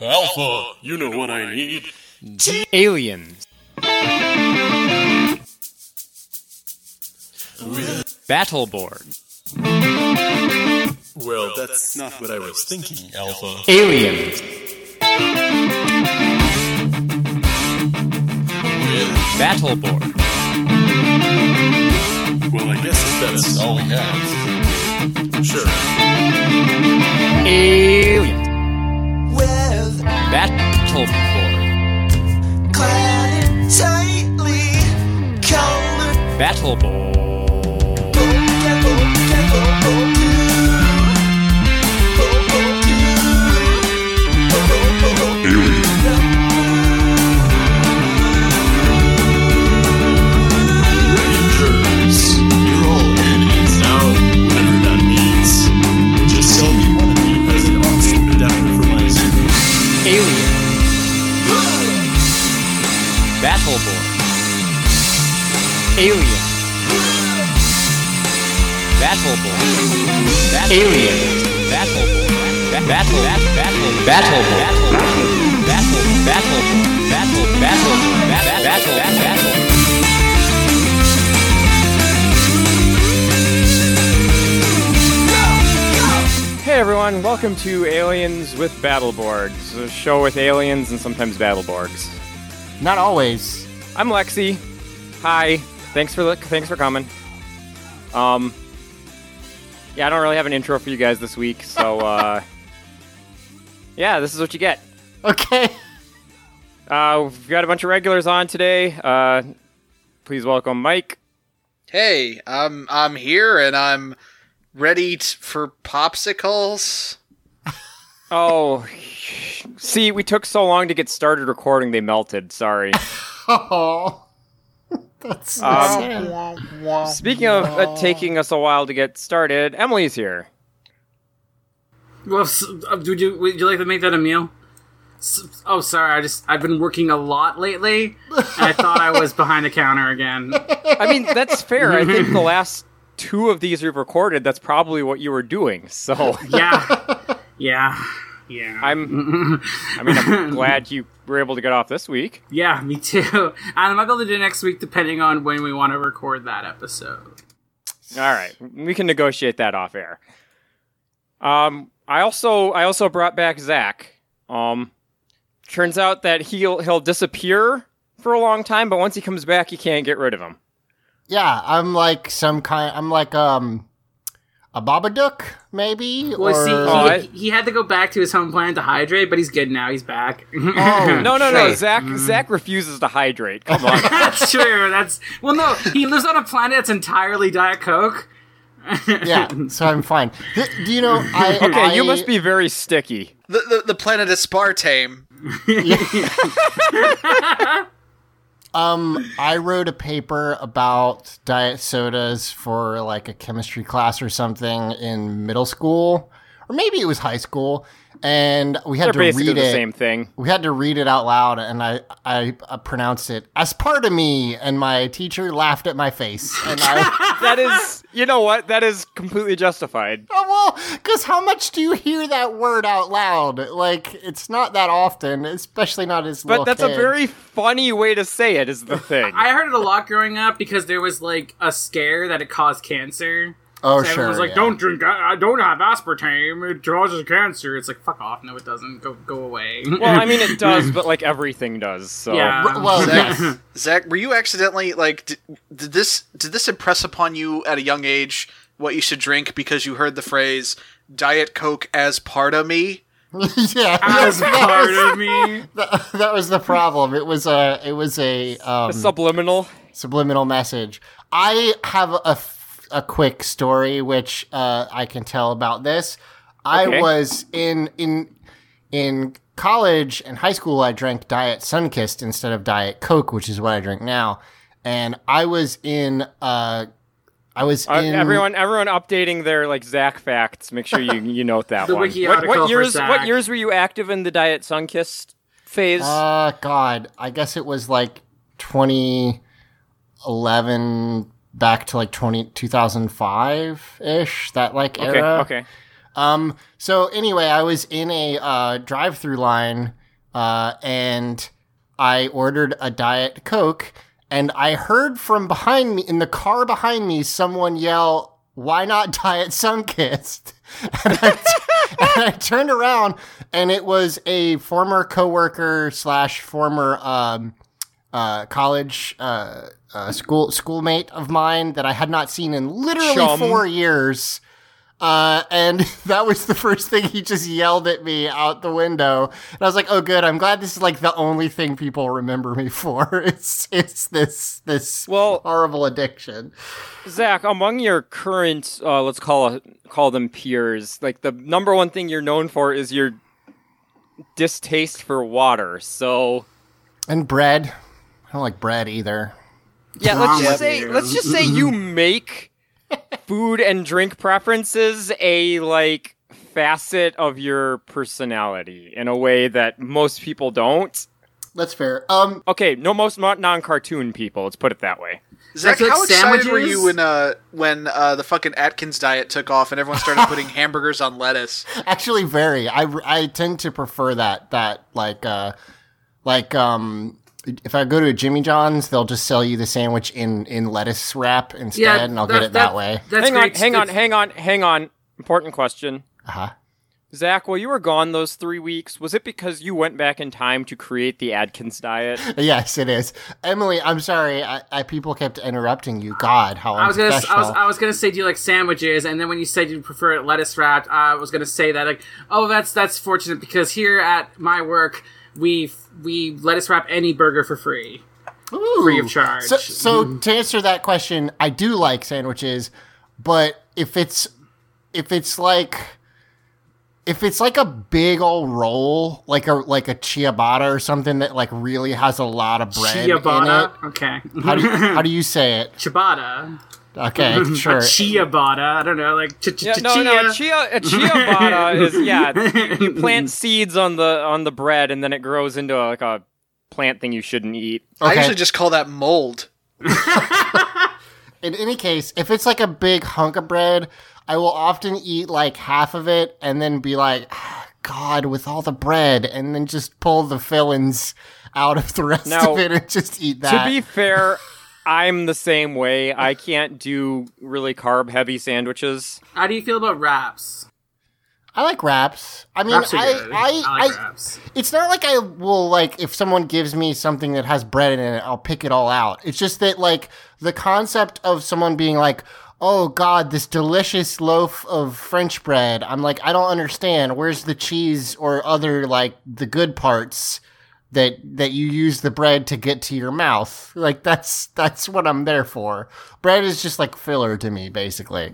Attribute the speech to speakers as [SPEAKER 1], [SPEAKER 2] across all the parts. [SPEAKER 1] Alpha, you know what I need.
[SPEAKER 2] The Aliens. Battleborn.
[SPEAKER 1] Well, that's not what I was thinking, Alpha.
[SPEAKER 2] Aliens. Battleborn.
[SPEAKER 1] Well, I guess that's all we have. Oh, Sure.
[SPEAKER 2] Aliens.
[SPEAKER 3] with
[SPEAKER 2] Battleborn.
[SPEAKER 3] clad in tightly colored
[SPEAKER 2] Battleborn.
[SPEAKER 1] Rangers, you're all enemies now. Whatever that means. Just tell me what it means as an awesome adapter for my suit.
[SPEAKER 2] Aliens. Battleborn. Aliens. Battleborn. Bat- Aliens. Battleborn. Ba- Battle. Bat- Battle. Battleborn. Battle. Battle. Battle. Battle. Battleborn. Ba- ba- Battle. Battle. Battle.
[SPEAKER 4] Hey everyone, welcome to Aliens with Battleborgs, a show with aliens and sometimes Battleborgs.
[SPEAKER 5] Not always.
[SPEAKER 4] I'm Lexi. Hi. Thanks for look. Thanks for coming. Um. Yeah, I don't really have an intro for you guys this week, so uh, yeah, this is what you get.
[SPEAKER 5] Okay.
[SPEAKER 4] Uh, we've got a bunch of regulars on today. Uh, please welcome Mike.
[SPEAKER 6] Hey, I'm I'm here and I'm ready t- for popsicles.
[SPEAKER 4] Oh, see, we took so long to get started recording, they melted. Sorry.
[SPEAKER 5] Oh. That's
[SPEAKER 4] Um,
[SPEAKER 5] sad.
[SPEAKER 4] Speaking of uh, taking us a while to get started, Emily's here.
[SPEAKER 7] Well, s- uh, would you would you like to make that a meal? S- Oh, sorry. I just I've been working a lot lately. And I thought I was behind the counter again.
[SPEAKER 4] I mean, that's fair. I think the last two of these you've recorded, that's probably what you were doing. So
[SPEAKER 7] Yeah, yeah, yeah.
[SPEAKER 4] I'm, I mean, I'm glad you were able to get off this week.
[SPEAKER 7] yeah, me too. And I might be able to do it next week, depending on when we want to record that episode.
[SPEAKER 4] All right, we can negotiate that off air. Um, I also I also brought back Zach. Um, turns out that he'll he'll disappear for a long time, but once he comes back, you can't get rid of him.
[SPEAKER 5] yeah, I'm like some kind. I'm like um, a Babadook, maybe.
[SPEAKER 4] Oh,
[SPEAKER 7] Well,
[SPEAKER 5] or,
[SPEAKER 7] see, he,
[SPEAKER 4] Alright.
[SPEAKER 7] he had to go back to his home planet to hydrate, but he's good now. He's back.
[SPEAKER 5] Oh.
[SPEAKER 4] No, no, no.
[SPEAKER 5] Shit.
[SPEAKER 4] Zach Zach refuses to hydrate. Come on.
[SPEAKER 7] that's true. That's well, no, he lives on a planet that's entirely Diet Coke.
[SPEAKER 5] yeah. So I'm fine. Th- Do you know? I,
[SPEAKER 4] Okay, you
[SPEAKER 5] I-
[SPEAKER 4] must be very sticky.
[SPEAKER 6] The, the the planet is Spartame.
[SPEAKER 5] Um, I wrote a paper about diet sodas for like a chemistry class or something in middle school, or maybe it was high school, and we had
[SPEAKER 4] They're
[SPEAKER 5] to
[SPEAKER 4] basically
[SPEAKER 5] read
[SPEAKER 4] the
[SPEAKER 5] it.
[SPEAKER 4] same thing.
[SPEAKER 5] we had to read it out loud and I, I I pronounced it as part of me and my teacher laughed at my face and I
[SPEAKER 4] that is, you know what? That is completely justified.
[SPEAKER 5] oh, well cuz how much do you hear that word out loud like it's not that often especially not as
[SPEAKER 4] But that's a very funny way to say it, is the thing.
[SPEAKER 7] I heard it a lot growing up because there was like a scare that it caused cancer.
[SPEAKER 5] oh
[SPEAKER 7] So everyone
[SPEAKER 5] sure
[SPEAKER 7] was like,
[SPEAKER 5] yeah.
[SPEAKER 7] "Don't drink, I don't have aspartame. It causes cancer." It's like, fuck off. No, it doesn't. Go, go away.
[SPEAKER 4] well, I mean, it does, but like everything does. So
[SPEAKER 7] yeah.
[SPEAKER 5] R- well
[SPEAKER 6] Zach,
[SPEAKER 5] yes.
[SPEAKER 6] Zach, were you accidentally like did, did this did this impress upon you at a young age what you should drink because you heard the phrase Diet Coke as part of me?
[SPEAKER 5] yeah
[SPEAKER 7] as
[SPEAKER 5] that
[SPEAKER 7] part
[SPEAKER 5] was-
[SPEAKER 7] of me.
[SPEAKER 5] that, that was the problem it was a it was a um,
[SPEAKER 4] subliminal.
[SPEAKER 5] subliminal message. I have a, f- a quick story which uh, I can tell about this.
[SPEAKER 4] Okay.
[SPEAKER 5] I was in in in college and high school. I drank Diet Sunkist instead of Diet Coke, which is what I drink now. And I was in uh, I was
[SPEAKER 4] Uh,
[SPEAKER 5] in
[SPEAKER 4] everyone, everyone updating their like Zach facts. Make sure you you note that
[SPEAKER 7] The
[SPEAKER 4] one.
[SPEAKER 7] wiki
[SPEAKER 4] what,
[SPEAKER 7] article
[SPEAKER 4] what
[SPEAKER 7] for
[SPEAKER 4] years? What
[SPEAKER 7] Zach.
[SPEAKER 4] years were you active in the Diet Sunkist phase?
[SPEAKER 5] Uh, God, I guess it was like 2011 back to like 20, 2005 ish. That like
[SPEAKER 4] okay,
[SPEAKER 5] era.
[SPEAKER 4] okay.
[SPEAKER 5] Um, so anyway, I was in a uh, drive-through line, uh, and I ordered a diet coke, and I heard from behind me in the car behind me someone yell, "Why not diet sunkist?" and, I t- and I turned around, and it was a former coworker slash former um, uh, college uh, uh, school schoolmate of mine that I had not seen in literally
[SPEAKER 4] Chum.
[SPEAKER 5] four years. Uh, and that was the first thing he just yelled at me out the window. And I was like, "Oh, good. I'm glad this is like the only thing people remember me for. It's it's this this
[SPEAKER 4] Well-
[SPEAKER 5] horrible addiction."
[SPEAKER 4] Zach, among your current, uh, let's call call them peers, like the number one thing you're known for is your distaste for water. So
[SPEAKER 5] And bread. I don't like bread either.
[SPEAKER 4] yeah,
[SPEAKER 7] Wrong
[SPEAKER 4] let's just
[SPEAKER 7] with
[SPEAKER 4] say
[SPEAKER 7] you.
[SPEAKER 4] let's just say you make food and drink preferences a like facet of your personality in a way that most people don't.
[SPEAKER 5] That's fair. Um,
[SPEAKER 4] Okay, no, most non cartoon people. Let's put it that way.
[SPEAKER 6] Zach,
[SPEAKER 7] like
[SPEAKER 6] how excited were
[SPEAKER 7] sandwiches?
[SPEAKER 6] you when uh, when uh, the fucking Atkins diet took off and everyone started putting hamburgers on lettuce?
[SPEAKER 5] actually, very. I I tend to prefer that that like uh like um if I go to a Jimmy John's, they'll just sell you the sandwich in in lettuce wrap instead, and I'll get it that, way.
[SPEAKER 7] That's
[SPEAKER 4] hang on,
[SPEAKER 7] great.
[SPEAKER 4] hang on,
[SPEAKER 7] It's-
[SPEAKER 4] hang on, hang on. Important question.
[SPEAKER 5] Uh-huh.
[SPEAKER 4] Zach, while you were gone those three weeks, was it because you went back in time to create the Adkins diet?
[SPEAKER 5] Yes, it is. Emily, I'm sorry. I, I people kept interrupting you. God, how
[SPEAKER 7] I was gonna, I
[SPEAKER 5] unprofessional.
[SPEAKER 7] was, I was gonna say, do you like sandwiches? And then when you said you prefer it lettuce wrapped, I was gonna say that like, oh, that's that's fortunate because here at my work, we we lettuce wrap any burger for free. Free of charge.
[SPEAKER 5] So, so to answer that question, I do like sandwiches, but if it's if it's like if it's like a big old roll, like a like a ciabatta or something that like really has a lot of bread in it.
[SPEAKER 7] Ciabatta. Okay.
[SPEAKER 5] How do, you, how do you say it?
[SPEAKER 7] Ciabatta.
[SPEAKER 5] Okay, sure.
[SPEAKER 7] A ciabatta. I don't know, like ch- ch-
[SPEAKER 4] Yeah,
[SPEAKER 7] chia.
[SPEAKER 4] no, no, chia, a ciabatta is yeah. You plant seeds on the on the bread, and then it grows into like a plant thing you shouldn't eat.
[SPEAKER 6] I
[SPEAKER 5] Okay.
[SPEAKER 6] usually just call that mold.
[SPEAKER 5] in any case, if it's like a big hunk of bread, I will often eat like half of it and then be like, "Ah, God, with all the bread, and then just pull the fillings out of the rest
[SPEAKER 4] Now,
[SPEAKER 5] of it and just eat that.
[SPEAKER 4] To be fair, I'm the same way. I can't do really carb heavy sandwiches.
[SPEAKER 7] How do you feel about wraps?
[SPEAKER 5] I like wraps. I mean,
[SPEAKER 7] Wraps are
[SPEAKER 5] I,
[SPEAKER 7] good.
[SPEAKER 5] I, I,
[SPEAKER 7] like wraps.
[SPEAKER 5] it's not like I will like if someone gives me something that has bread in it, I'll pick it all out. It's just that like the concept of someone being like, "Oh God, this delicious loaf of French bread," I'm like, I don't understand. Where's the cheese or other like the good parts that that you use the bread to get to your mouth? Like that's that's what I'm there for. Bread is just like filler to me, basically.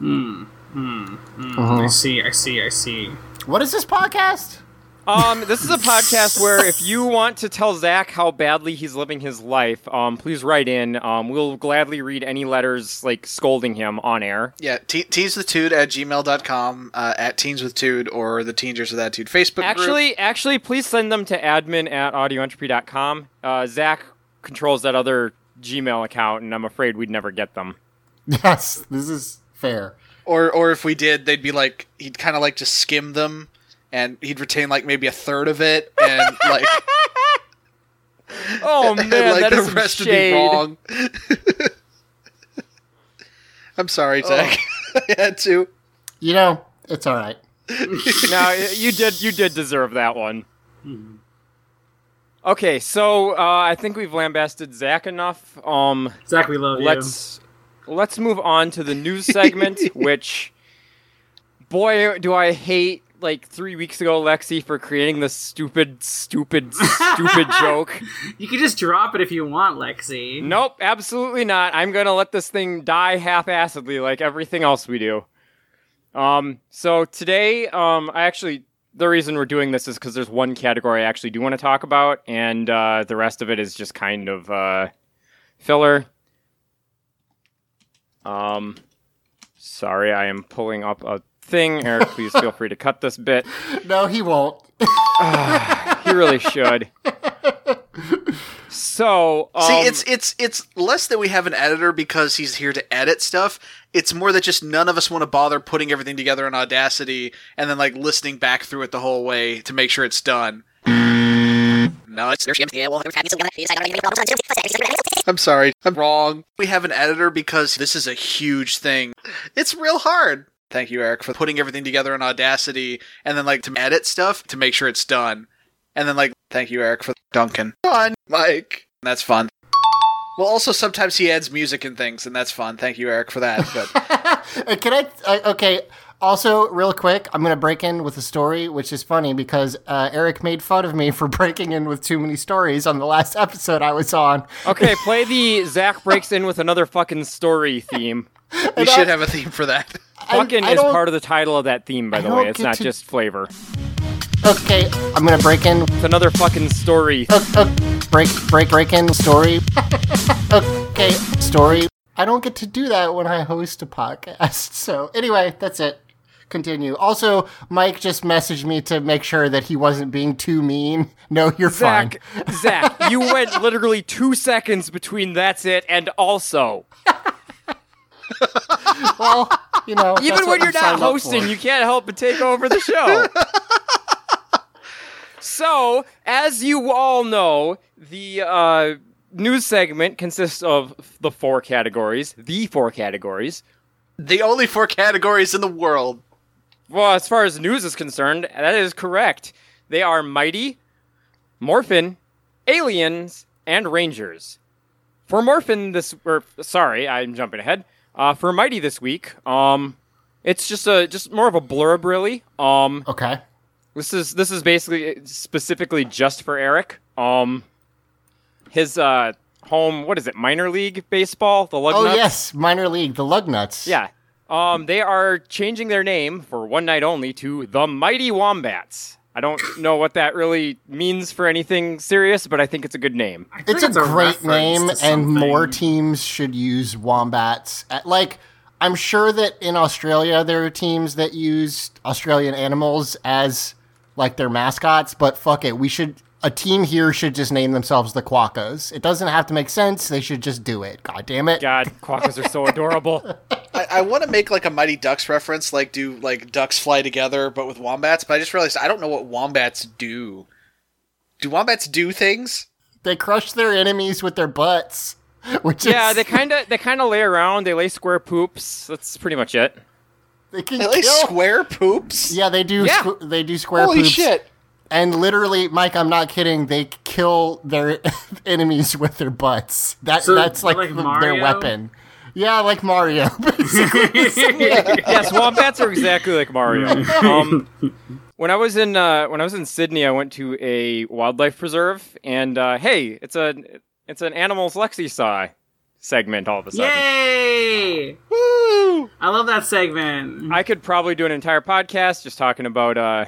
[SPEAKER 7] I see. I see. I see.
[SPEAKER 5] What is this podcast?
[SPEAKER 4] Um, this is a podcast where if you want to tell Zach how badly he's living his life, um, please write in. Um, we'll gladly read any letters like scolding him on air.
[SPEAKER 6] Yeah, te- teenswithtude at gmail.com, uh, at teenswithtude, or the Teensers with Attitude Facebook group.
[SPEAKER 4] Actually, actually, please send them to admin at audioentropy.com. Uh, Zach controls that other Gmail account, and I'm afraid we'd never get them.
[SPEAKER 5] Yes, this is fair.
[SPEAKER 6] Or, or if we did, they'd be like, he'd kind of like just skim them, and he'd retain like maybe a third of it, and like,
[SPEAKER 4] Oh man,
[SPEAKER 6] and, like
[SPEAKER 4] that
[SPEAKER 6] the
[SPEAKER 4] is some
[SPEAKER 6] rest
[SPEAKER 4] shade.
[SPEAKER 6] would be wrong. I'm sorry,
[SPEAKER 4] Oh.
[SPEAKER 6] Zach. I had to.
[SPEAKER 5] You know, it's all right.
[SPEAKER 4] no, y- you did, you did deserve that one.
[SPEAKER 6] Hmm.
[SPEAKER 4] Okay, so uh, I think we've lambasted Zach enough. Um,
[SPEAKER 7] Zach, we love you.
[SPEAKER 4] let's let's move on to the news segment which boy do i hate like three weeks ago lexi for creating this stupid stupid stupid joke
[SPEAKER 7] You can just drop it if you want, Lexi.
[SPEAKER 4] nope absolutely not i'm gonna let this thing die half-assedly like everything else we do um so today um i actually the reason we're doing this is because there's one category i actually do want to talk about and uh the rest of it is just kind of uh filler um sorry i am pulling up a thing eric please feel free to cut this bit
[SPEAKER 5] No, he won't.
[SPEAKER 4] he really should. So um,
[SPEAKER 6] See, it's it's it's less that we have an editor because he's here to edit stuff. It's more that just none of us want to bother putting everything together in Audacity and then like listening back through it the whole way to make sure it's done. No, it's "Oh, I'm sorry, I'm wrong. We have an editor because this is a huge thing. It's real hard. Thank you, Eric, for putting everything together in Audacity and then like to edit stuff to make sure it's done. And then like, thank you, Eric, for Duncan. Done, Mike. That's fun. Well, also sometimes he adds music and things, and that's fun. Thank you, Eric, for that. But
[SPEAKER 5] Uh, Can I? Uh, okay. Also, real quick, I'm going to break in with a story, which is funny because uh, Eric made fun of me for breaking in with too many stories on the last episode I was on.
[SPEAKER 4] okay. Play the Zach breaks in with another fucking story theme.
[SPEAKER 6] we should have a theme for that.
[SPEAKER 4] Fucking
[SPEAKER 5] I
[SPEAKER 4] is
[SPEAKER 5] don't-
[SPEAKER 4] part of the title of that theme, by the
[SPEAKER 5] don't
[SPEAKER 4] way. It's
[SPEAKER 5] get
[SPEAKER 4] not
[SPEAKER 5] to-
[SPEAKER 4] just flavor.
[SPEAKER 5] Okay, I'm going to break in.
[SPEAKER 4] It's another fucking story.
[SPEAKER 5] Uh, uh, break, break, break in story. okay, story. I don't get to do that when I host a podcast. So, anyway, that's it. Continue. Also, Mike just messaged me to make sure that he wasn't being too mean. No, you're fine.
[SPEAKER 4] Zach, Zach, you went literally two seconds between that's it and also.
[SPEAKER 5] Well, you know, that's
[SPEAKER 4] Even
[SPEAKER 5] what
[SPEAKER 4] when you're
[SPEAKER 5] you signed
[SPEAKER 4] not
[SPEAKER 5] up for.
[SPEAKER 4] hosting, you can't help but take over the show. so, as you all know, the uh, news segment consists of the four categories, the four categories.
[SPEAKER 6] The only four categories in the world.
[SPEAKER 4] Well, as far as news is concerned, that is correct. They are Mighty, Morphin, Aliens, and Rangers. For Morphin this or sorry, I'm jumping ahead. Uh, for Mighty this week, um it's just a just more of a blurb really. Um
[SPEAKER 5] Okay.
[SPEAKER 4] this is this is basically specifically just for Eric. Um his uh home, what is it? Minor league baseball, the Lugnuts.
[SPEAKER 5] Oh yes, minor league, the Lugnuts.
[SPEAKER 4] Yeah. Um, they are changing their name for one night only to the Mighty Wombats. I don't know what that really means for anything serious, but I think it's a good name.
[SPEAKER 7] I think
[SPEAKER 5] it's a, great
[SPEAKER 7] reference
[SPEAKER 5] name,
[SPEAKER 7] to
[SPEAKER 5] and
[SPEAKER 7] something.
[SPEAKER 5] more teams should use wombats. At, like, I'm sure that in Australia there are teams that use Australian animals as like their mascots, but fuck it, we should. A team here should just name themselves the Quackos. It doesn't have to make sense. They should just do it. God damn it.
[SPEAKER 4] God, quokkas are so adorable.
[SPEAKER 6] I, I want to make like a Mighty Ducks reference, like do like ducks fly together, but with wombats. But I just realized I don't know what wombats do. Do wombats do things?
[SPEAKER 5] They crush their enemies with their butts, which
[SPEAKER 4] yeah,
[SPEAKER 5] is
[SPEAKER 4] they kind of they kind of lay around. They lay square poops. That's pretty much it.
[SPEAKER 5] they can
[SPEAKER 6] They like
[SPEAKER 5] kill.
[SPEAKER 6] square poops.
[SPEAKER 5] yeah, they do.
[SPEAKER 4] Yeah.
[SPEAKER 5] Squ- they do square
[SPEAKER 6] Holy
[SPEAKER 5] poops.
[SPEAKER 6] shit!
[SPEAKER 5] And literally, Mike, I'm not kidding. They kill their enemies with their butts. That
[SPEAKER 7] So,
[SPEAKER 5] that's like,
[SPEAKER 7] like
[SPEAKER 5] th- their
[SPEAKER 7] Mario?
[SPEAKER 5] weapon. Yeah, like Mario. basically.
[SPEAKER 4] yes, wombats are exactly like Mario. Um, when I was in uh, when I was in Sydney, I went to a wildlife preserve, and uh, hey, it's a it's an animals Lexi saw segment all of a sudden.
[SPEAKER 7] Yay! Woo! I love that segment.
[SPEAKER 4] I could probably do an entire podcast just talking about uh,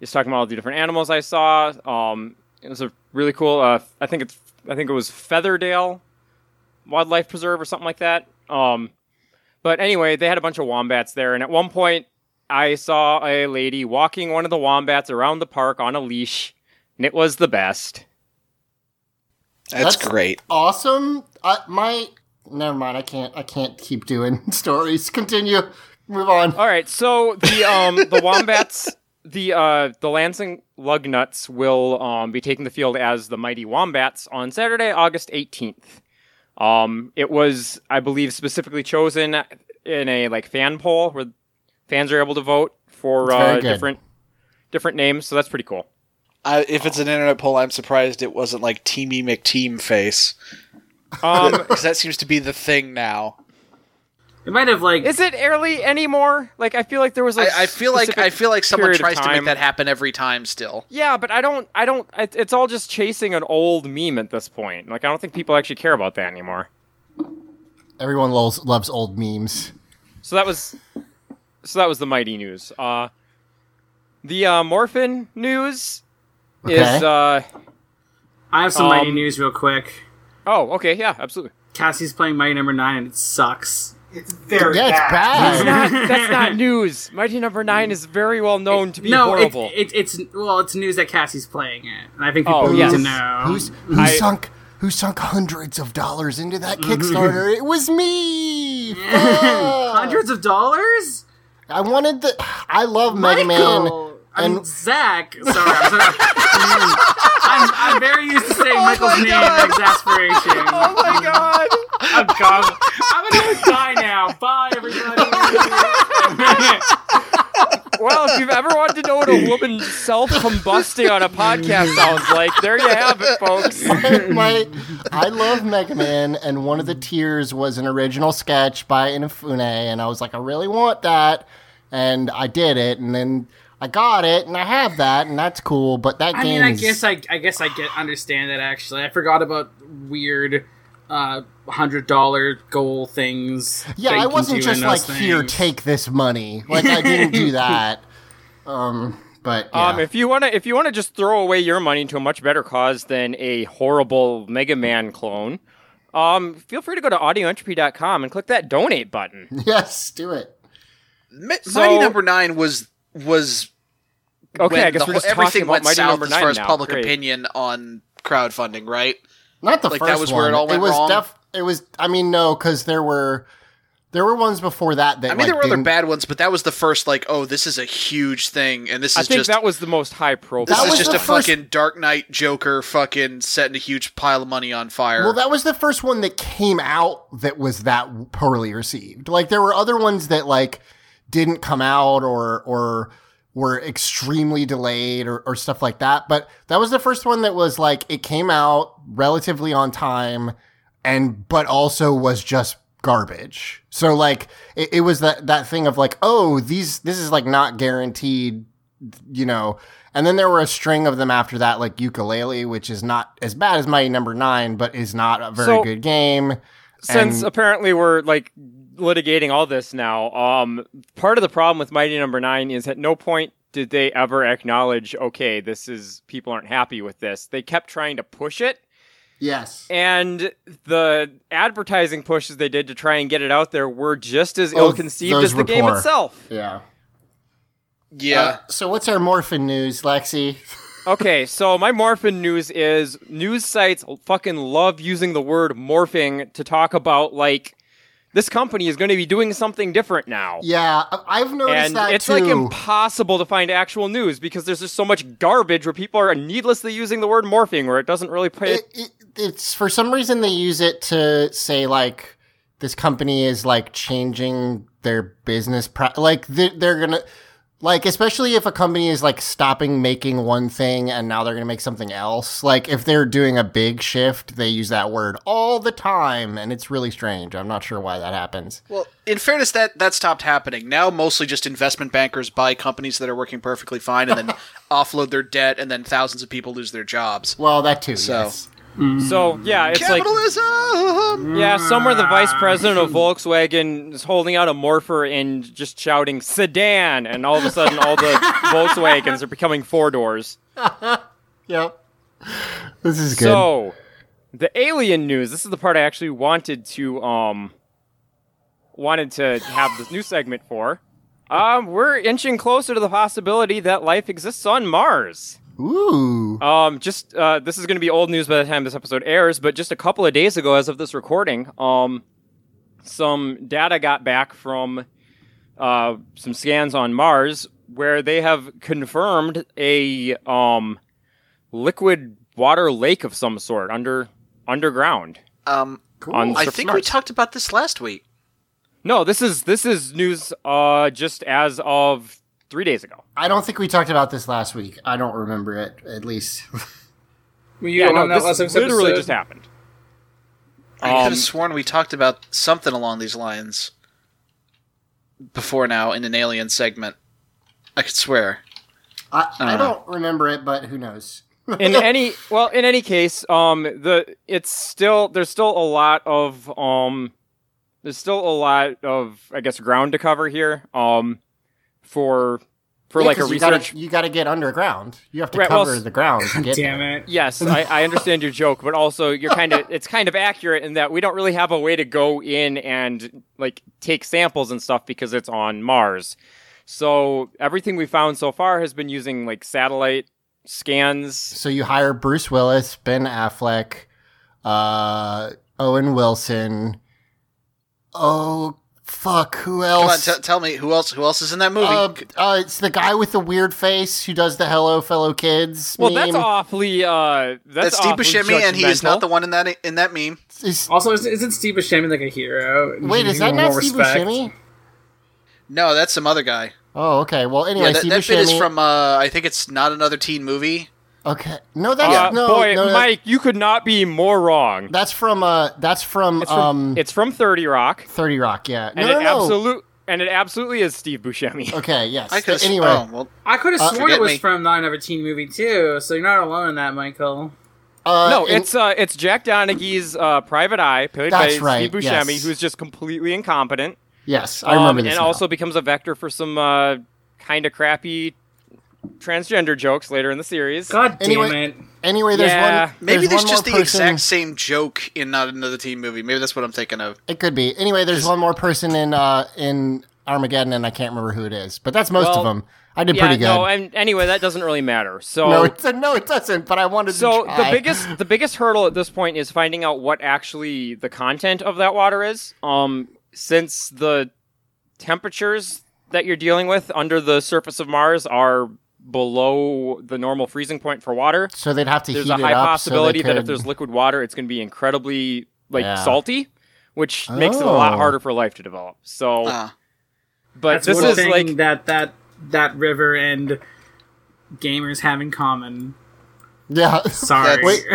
[SPEAKER 4] just talking about all the different animals I saw. Um, it was a really cool. Uh, I think it's I think it was Featherdale Wildlife Preserve or something like that. Um, but anyway, they had a bunch of wombats there, and at one point, I saw a lady walking one of the wombats around the park on a leash, and it was the best.
[SPEAKER 6] That's,
[SPEAKER 5] That's-
[SPEAKER 6] great.
[SPEAKER 5] awesome. Uh, my never mind. I can't. I can't keep doing stories. Continue. Move on.
[SPEAKER 4] All right, so the um the wombats the uh the Lansing Lugnuts will um be taking the field as the Mighty Wombats on Saturday, August 18th. Um it was I believe specifically chosen in a like fan poll where fans are able to vote for
[SPEAKER 5] That's very
[SPEAKER 4] uh,
[SPEAKER 5] good.
[SPEAKER 4] different different names, so that's pretty cool.
[SPEAKER 6] I, if it's an internet poll, I'm surprised it wasn't like Teamy McTeam face
[SPEAKER 4] Um
[SPEAKER 6] because that seems to be the thing now.
[SPEAKER 7] It might have like
[SPEAKER 4] is it early anymore? Like I feel like there was like
[SPEAKER 6] I, I feel like I
[SPEAKER 4] specific
[SPEAKER 6] feel like someone
[SPEAKER 4] period of
[SPEAKER 6] tries to make
[SPEAKER 4] time.
[SPEAKER 6] that happen every time. Still,
[SPEAKER 4] Yeah, but I don't I don't it- it's all just chasing an old meme at this point. Like I don't think people actually care about that anymore.
[SPEAKER 5] Everyone loves, loves old memes.
[SPEAKER 4] So that was so that was the mighty news. Uh the uh Morphin news is
[SPEAKER 5] Okay.
[SPEAKER 4] uh
[SPEAKER 7] I have some mighty
[SPEAKER 4] Um,
[SPEAKER 7] news real quick.
[SPEAKER 4] oh, okay, yeah, absolutely.
[SPEAKER 7] Cassie's playing Mighty Number Nine and it sucks.
[SPEAKER 8] It's very
[SPEAKER 5] Yeah, it's
[SPEAKER 4] It's
[SPEAKER 5] bad.
[SPEAKER 4] not that's not news. Mighty number 9 is very well known to be
[SPEAKER 7] no, it,
[SPEAKER 4] horrible.
[SPEAKER 7] it, it's well, it's news that Cassie's playing it, and I think
[SPEAKER 4] Oh,
[SPEAKER 7] people need
[SPEAKER 4] yes.
[SPEAKER 7] to know.
[SPEAKER 5] Who's who
[SPEAKER 4] I-
[SPEAKER 5] sunk? Who who sunk hundreds of dollars into that Kickstarter. it was me. Fuck.
[SPEAKER 7] Hundreds of dollars?
[SPEAKER 5] I wanted the. I love Mega Man.
[SPEAKER 7] Michael! I mean,
[SPEAKER 5] and-
[SPEAKER 7] Oh, Zach. Sorry, I'm sorry. I'm, I'm very used to
[SPEAKER 5] Oh
[SPEAKER 7] saying Michael's name in exasperation.
[SPEAKER 4] Oh my god!
[SPEAKER 7] I'm gone. I'm gonna die now. Bye, everybody.
[SPEAKER 4] Well, if you've ever wanted to know what a woman self combusting on a podcast sounds like, there you have it, folks.
[SPEAKER 5] My, I love Mega Man, and one of the tiers was an original sketch by Inafune, and I was like, I really want that, and I did it, and then I got it, and I have that, and that's cool. But that
[SPEAKER 7] I
[SPEAKER 5] game,
[SPEAKER 7] mean, I guess I, I guess I get understand that actually. I forgot about weird uh, hundred dollar goal things.
[SPEAKER 5] yeah,
[SPEAKER 7] that you
[SPEAKER 5] I
[SPEAKER 7] can
[SPEAKER 5] wasn't
[SPEAKER 7] do in
[SPEAKER 5] just like
[SPEAKER 7] those
[SPEAKER 5] here,
[SPEAKER 7] things.
[SPEAKER 5] take this money. Like I didn't do that. Um, but yeah.
[SPEAKER 4] Um, if you wanna, if you wanna just throw away your money to a much better cause than a horrible Mega Man clone, um, feel free to go to audioentropy.com and click that donate button.
[SPEAKER 5] yes, do it.
[SPEAKER 6] Mi-
[SPEAKER 4] So-
[SPEAKER 6] Mighty Number Nine was was
[SPEAKER 4] Okay,
[SPEAKER 6] when
[SPEAKER 4] I guess
[SPEAKER 6] the
[SPEAKER 4] we're
[SPEAKER 6] whole-
[SPEAKER 4] just
[SPEAKER 6] everything
[SPEAKER 4] talking about
[SPEAKER 6] went
[SPEAKER 4] Mighty
[SPEAKER 6] south
[SPEAKER 4] Number
[SPEAKER 6] as far
[SPEAKER 4] Nine
[SPEAKER 6] as
[SPEAKER 4] now.
[SPEAKER 6] public
[SPEAKER 4] Great.
[SPEAKER 6] opinion on crowdfunding, right?
[SPEAKER 5] Not the
[SPEAKER 6] Like, that
[SPEAKER 5] first
[SPEAKER 6] was
[SPEAKER 5] one.
[SPEAKER 6] where it all went
[SPEAKER 5] was
[SPEAKER 6] wrong?
[SPEAKER 5] It was. I mean, no, because there were there were ones before that that
[SPEAKER 6] I mean,
[SPEAKER 5] like,
[SPEAKER 6] there were other
[SPEAKER 5] didn't-
[SPEAKER 6] bad ones, but that was the first like, oh, this is a huge thing, and this is
[SPEAKER 4] I think
[SPEAKER 6] just
[SPEAKER 4] that was the most high profile.
[SPEAKER 6] this
[SPEAKER 5] That
[SPEAKER 6] is
[SPEAKER 5] was
[SPEAKER 6] just
[SPEAKER 5] the
[SPEAKER 6] a
[SPEAKER 5] first-
[SPEAKER 6] fucking Dark Knight Joker fucking setting a huge pile of money on fire.
[SPEAKER 5] Well, that was the first one that came out that was that poorly received. Like there were other ones that like didn't come out or or were extremely delayed or, or stuff like that. But that was the first one that was like it came out relatively on time and but also was just garbage. So like it, it was that that thing of like, oh, these this is like not guaranteed, you know. And then there were a string of them after that, like ukulele, which is not as bad as Mighty Number Nine, but is not a very
[SPEAKER 4] So-
[SPEAKER 5] good game.
[SPEAKER 4] since
[SPEAKER 5] And-
[SPEAKER 4] apparently we're like litigating all this now um part of the problem with mighty number nine is at no point did they ever acknowledge okay this is people aren't happy with this they kept trying to push it
[SPEAKER 5] Yes.
[SPEAKER 4] and the advertising pushes they did to try and get it out there were just
[SPEAKER 5] Oh,
[SPEAKER 4] as ill-conceived
[SPEAKER 5] those
[SPEAKER 4] as the
[SPEAKER 5] were
[SPEAKER 4] game
[SPEAKER 5] poor.
[SPEAKER 4] itself
[SPEAKER 5] Yeah.
[SPEAKER 6] yeah,
[SPEAKER 5] Uh, so what's our morphin news, Lexi?
[SPEAKER 4] okay so my morphin news is news sites fucking love using the word morphing to talk about like this company is going to be doing something different now
[SPEAKER 5] Yeah, I- I've noticed
[SPEAKER 4] and
[SPEAKER 5] that
[SPEAKER 4] it's
[SPEAKER 5] too.
[SPEAKER 4] like impossible to find actual news because there's just so much garbage where people are needlessly using the word morphing where it doesn't really pay.
[SPEAKER 5] it, it, it's for some reason they use it to say like this company is like changing their business pro- like they're, they're gonna like especially if a company is like stopping making one thing and now they're gonna make something else like if they're doing a big shift they use that word all the time and it's really strange i'm not sure why that happens
[SPEAKER 6] Well, in fairness, that that stopped happening. Now, mostly just investment bankers buy companies that are working perfectly fine and then offload their debt, and then thousands of people lose their jobs.
[SPEAKER 5] well that too
[SPEAKER 6] So-
[SPEAKER 5] yes
[SPEAKER 4] so yeah, it's like
[SPEAKER 6] Capitalism.
[SPEAKER 4] yeah, somewhere the vice president of Volkswagen is holding out a morpher and just shouting sedan, and all of a sudden all the Volkswagens are becoming four doors.
[SPEAKER 5] yep this is good
[SPEAKER 4] So the alien news. This is the part I actually wanted to um wanted to have this new segment for. Um, we're inching closer to the possibility that life exists on Mars.
[SPEAKER 5] ooh
[SPEAKER 4] Um, just uh, this is going to be old news by the time this episode airs, but just a couple of days ago, as of this recording, um, some data got back from uh, some scans on Mars where they have confirmed a um, liquid water lake of some sort under underground.
[SPEAKER 6] Um,
[SPEAKER 4] On the
[SPEAKER 6] I
[SPEAKER 4] surface
[SPEAKER 6] think
[SPEAKER 4] of
[SPEAKER 6] we
[SPEAKER 4] Mars.
[SPEAKER 6] talked about this last week.
[SPEAKER 4] No, this is this is news uh, just as of three days ago.
[SPEAKER 5] i don't think we talked about this last week i don't remember it at least
[SPEAKER 7] Were you
[SPEAKER 4] Yeah,
[SPEAKER 7] on
[SPEAKER 4] no,
[SPEAKER 7] that last
[SPEAKER 4] this literally
[SPEAKER 7] episode?
[SPEAKER 4] just happened.
[SPEAKER 6] I could have sworn we talked about something along these lines before now in an alien segment. I could swear.
[SPEAKER 5] I, I
[SPEAKER 6] Uh.
[SPEAKER 5] don't remember it, but who knows?
[SPEAKER 4] in any well in any case um the it's still there's still a lot of um there's still a lot of i guess ground to cover here um for for
[SPEAKER 5] Yeah,
[SPEAKER 4] like a
[SPEAKER 5] 'cause you
[SPEAKER 4] research
[SPEAKER 5] Gotta, you got to get underground. You have to
[SPEAKER 4] Right, well,
[SPEAKER 5] cover
[SPEAKER 4] s-
[SPEAKER 5] the ground. To get
[SPEAKER 7] Damn
[SPEAKER 5] there.
[SPEAKER 7] it!
[SPEAKER 4] yes I, I understand your joke but also you're kind of it's kind of accurate in that we don't really have a way to go in and like take samples and stuff because it's on mars so everything we found so far has been using like satellite scans
[SPEAKER 5] So you hire Bruce Willis, Ben Affleck, uh, Owen Wilson. Oh fuck, who
[SPEAKER 6] Come on,
[SPEAKER 5] else?
[SPEAKER 6] t- tell me who else? Who else is in that movie?
[SPEAKER 5] Uh, uh, it's the guy with the weird face who does the "Hello, fellow kids."
[SPEAKER 4] Well,
[SPEAKER 5] meme.
[SPEAKER 4] that's awfully. Uh, that's
[SPEAKER 6] That's Steve
[SPEAKER 4] awfully
[SPEAKER 6] Buscemi, and he is not
[SPEAKER 4] judgmental.
[SPEAKER 6] the one in that in that meme.
[SPEAKER 5] Is-
[SPEAKER 7] Also, is- isn't Steve Buscemi like a hero?
[SPEAKER 5] wait, is that
[SPEAKER 7] More
[SPEAKER 5] not Steve
[SPEAKER 7] respect.
[SPEAKER 5] Buscemi?
[SPEAKER 6] No, that's some other guy.
[SPEAKER 5] Oh, okay. Well, anyway,
[SPEAKER 6] yeah, that,
[SPEAKER 5] Steve
[SPEAKER 6] that bit is
[SPEAKER 5] Buscemi-
[SPEAKER 6] from. Uh, I think it's not another teen movie.
[SPEAKER 5] Okay, no,
[SPEAKER 4] Uh,
[SPEAKER 5] that's no,
[SPEAKER 4] boy,
[SPEAKER 5] no, that-
[SPEAKER 4] Mike, you could not be more wrong.
[SPEAKER 5] That's from uh, that's from,
[SPEAKER 4] It's from,
[SPEAKER 5] um,
[SPEAKER 4] it's from Thirty Rock,
[SPEAKER 5] Thirty Rock. Yeah,
[SPEAKER 4] and
[SPEAKER 5] no, no,
[SPEAKER 4] it
[SPEAKER 5] no. Uh,
[SPEAKER 4] absolute and it absolutely is Steve Buscemi.
[SPEAKER 5] Okay, yes.
[SPEAKER 6] I could.
[SPEAKER 5] anyway,
[SPEAKER 6] Oh, well,
[SPEAKER 7] I could have
[SPEAKER 5] Uh,
[SPEAKER 7] sworn it
[SPEAKER 6] forget
[SPEAKER 7] was
[SPEAKER 6] me.
[SPEAKER 7] from Not Another Teen Movie too. So you're not alone in that, Michael.
[SPEAKER 5] uh,
[SPEAKER 4] no,
[SPEAKER 5] in-
[SPEAKER 4] it's uh, it's Jack Donaghy's uh, Private Eye, played by
[SPEAKER 5] That's right,
[SPEAKER 4] Steve Buscemi,
[SPEAKER 5] yes.
[SPEAKER 4] who's just completely incompetent.
[SPEAKER 5] yes. I remember
[SPEAKER 4] um,
[SPEAKER 5] this.
[SPEAKER 4] and
[SPEAKER 5] now.
[SPEAKER 4] also becomes a vector for some uh, kind of crappy transgender jokes later in the series.
[SPEAKER 7] God
[SPEAKER 5] Anyway-
[SPEAKER 7] damn it!
[SPEAKER 5] anyway, there's
[SPEAKER 4] Yeah.
[SPEAKER 5] one.
[SPEAKER 6] maybe
[SPEAKER 5] there's
[SPEAKER 6] there's
[SPEAKER 5] one
[SPEAKER 6] just the
[SPEAKER 5] more person,
[SPEAKER 6] exact same joke in not another teen movie. Maybe that's what I'm thinking of.
[SPEAKER 5] It could be. Anyway, there's one more person in uh in Armageddon, and I can't remember who it is, but that's most of
[SPEAKER 4] Well,
[SPEAKER 5] them. I did
[SPEAKER 4] yeah,
[SPEAKER 5] pretty good.
[SPEAKER 4] no, and anyway, that doesn't really matter. So
[SPEAKER 5] no, it, no, it doesn't. But I wanted
[SPEAKER 4] So
[SPEAKER 5] to.
[SPEAKER 4] the
[SPEAKER 5] try.
[SPEAKER 4] biggest the biggest hurdle at this point is finding out what actually the content of that water is. Um, since the temperatures that you're dealing with under the surface of Mars are below the normal freezing point for water,
[SPEAKER 5] So they'd have to
[SPEAKER 4] there's
[SPEAKER 5] heat
[SPEAKER 4] a
[SPEAKER 5] it
[SPEAKER 4] high
[SPEAKER 5] up
[SPEAKER 4] possibility
[SPEAKER 5] so they
[SPEAKER 4] that if
[SPEAKER 5] could-
[SPEAKER 4] there's liquid water, it's going to be incredibly like
[SPEAKER 5] Yeah.
[SPEAKER 4] salty, which makes it a lot
[SPEAKER 5] Oh.
[SPEAKER 4] harder for life to develop. So,
[SPEAKER 6] Ah.
[SPEAKER 4] but
[SPEAKER 7] That's
[SPEAKER 4] this
[SPEAKER 7] one
[SPEAKER 4] is
[SPEAKER 7] thing
[SPEAKER 4] like
[SPEAKER 7] that that that river and gamers have in common.
[SPEAKER 5] yeah.
[SPEAKER 7] Sorry.
[SPEAKER 6] Wait.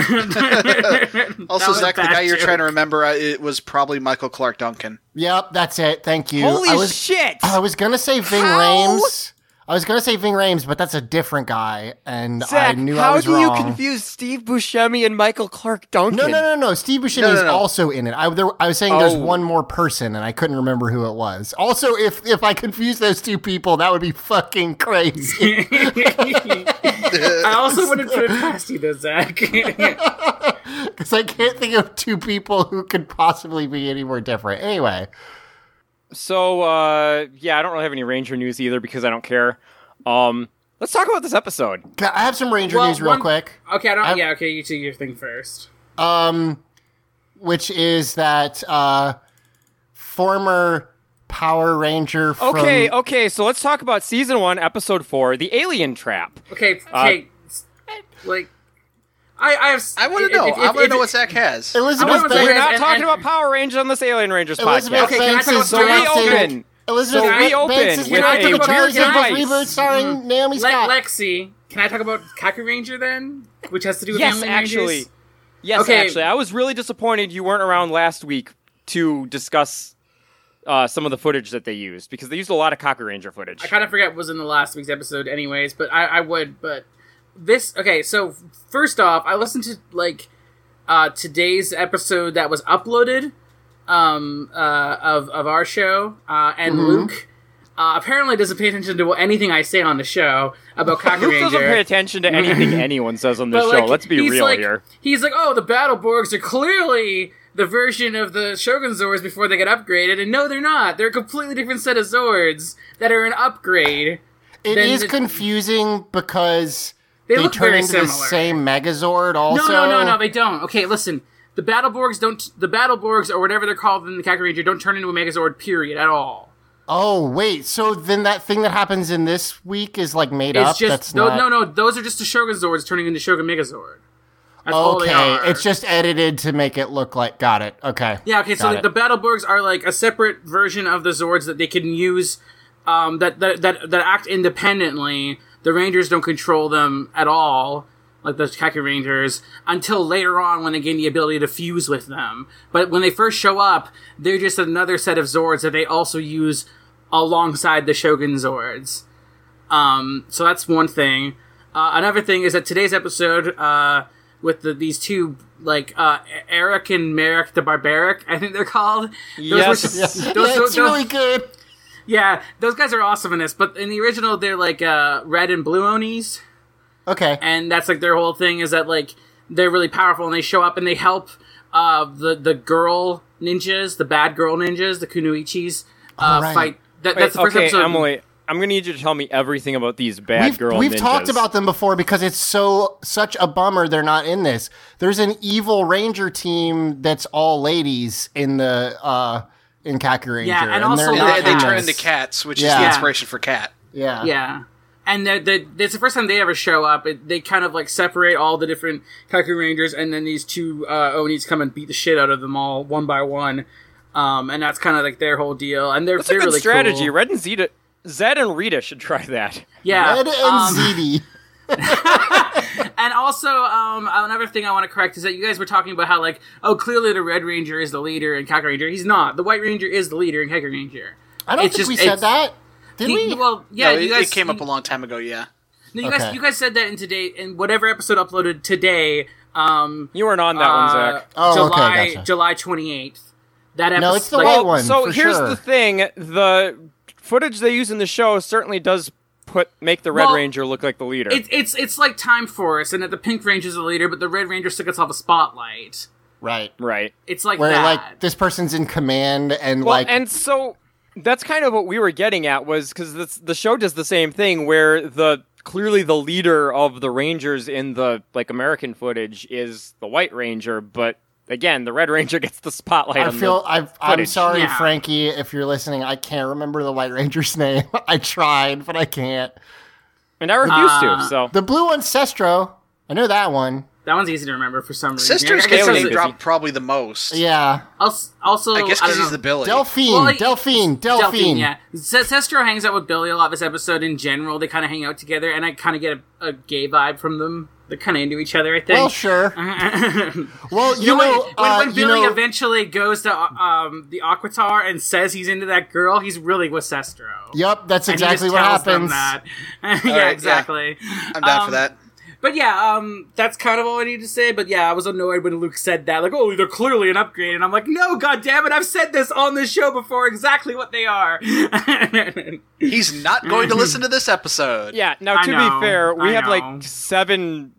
[SPEAKER 7] also,
[SPEAKER 6] also, Zach, the guy you're trying to remember, uh, it was probably Michael Clark Duncan.
[SPEAKER 5] yep, that's it. Thank you.
[SPEAKER 4] holy
[SPEAKER 5] I was
[SPEAKER 4] shit.
[SPEAKER 5] I was gonna say Ving Rhames. I was gonna say Ving Rhames, but that's a different guy, and
[SPEAKER 4] Zach,
[SPEAKER 5] I knew
[SPEAKER 4] how
[SPEAKER 5] I was
[SPEAKER 4] do
[SPEAKER 5] wrong.
[SPEAKER 4] you confuse Steve Buscemi and Michael Clark Duncan?
[SPEAKER 5] No, no, no, no. Steve Buscemi
[SPEAKER 6] No, no,
[SPEAKER 5] is
[SPEAKER 6] no.
[SPEAKER 5] also in it. I, there, I was saying there's
[SPEAKER 4] Oh.
[SPEAKER 5] one more person, and I couldn't remember who it was. Also, if if I confuse those two people, that would be fucking crazy.
[SPEAKER 7] I also wouldn't put it past you, though, Zach.
[SPEAKER 5] Because I can't think of two people who could possibly be anywhere different. Anyway,
[SPEAKER 4] So uh, yeah, I don't really have any Ranger news either because I don't care. Um, let's talk about this episode.
[SPEAKER 5] can- I have some Ranger
[SPEAKER 7] Well,
[SPEAKER 5] news real
[SPEAKER 7] one-
[SPEAKER 5] quick.
[SPEAKER 7] okay, I don't.
[SPEAKER 5] I'm-
[SPEAKER 7] yeah, okay, you do your thing first.
[SPEAKER 5] um, which is that uh, former Power Ranger. From,
[SPEAKER 4] Okay, oh, okay, so let's talk about season one, episode four, the Alien Trap.
[SPEAKER 7] Okay,
[SPEAKER 4] Uh,
[SPEAKER 7] okay. s- like, I, I have. s-
[SPEAKER 6] I want
[SPEAKER 7] if-
[SPEAKER 6] to know.
[SPEAKER 7] if- if-
[SPEAKER 6] I want to
[SPEAKER 7] if-
[SPEAKER 6] know what Zach has.
[SPEAKER 7] I
[SPEAKER 5] Elizabeth
[SPEAKER 7] wanna
[SPEAKER 4] We're
[SPEAKER 7] say-
[SPEAKER 5] Banks.
[SPEAKER 4] not
[SPEAKER 7] and-
[SPEAKER 4] talking
[SPEAKER 7] and-
[SPEAKER 4] about Power Rangers on this Alien Rangers
[SPEAKER 5] Elizabeth
[SPEAKER 4] podcast.
[SPEAKER 7] Okay, can I
[SPEAKER 5] Banks
[SPEAKER 7] talk
[SPEAKER 5] is
[SPEAKER 4] about
[SPEAKER 5] Banks
[SPEAKER 4] Three
[SPEAKER 5] is-
[SPEAKER 4] Open?
[SPEAKER 5] Elizabeth
[SPEAKER 4] So
[SPEAKER 5] Ba-
[SPEAKER 4] we open
[SPEAKER 5] Banks is
[SPEAKER 4] with
[SPEAKER 5] back
[SPEAKER 7] a
[SPEAKER 5] in the
[SPEAKER 7] weird
[SPEAKER 5] Charles
[SPEAKER 4] device.
[SPEAKER 5] reboot starring
[SPEAKER 7] Mm-hmm.
[SPEAKER 5] Naomi
[SPEAKER 7] Le-
[SPEAKER 5] Scott.
[SPEAKER 7] Lexi, can I talk about Kaku Ranger then, which has to do with
[SPEAKER 4] Yes,
[SPEAKER 7] Alien
[SPEAKER 4] actually.
[SPEAKER 7] Rangers?
[SPEAKER 4] Yes,
[SPEAKER 7] Okay.
[SPEAKER 4] actually. I was really disappointed you weren't around last week to discuss uh, some of the footage that they used because they used a lot of Cocker Ranger footage.
[SPEAKER 7] I kind of forget what was in the last week's episode, anyways. But I, I would. But this, okay. So first off, I listened to like uh, today's episode that was uploaded um, uh, of of our show, uh, and
[SPEAKER 4] Mm-hmm.
[SPEAKER 7] Luke uh, apparently doesn't pay attention to anything I say on the show about Cocker
[SPEAKER 4] Luke doesn't pay
[SPEAKER 7] Ranger.
[SPEAKER 4] attention to anything anyone says on this
[SPEAKER 7] But,
[SPEAKER 4] show.
[SPEAKER 7] like,
[SPEAKER 4] Let's be
[SPEAKER 7] he's
[SPEAKER 4] real
[SPEAKER 7] like,
[SPEAKER 4] here.
[SPEAKER 7] He's like, oh, the Battleborgs are clearly the version of the Shogun Zords before they get upgraded, and no, they're not. They're a completely different set of Zords that are an upgrade.
[SPEAKER 5] It
[SPEAKER 7] then
[SPEAKER 5] is
[SPEAKER 7] the-
[SPEAKER 5] confusing because
[SPEAKER 7] They,
[SPEAKER 5] they,
[SPEAKER 7] look
[SPEAKER 5] turn
[SPEAKER 7] very
[SPEAKER 5] into the
[SPEAKER 7] similar.
[SPEAKER 5] same Megazord. Also,
[SPEAKER 7] No, no, no, no, they don't. Okay, listen. The Battleborgs don't. The Battleborgs or whatever they're called in the Kakarot Ranger don't turn into a Megazord. Period. At all.
[SPEAKER 5] Oh wait, so then that thing that happens in this week is like made
[SPEAKER 7] It's
[SPEAKER 5] up.
[SPEAKER 7] just
[SPEAKER 5] That's
[SPEAKER 7] no,
[SPEAKER 5] not...
[SPEAKER 7] no, no. Those are just the Shogun Zords turning into Shogun Megazord. That's all they
[SPEAKER 5] Okay,
[SPEAKER 7] are.
[SPEAKER 5] it's just edited to make it look like. Got it. Okay.
[SPEAKER 7] yeah. Okay, so
[SPEAKER 5] got
[SPEAKER 7] the,
[SPEAKER 5] it.
[SPEAKER 7] the Battleborgs are like a separate version of the Zords that they can use. Um, that, that that that act independently. The Rangers don't control them at all, like the Kakarot Rangers, until later on when they gain the ability to fuse with them. But when they first show up, they're just another set of Zords that they also use alongside the Shogun Zords. Um, so that's one thing. Uh, another thing is that today's episode uh, with the, these two, like uh, Eric and Merrick the Barbaric, I think they're called. Those were
[SPEAKER 4] Yes.
[SPEAKER 7] just-
[SPEAKER 5] Yes,
[SPEAKER 7] those-
[SPEAKER 5] that's
[SPEAKER 7] those-
[SPEAKER 5] really good.
[SPEAKER 7] yeah, those guys are awesome in this. But in the original, they're like uh, red and blue Onis,
[SPEAKER 5] Okay.
[SPEAKER 7] and that's like their whole thing is that like they're really powerful and they show up and they help uh, the the girl ninjas, the bad girl ninjas, the Kunoichis, uh,
[SPEAKER 5] right.
[SPEAKER 7] fight. That, that's the
[SPEAKER 4] Oh, Wait,
[SPEAKER 7] first
[SPEAKER 4] okay,
[SPEAKER 7] episode.
[SPEAKER 4] Emily. I'm gonna need you to tell me everything about these bad
[SPEAKER 5] we've,
[SPEAKER 4] girl.
[SPEAKER 5] we've
[SPEAKER 4] ninjas.
[SPEAKER 5] talked about them before because it's so such a bummer they're not in this there's an evil ranger team that's all ladies in the uh in Kaku Ranger.
[SPEAKER 7] Yeah, and also
[SPEAKER 5] they're
[SPEAKER 7] they-
[SPEAKER 5] not
[SPEAKER 6] They, they
[SPEAKER 5] in
[SPEAKER 6] turn
[SPEAKER 5] this.
[SPEAKER 6] into cats, which is
[SPEAKER 5] Yeah.
[SPEAKER 6] the inspiration for cat.
[SPEAKER 5] Yeah.
[SPEAKER 7] Yeah. And the, the, it's the first time they ever show up. It, they kind of like separate all the different Kaku Rangers, and then these two uh, Onis come and beat the shit out of them all one by one. Um, and that's kind of like their whole deal. And they're,
[SPEAKER 4] That's a
[SPEAKER 7] they're
[SPEAKER 4] good
[SPEAKER 7] really
[SPEAKER 4] strategy.
[SPEAKER 7] cool.
[SPEAKER 4] Red and Zeta, Zed and Rita should try that.
[SPEAKER 7] Yeah.
[SPEAKER 5] Red and
[SPEAKER 7] um,
[SPEAKER 5] ZD.
[SPEAKER 7] And also, um, another thing I want to correct is that you guys were talking about how, like, oh, clearly the Red Ranger is the leader in Kaku Ranger. He's not. The White Ranger is the leader in Kaku Ranger.
[SPEAKER 5] I don't
[SPEAKER 7] it's
[SPEAKER 5] think
[SPEAKER 7] just-
[SPEAKER 5] we said
[SPEAKER 7] it's-
[SPEAKER 5] that. Did
[SPEAKER 7] He-
[SPEAKER 5] we?
[SPEAKER 7] well, yeah,
[SPEAKER 6] no, it,
[SPEAKER 7] you guys
[SPEAKER 6] it came
[SPEAKER 7] you-
[SPEAKER 6] up a long time ago. Yeah,
[SPEAKER 7] No, you
[SPEAKER 5] Okay.
[SPEAKER 7] guys, you guys said that in today in whatever episode uploaded today. Um,
[SPEAKER 4] You weren't on that one,
[SPEAKER 7] uh,
[SPEAKER 4] Zach.
[SPEAKER 5] Oh, okay,
[SPEAKER 7] July
[SPEAKER 5] gotcha.
[SPEAKER 7] July twenty eighth. That episode.
[SPEAKER 5] No, it's the
[SPEAKER 7] like-
[SPEAKER 5] white one.
[SPEAKER 4] so
[SPEAKER 5] for
[SPEAKER 4] here's
[SPEAKER 5] sure.
[SPEAKER 4] the thing: the footage they use in the show certainly does put make the Red
[SPEAKER 7] Well,
[SPEAKER 4] Ranger look like the leader.
[SPEAKER 7] It's it's it's like Time Force, and that the Pink Ranger's the leader, but the Red Ranger still gets all the spotlight.
[SPEAKER 5] right.
[SPEAKER 4] right.
[SPEAKER 7] It's like
[SPEAKER 5] Where
[SPEAKER 7] that.
[SPEAKER 5] like this person's in command and
[SPEAKER 4] Well,
[SPEAKER 5] like
[SPEAKER 4] and so that's kind of what we were getting at was because the show does the same thing where the clearly the leader of the Rangers in the like American footage is the White Ranger, but again, the Red Ranger gets the spotlight.
[SPEAKER 5] I
[SPEAKER 4] on the-
[SPEAKER 5] feel I've, I'm
[SPEAKER 4] footage.
[SPEAKER 5] sorry,
[SPEAKER 7] Yeah.
[SPEAKER 5] Frankie, if you're listening. I can't remember the White Ranger's name. I tried, but I can't.
[SPEAKER 4] and I refuse to.
[SPEAKER 7] Uh,
[SPEAKER 4] So
[SPEAKER 5] The blue one's Sestro. I know that one.
[SPEAKER 7] that one's easy to remember for some reason.
[SPEAKER 6] sisters
[SPEAKER 7] I guess
[SPEAKER 6] gets
[SPEAKER 4] Scaling
[SPEAKER 7] also-
[SPEAKER 4] busy.
[SPEAKER 6] dropped probably the most.
[SPEAKER 5] Yeah,
[SPEAKER 7] als- also,
[SPEAKER 6] I guess
[SPEAKER 7] don't
[SPEAKER 6] because he's
[SPEAKER 7] know.
[SPEAKER 6] the Billy.
[SPEAKER 5] Delphine,
[SPEAKER 7] Well, I-
[SPEAKER 5] Delphine, Delphine.
[SPEAKER 7] Delphine, yeah. Se- Sestro hangs out with Billy a lot this episode in general. They kind of hang out together, and I kind of get a, a gay vibe from them. They're kind of into each other, I think.
[SPEAKER 5] Well, sure. well, you
[SPEAKER 7] Uh-huh. You know, when,
[SPEAKER 5] know,
[SPEAKER 7] when,
[SPEAKER 5] uh,
[SPEAKER 7] when
[SPEAKER 5] you
[SPEAKER 7] Billy
[SPEAKER 5] know-
[SPEAKER 7] eventually goes to uh, um, the Aquatar and says he's into that girl, he's really with Sestro.
[SPEAKER 5] Yep, that's
[SPEAKER 7] And he just
[SPEAKER 5] exactly what
[SPEAKER 7] tells them
[SPEAKER 5] happens.
[SPEAKER 7] that. yeah,
[SPEAKER 6] yeah.
[SPEAKER 7] exactly.
[SPEAKER 6] I'm down
[SPEAKER 7] Um,
[SPEAKER 6] for that.
[SPEAKER 7] But yeah, um, that's kind of all I need to say. But yeah, I was annoyed when Luke said that. Like, oh, they're clearly an upgrade. And I'm like, no, goddammit, I've said this on this show before exactly what they are.
[SPEAKER 6] He's not going to listen to this episode.
[SPEAKER 4] Yeah. Now,
[SPEAKER 7] I
[SPEAKER 4] to
[SPEAKER 7] know,
[SPEAKER 4] be fair, we
[SPEAKER 7] I
[SPEAKER 4] have
[SPEAKER 7] know.
[SPEAKER 4] like seven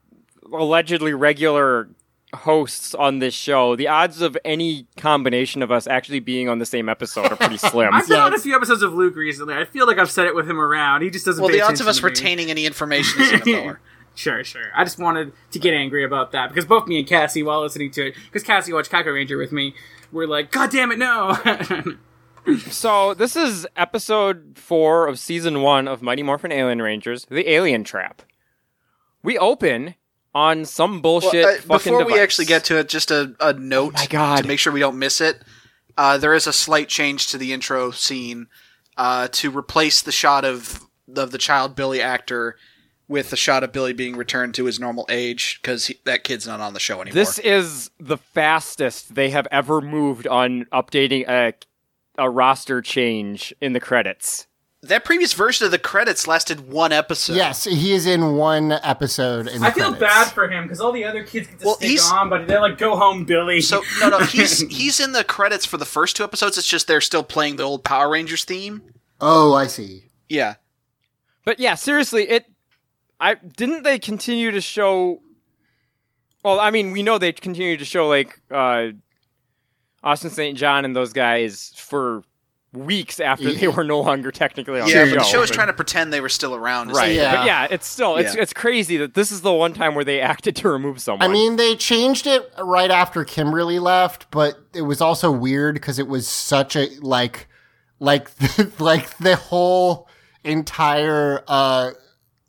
[SPEAKER 4] allegedly regular hosts on this show. The odds of any combination of us actually being on the same episode are pretty slim.
[SPEAKER 7] I've been on a
[SPEAKER 5] Yes.
[SPEAKER 7] few episodes of Luke recently. I feel like I've said it with him around. He just doesn't
[SPEAKER 6] Well,
[SPEAKER 7] pay
[SPEAKER 6] the odds
[SPEAKER 7] attention
[SPEAKER 6] of us
[SPEAKER 7] to me.
[SPEAKER 6] retaining any information is even lower.
[SPEAKER 7] Sure, sure. I just wanted to get angry about that because both me and Cassie, while listening to it, because Cassie watched Kaku Ranger with me, were like, God damn it, no!
[SPEAKER 4] so, this is episode four of season one of Mighty Morphin Alien Rangers: The Alien Trap. We open on some bullshit.
[SPEAKER 6] Well, uh,
[SPEAKER 4] fucking
[SPEAKER 6] before we
[SPEAKER 4] device. Oh
[SPEAKER 6] actually get to it, just a, a note
[SPEAKER 4] God.
[SPEAKER 6] to make sure we don't miss it. Uh, there is a slight change to the intro scene uh, to replace the shot of of the child Billy actor with the shot of Billy being returned to his normal age because that kid's not on the show anymore.
[SPEAKER 4] This is the fastest they have ever moved on updating a a roster change in the credits.
[SPEAKER 6] that previous version of the credits lasted one episode.
[SPEAKER 5] Yes, he is in one episode. In the
[SPEAKER 7] I feel
[SPEAKER 5] credits.
[SPEAKER 7] bad for him because all the other kids get to
[SPEAKER 6] Well,
[SPEAKER 7] stick
[SPEAKER 6] he's-
[SPEAKER 7] on, but they're like, go home, Billy.
[SPEAKER 6] So no, no, he's he's in the credits for the first two episodes. It's just they're still playing the old Power Rangers theme.
[SPEAKER 5] Oh, I see.
[SPEAKER 6] Yeah,
[SPEAKER 4] But yeah, seriously, it. I didn't they continue to show. Well, I mean, we know they continue to show like uh, Austin St. John and those guys for weeks after they were no longer technically on
[SPEAKER 6] yeah.
[SPEAKER 4] the show.
[SPEAKER 6] But the show is
[SPEAKER 4] but-
[SPEAKER 6] trying to pretend they were still around. is the
[SPEAKER 4] right,
[SPEAKER 6] thing.
[SPEAKER 5] Yeah.
[SPEAKER 4] but yeah, it's still it's
[SPEAKER 6] Yeah.
[SPEAKER 4] it's crazy that this is the one time where they acted to remove someone.
[SPEAKER 5] I mean, they changed it right after Kimberly left, but it was also weird because it was such a like, like, like the whole entire uh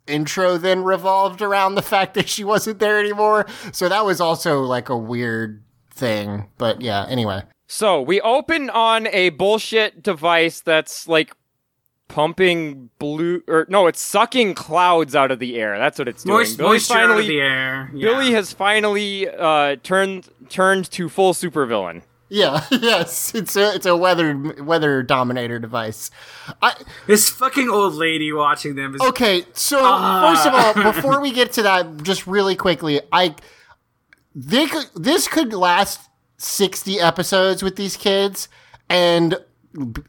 [SPEAKER 5] intro then revolved around the fact that she wasn't there anymore. So that was also like a weird thing. But yeah, anyway,
[SPEAKER 4] So we open on a bullshit device that's like pumping blue or no, it's sucking clouds out of the air. That's what it's doing.
[SPEAKER 7] Moist,
[SPEAKER 4] Billy
[SPEAKER 7] moisture out of
[SPEAKER 4] finally-
[SPEAKER 7] the air. Yeah.
[SPEAKER 4] Billy has finally uh, turned turned to full supervillain.
[SPEAKER 5] yeah, yes, it's a it's a weather weather dominator device. I
[SPEAKER 7] This fucking old lady watching them is.
[SPEAKER 5] Okay, so first of
[SPEAKER 7] Uh.
[SPEAKER 5] all, before we get to that, just really quickly, I they could, this could last sixty episodes with these kids, and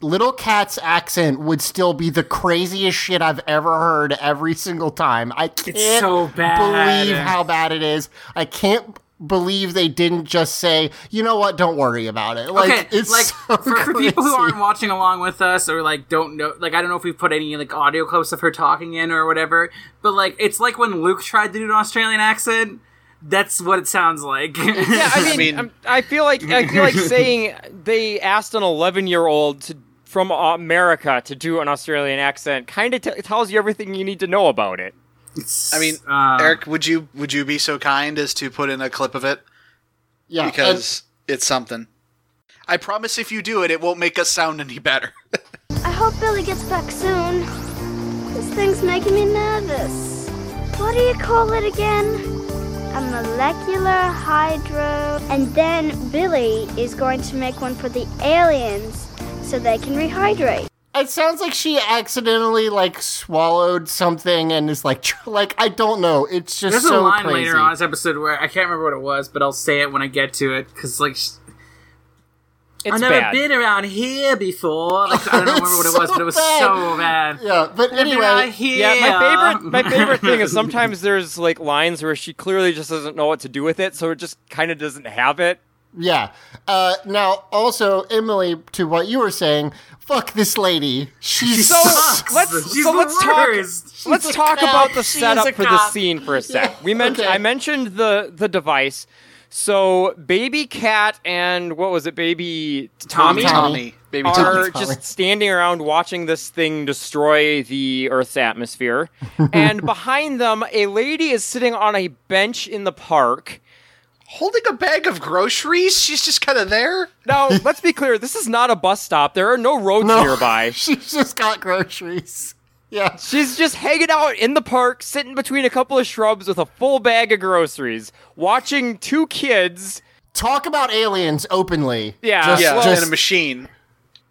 [SPEAKER 5] little cat's accent would still be the craziest shit I've ever heard every single time. I can't
[SPEAKER 7] so bad.
[SPEAKER 5] believe how bad it is. I can't believe they didn't just say, you know what, don't worry about it. Like
[SPEAKER 7] okay,
[SPEAKER 5] it's
[SPEAKER 7] like
[SPEAKER 5] so
[SPEAKER 7] for, for people who
[SPEAKER 5] crazy.
[SPEAKER 7] aren't watching along with us or like don't know, like I don't know if we put any like audio clips of her talking in or whatever, but like it's like when Luke tried to do an Australian accent. That's what it sounds like.
[SPEAKER 4] Yeah, I mean, I,
[SPEAKER 6] mean-
[SPEAKER 4] am I feel like I feel like saying they asked an 11 year old to from America to do an Australian accent kind of t- tells you everything you need to know about it.
[SPEAKER 6] I mean,
[SPEAKER 7] Uh,
[SPEAKER 6] Eric, would you would you be so kind as to put in a clip of it
[SPEAKER 5] yeah, and-
[SPEAKER 6] because it's something. I promise if you do it, it won't make us sound any better.
[SPEAKER 8] I hope Billy gets back soon. This thing's making me nervous. What do you call it again? A molecular hydro. And then Billy is going to make one for the aliens so they can rehydrate.
[SPEAKER 5] It sounds like she accidentally like swallowed something and is like tr- like I don't know. It's just
[SPEAKER 7] there's
[SPEAKER 5] so
[SPEAKER 7] a line
[SPEAKER 5] crazy.
[SPEAKER 7] later on this episode where I can't remember what it was, but I'll say it when I get to it because like sh-
[SPEAKER 4] It's
[SPEAKER 7] I've never
[SPEAKER 4] bad.
[SPEAKER 7] been around here before. Like, I don't remember what it was, but it was
[SPEAKER 5] It's so
[SPEAKER 7] so bad.
[SPEAKER 5] Yeah, but
[SPEAKER 7] Around
[SPEAKER 5] anyway,
[SPEAKER 7] here.
[SPEAKER 4] yeah, my favorite my favorite thing is sometimes there's like lines where she clearly just doesn't know what to do with it, so it just kind of doesn't have it.
[SPEAKER 5] yeah. Uh, now also Emily, to what you were saying, fuck this lady. She's
[SPEAKER 4] So let's
[SPEAKER 7] She's
[SPEAKER 4] so
[SPEAKER 7] the
[SPEAKER 4] let's
[SPEAKER 7] worst.
[SPEAKER 4] talk let's
[SPEAKER 5] a
[SPEAKER 4] talk
[SPEAKER 5] cop.
[SPEAKER 4] about the
[SPEAKER 5] She's
[SPEAKER 4] setup
[SPEAKER 5] a
[SPEAKER 4] for the
[SPEAKER 5] cop.
[SPEAKER 4] scene for a sec.
[SPEAKER 5] Yeah,
[SPEAKER 4] We mentioned
[SPEAKER 5] okay.
[SPEAKER 4] I mentioned the the device. So baby cat and what was it, baby Tommy?
[SPEAKER 5] Tommy.
[SPEAKER 6] baby
[SPEAKER 4] are
[SPEAKER 6] Tommy.
[SPEAKER 5] Tommy.
[SPEAKER 4] just standing around watching this thing destroy the Earth's atmosphere. and behind them, a lady is sitting on a bench in the park.
[SPEAKER 6] holding a bag of groceries. She's just kind of there.
[SPEAKER 4] Now, let's be clear this is not a bus stop. There are no roads
[SPEAKER 5] No.
[SPEAKER 4] nearby.
[SPEAKER 5] she's just got groceries. Yeah,
[SPEAKER 4] She's just hanging out in the park, sitting between a couple of shrubs with a full bag of groceries, watching two kids.
[SPEAKER 5] talk about aliens openly.
[SPEAKER 4] Yeah.
[SPEAKER 5] Just-
[SPEAKER 6] Yeah,
[SPEAKER 4] Well-
[SPEAKER 5] just-
[SPEAKER 6] in a machine.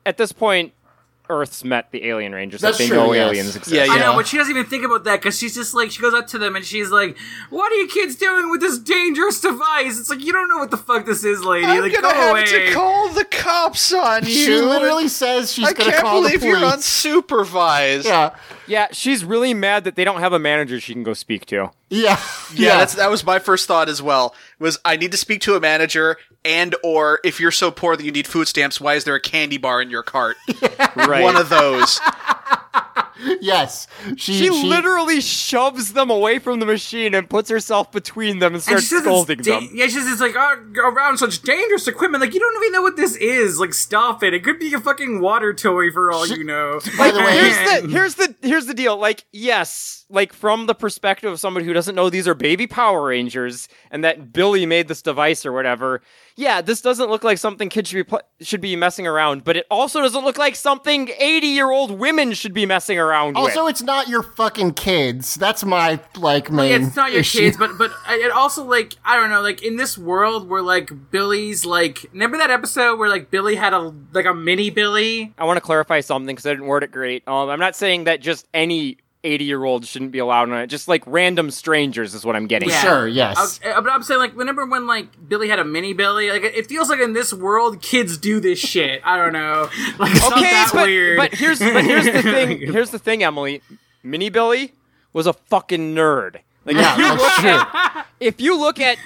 [SPEAKER 4] At this point, Earth's met the alien rangers.
[SPEAKER 5] That's
[SPEAKER 4] that they
[SPEAKER 5] true,
[SPEAKER 4] know
[SPEAKER 5] yes.
[SPEAKER 4] aliens exist.
[SPEAKER 6] Yeah, yeah.
[SPEAKER 7] I know, but she doesn't even think about that because she's just like she goes up to them and she's like, "What are you kids doing with this dangerous device?" It's like you don't know what the fuck this is, lady.
[SPEAKER 6] I'm
[SPEAKER 7] like,
[SPEAKER 6] gonna
[SPEAKER 7] go
[SPEAKER 6] have
[SPEAKER 7] away.
[SPEAKER 6] to call the cops on you.
[SPEAKER 5] she literally says she's
[SPEAKER 6] I
[SPEAKER 5] gonna
[SPEAKER 6] can't
[SPEAKER 5] call
[SPEAKER 6] believe
[SPEAKER 5] the police.
[SPEAKER 6] you're unsupervised.
[SPEAKER 5] yeah,
[SPEAKER 4] Yeah, she's really mad that they don't have a manager she can go speak
[SPEAKER 7] Mm,
[SPEAKER 4] to.
[SPEAKER 5] yeah,
[SPEAKER 6] Yeah, That's, that was my first thought as well. Was I need to speak to a manager, and or if you're so poor that you need food stamps, why is there a candy bar in your cart?
[SPEAKER 4] Right.
[SPEAKER 6] One of those.
[SPEAKER 5] yes. She,
[SPEAKER 4] She literally shoves them away from the machine and puts herself between them and
[SPEAKER 7] And
[SPEAKER 4] starts
[SPEAKER 7] she says it's
[SPEAKER 4] scolding
[SPEAKER 7] da-
[SPEAKER 4] them.
[SPEAKER 7] Yeah, she's just like oh, go around such dangerous equipment. Like you don't even know what this is. Like stop it. It could be a fucking water toy for all you know.
[SPEAKER 5] By the way-
[SPEAKER 4] Here's the here's the here's the deal. Like, yes, like from the perspective of somebody who doesn't know these are baby Power Rangers and that Billy made this device or whatever. Yeah, this doesn't look like something kids should be pl- should be messing around, but it also doesn't look like something eighty year old women should be messing around with.
[SPEAKER 5] Also, it's not your fucking kids. That's my like main.
[SPEAKER 7] Yeah, it's not your
[SPEAKER 5] issue.
[SPEAKER 7] kids, but but it also like I don't know, like in this world where like Billy's like remember that episode where like Billy had a like a mini Billy.
[SPEAKER 4] I want to clarify something because I didn't word it great. Um, I'm not saying that just any 80 year old shouldn't be allowed on it. Just like random strangers is what I'm getting.
[SPEAKER 7] Yeah.
[SPEAKER 5] Sure, yes.
[SPEAKER 7] I, but I'm saying like whenever when like Billy had a mini Billy, like it feels like in this world kids do this shit. I don't know. Like it's not
[SPEAKER 4] Okay,
[SPEAKER 7] that
[SPEAKER 4] but,
[SPEAKER 7] weird.
[SPEAKER 4] but here's but here's the thing. Here's the thing, Emily. Mini Billy was a fucking nerd. Like
[SPEAKER 5] Yeah,
[SPEAKER 4] if you
[SPEAKER 5] that's
[SPEAKER 4] look
[SPEAKER 5] true.
[SPEAKER 4] at if you look at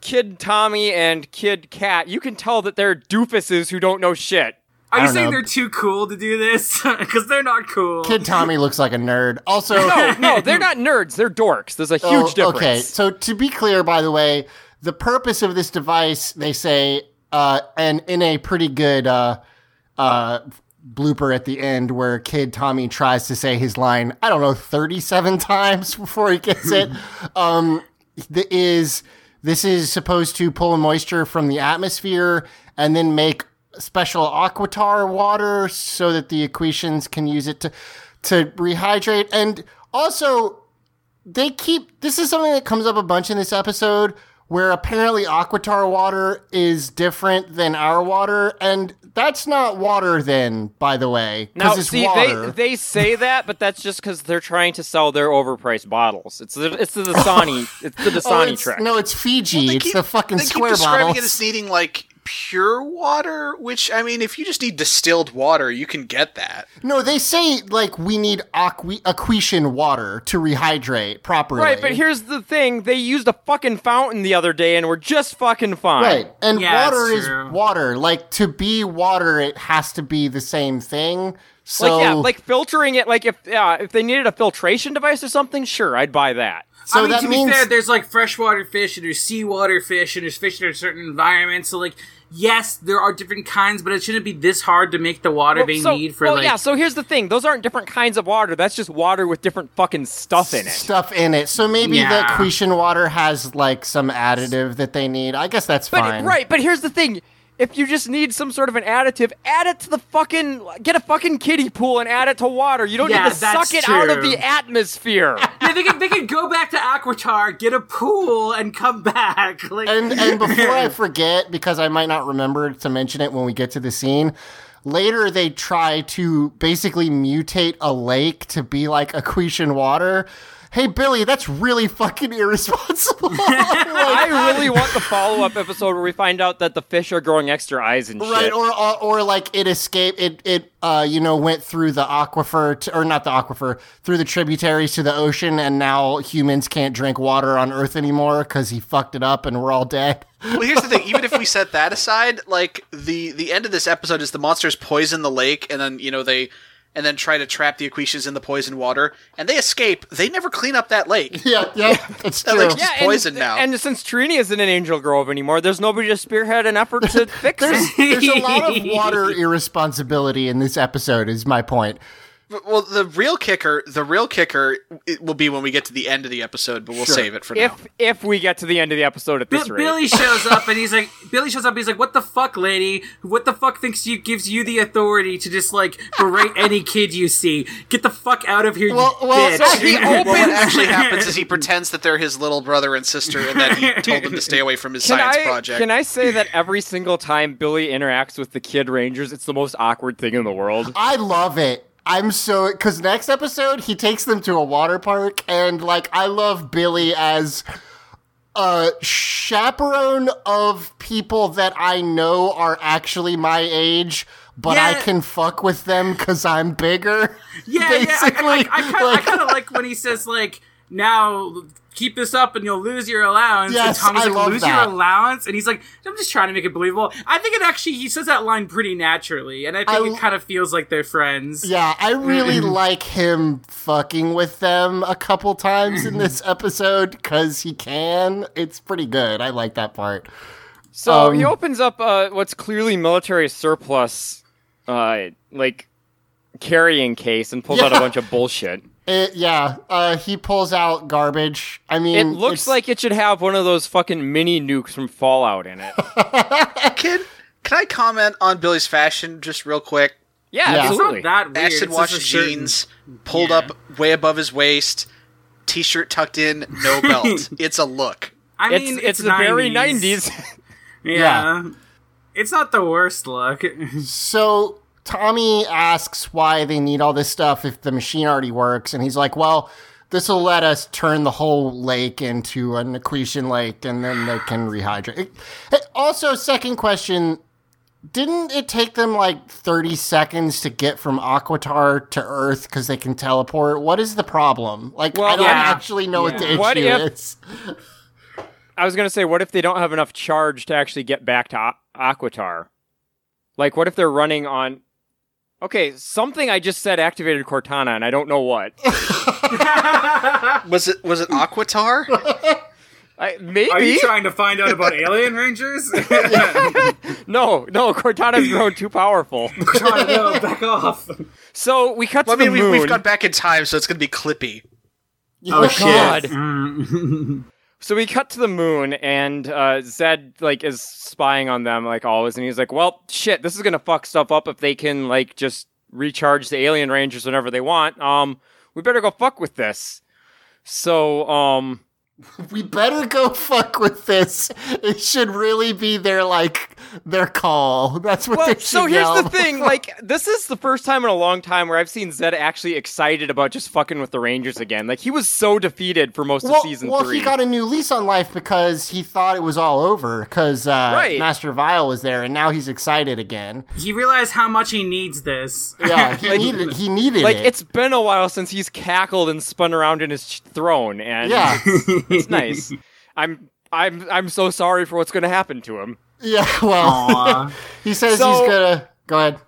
[SPEAKER 4] Kid Tommy and Kid Cat, you can tell that they're doofuses who don't know shit.
[SPEAKER 7] Are you
[SPEAKER 5] don't
[SPEAKER 7] saying
[SPEAKER 5] know.
[SPEAKER 7] they're too cool to do this? Because they're not cool.
[SPEAKER 5] Kid Tommy looks like a nerd. Also,
[SPEAKER 7] Oh.
[SPEAKER 4] No, no, they're not nerds. They're dorks. There's a huge
[SPEAKER 5] Oh,
[SPEAKER 4] difference.
[SPEAKER 5] Okay, so to be clear, by the way, the purpose of this device, they say, uh, and in a pretty good uh, uh, blooper at the end where Kid Tommy tries to say his line, I don't know, 37 times before he gets it, um, th- is this is supposed to pull moisture from the atmosphere and then make special aquatar water so that the Equations can use it to to rehydrate and also they keep this is something that comes up a bunch in this episode where apparently aquatar water is different than our water and that's not water then by the way
[SPEAKER 4] Now,
[SPEAKER 5] because it's
[SPEAKER 4] see,
[SPEAKER 5] water
[SPEAKER 4] they they say that, but that's just because they're trying to sell their overpriced bottles. It's the it's the Dasani it's the
[SPEAKER 5] Oh,
[SPEAKER 4] Dasani
[SPEAKER 5] it's-
[SPEAKER 4] trick.
[SPEAKER 5] no it's fiji
[SPEAKER 6] They
[SPEAKER 5] it's
[SPEAKER 6] keep-
[SPEAKER 5] the fucking
[SPEAKER 6] they keep
[SPEAKER 5] square
[SPEAKER 6] describing
[SPEAKER 5] bottle
[SPEAKER 6] it as needing like pure water, which, I mean, if you just need distilled water, you can get that.
[SPEAKER 5] No, they say like we need aqu- accretion water to rehydrate properly.
[SPEAKER 4] Right, but here's the thing: they used a fucking fountain the other day, and we're just fucking fine.
[SPEAKER 5] Right, and
[SPEAKER 7] Yeah,
[SPEAKER 5] water
[SPEAKER 7] that's
[SPEAKER 5] is
[SPEAKER 7] true.
[SPEAKER 5] water. Like to be water, it has to be the same thing. So
[SPEAKER 4] Like yeah, like filtering it. Like if yeah, if they needed a filtration device or something, sure, I'd buy that.
[SPEAKER 5] so
[SPEAKER 7] I mean,
[SPEAKER 5] that
[SPEAKER 7] to
[SPEAKER 5] means
[SPEAKER 7] be fair, there's like freshwater fish and there's seawater fish and there's fish that are in certain environments. So like, yes, there are different kinds, but it shouldn't be this hard to make the water
[SPEAKER 4] Well,
[SPEAKER 7] they
[SPEAKER 4] so-
[SPEAKER 7] need for
[SPEAKER 4] well,
[SPEAKER 7] like.
[SPEAKER 4] yeah. So here's the thing: those aren't different kinds of water. That's just water with different fucking stuff in it.
[SPEAKER 5] stuff in it. So maybe
[SPEAKER 7] Yeah.
[SPEAKER 5] the accretion water has like some additive that they need. I guess that's
[SPEAKER 4] But
[SPEAKER 5] fine.
[SPEAKER 4] right, but here's the thing: if you just need some sort of an additive, add it to the fucking get a fucking kiddie pool and add it to water. You don't
[SPEAKER 7] Yeah,
[SPEAKER 4] need to suck
[SPEAKER 7] that's
[SPEAKER 4] it out of
[SPEAKER 7] true.
[SPEAKER 4] the atmosphere.
[SPEAKER 7] Yeah, they could they could go back to Aquatar, get a pool, and come back. Like,
[SPEAKER 5] And and before I forget, because I might not remember to mention it when we get to the scene. Later, they try to basically mutate a lake to be like accretion water. Hey, Billy, that's really fucking irresponsible. Like,
[SPEAKER 4] I really want the follow up episode where we find out that the fish are growing extra eyes and
[SPEAKER 5] right
[SPEAKER 4] shit.
[SPEAKER 5] or, or or like it escaped it it uh you know went through the aquifer to, or not the aquifer through the tributaries to the ocean and now humans can't drink water on earth anymore because he fucked it up and we're all dead
[SPEAKER 6] Well, here's the thing. Even if we set that aside, like the the end of this episode is the monsters poison the lake, and then you know they, and then try to trap the Aquitians in the poison water, and they escape. They never clean up that lake.
[SPEAKER 5] yeah yeah that's
[SPEAKER 6] That
[SPEAKER 5] true
[SPEAKER 6] lake's just poisoned
[SPEAKER 4] and,
[SPEAKER 6] now.
[SPEAKER 4] And since Trini isn't in Angel Grove anymore, there's nobody to spearhead an effort to fix it.
[SPEAKER 5] there's a lot of water irresponsibility in this episode is my point
[SPEAKER 6] But- well, the real kicker, the real kicker, it will be when we get to the end of the episode, but we'll save it for now.
[SPEAKER 4] If if we get to the end of the episode at this
[SPEAKER 7] Bi-
[SPEAKER 4] rate,
[SPEAKER 7] Billy shows up and he's like, Billy shows up. and He's like, "What the fuck, lady? What the fuck thinks you gives you the authority to just like berate any kid you see? Get the fuck out of here,
[SPEAKER 5] Well-
[SPEAKER 7] you
[SPEAKER 5] well,
[SPEAKER 7] bitch!"
[SPEAKER 5] so he
[SPEAKER 6] Well, what actually happens is he pretends that they're his little brother and sister, and that he told them to stay away from his
[SPEAKER 4] can
[SPEAKER 6] science
[SPEAKER 4] I
[SPEAKER 6] project.
[SPEAKER 4] can I say that every single time Billy interacts with the Kid Rangers, it's the most awkward thing in the world.
[SPEAKER 5] I love it. I'm so because next episode he takes them to a water park and like I love Billy as a chaperone of people that I know are actually my age, but I
[SPEAKER 7] Yeah.
[SPEAKER 5] can fuck with them because I'm bigger.
[SPEAKER 7] yeah,
[SPEAKER 5] basically,
[SPEAKER 7] yeah. I- I- I, kind of
[SPEAKER 5] like-
[SPEAKER 7] like, like when he says like, "Now keep this up and you'll lose your allowance."
[SPEAKER 5] Yes,
[SPEAKER 7] and Tommy's
[SPEAKER 5] I
[SPEAKER 7] like,
[SPEAKER 5] love
[SPEAKER 7] "Lose
[SPEAKER 5] that.
[SPEAKER 7] your allowance," and he's like, "I'm just trying to make it believable." I think it actually he says that line pretty naturally, and I think
[SPEAKER 5] I-
[SPEAKER 7] it kind of feels like they're friends.
[SPEAKER 5] Yeah, I really
[SPEAKER 4] Mm-hmm.
[SPEAKER 5] like him fucking with them a couple times in
[SPEAKER 4] Mm-hmm.
[SPEAKER 5] this episode because he can. It's pretty good. I like that part.
[SPEAKER 4] So
[SPEAKER 5] Um,
[SPEAKER 4] he opens up uh, what's clearly military surplus, uh, like carrying case, and pulls out a
[SPEAKER 5] Yeah.
[SPEAKER 4] bunch of bullshit.
[SPEAKER 5] It, yeah, uh, he pulls out garbage. I mean,
[SPEAKER 4] It looks
[SPEAKER 5] it's-
[SPEAKER 4] like it should have one of those fucking mini nukes from Fallout in it.
[SPEAKER 6] Uh, Kid, can I comment on Billy's fashion just real quick?
[SPEAKER 4] Yeah,
[SPEAKER 5] Yeah.
[SPEAKER 7] It's
[SPEAKER 4] absolutely.
[SPEAKER 7] not that weird.
[SPEAKER 6] acid
[SPEAKER 7] it's just
[SPEAKER 6] wash
[SPEAKER 7] a certain-
[SPEAKER 6] jeans pulled
[SPEAKER 7] Yeah.
[SPEAKER 6] up way above his waist t-shirt tucked in no belt it's a look
[SPEAKER 7] I
[SPEAKER 4] it's
[SPEAKER 7] mean,
[SPEAKER 4] it's, the very 90s.
[SPEAKER 7] Yeah. It's not the worst look.
[SPEAKER 5] So Tommy asks why they need all this stuff if the machine already works, and he's like, "Well, this will let us turn the whole lake into an accretion lake, and then they can rehydrate." It- hey, also, second question: Didn't it take them like thirty seconds to get from Aquatar to Earth because they can teleport? What is the problem? Like, I
[SPEAKER 4] Well,
[SPEAKER 5] don't
[SPEAKER 7] yeah.
[SPEAKER 5] actually know what the
[SPEAKER 7] Yeah.
[SPEAKER 5] issue
[SPEAKER 4] What if-
[SPEAKER 5] is.
[SPEAKER 4] I was going to say, what if they don't have enough charge to actually get back to Aqu- Aquatar? Like, what if they're running on. Okay, something I just said activated Cortana, and I don't know what.
[SPEAKER 6] was it was it aquatar
[SPEAKER 4] I, maybe.
[SPEAKER 7] Are you trying to find out about Alien Rangers?
[SPEAKER 4] no, no, Cortana's grown too powerful.
[SPEAKER 7] Trying to know, back off.
[SPEAKER 4] So we cut to
[SPEAKER 6] i mean
[SPEAKER 4] the
[SPEAKER 6] we,
[SPEAKER 4] moon.
[SPEAKER 6] we've gone back in time so it's gonna be clippy
[SPEAKER 5] Oh
[SPEAKER 4] God.
[SPEAKER 5] Mm.
[SPEAKER 4] so we cut to the moon, and uh, Zed like is spying on them like always, and he's like, "Well, shit, this is gonna fuck stuff up if they can like just recharge the alien rangers whenever they want. Um, we better go fuck with this." So, um,
[SPEAKER 5] we better go fuck with this. It should really be their like their call. That's what
[SPEAKER 4] Well,
[SPEAKER 5] they should
[SPEAKER 4] so here's
[SPEAKER 5] yell.
[SPEAKER 4] the thing. Like, this is the first time in a long time where I've seen Zed actually excited about just fucking with the Rangers again. Like, he was so defeated for most
[SPEAKER 5] well,
[SPEAKER 4] of season
[SPEAKER 5] well,
[SPEAKER 4] three.
[SPEAKER 5] he got a new lease on life because he thought it was all over because uh,
[SPEAKER 4] Right.
[SPEAKER 5] Master Vile was there, and now he's excited again.
[SPEAKER 7] He realized how much he needs this.
[SPEAKER 5] Yeah, he needed. He needed
[SPEAKER 4] like,
[SPEAKER 5] it.
[SPEAKER 4] it's been a while since he's cackled and spun around in his ch- throne, and
[SPEAKER 5] yeah,
[SPEAKER 4] it's nice. I'm, I'm, I'm so sorry for what's going to happen to him.
[SPEAKER 5] yeah. Well,
[SPEAKER 7] Aw.
[SPEAKER 5] he says
[SPEAKER 4] So-
[SPEAKER 5] he's gonna go ahead.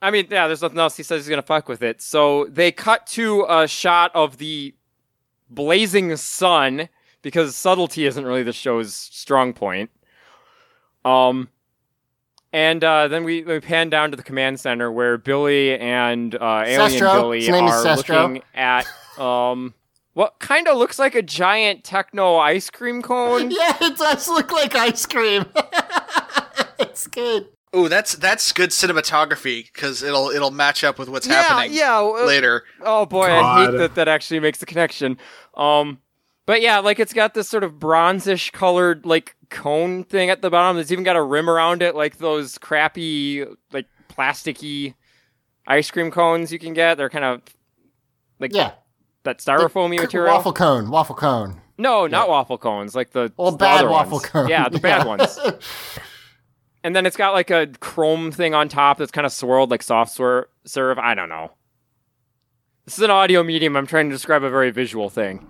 [SPEAKER 4] I mean, yeah, there's nothing else. He says he's gonna fuck with it. So they cut to a shot of the blazing sun because subtlety isn't really the show's strong point. Um, and uh, then we, we pan down to the command center where Billy and uh, Alien
[SPEAKER 5] Sestro.
[SPEAKER 4] Billy
[SPEAKER 5] His name is
[SPEAKER 4] are
[SPEAKER 5] Sestro.
[SPEAKER 4] looking at um what kind of looks like a giant techno ice cream cone.
[SPEAKER 5] Yeah, it does look like ice cream. it's good.
[SPEAKER 6] Oh, that's that's good cinematography because it'll it'll match up with what's
[SPEAKER 4] yeah,
[SPEAKER 6] happening
[SPEAKER 4] yeah. uh,
[SPEAKER 6] later.
[SPEAKER 4] Oh boy, I hate
[SPEAKER 7] God.
[SPEAKER 4] that that actually makes the connection. Um, but yeah, like it's got this sort of bronzish colored like cone thing at the bottom. It's even got a rim around it, like those crappy like plasticky ice cream cones you can get. They're kind of like
[SPEAKER 5] Yeah,
[SPEAKER 4] that styrofoamy
[SPEAKER 5] C-
[SPEAKER 4] material.
[SPEAKER 5] Waffle cone. Waffle cone.
[SPEAKER 4] No, not waffle cones, like the
[SPEAKER 5] Well,
[SPEAKER 4] the
[SPEAKER 5] bad
[SPEAKER 4] other
[SPEAKER 5] waffle
[SPEAKER 4] ones.
[SPEAKER 5] cone.
[SPEAKER 4] Yeah, the bad
[SPEAKER 5] Yeah.
[SPEAKER 4] ones. And then it's got like a chrome thing on top that's kind of swirled like soft swir- serve. I don't know. This is an audio medium. I'm trying to describe a very visual thing.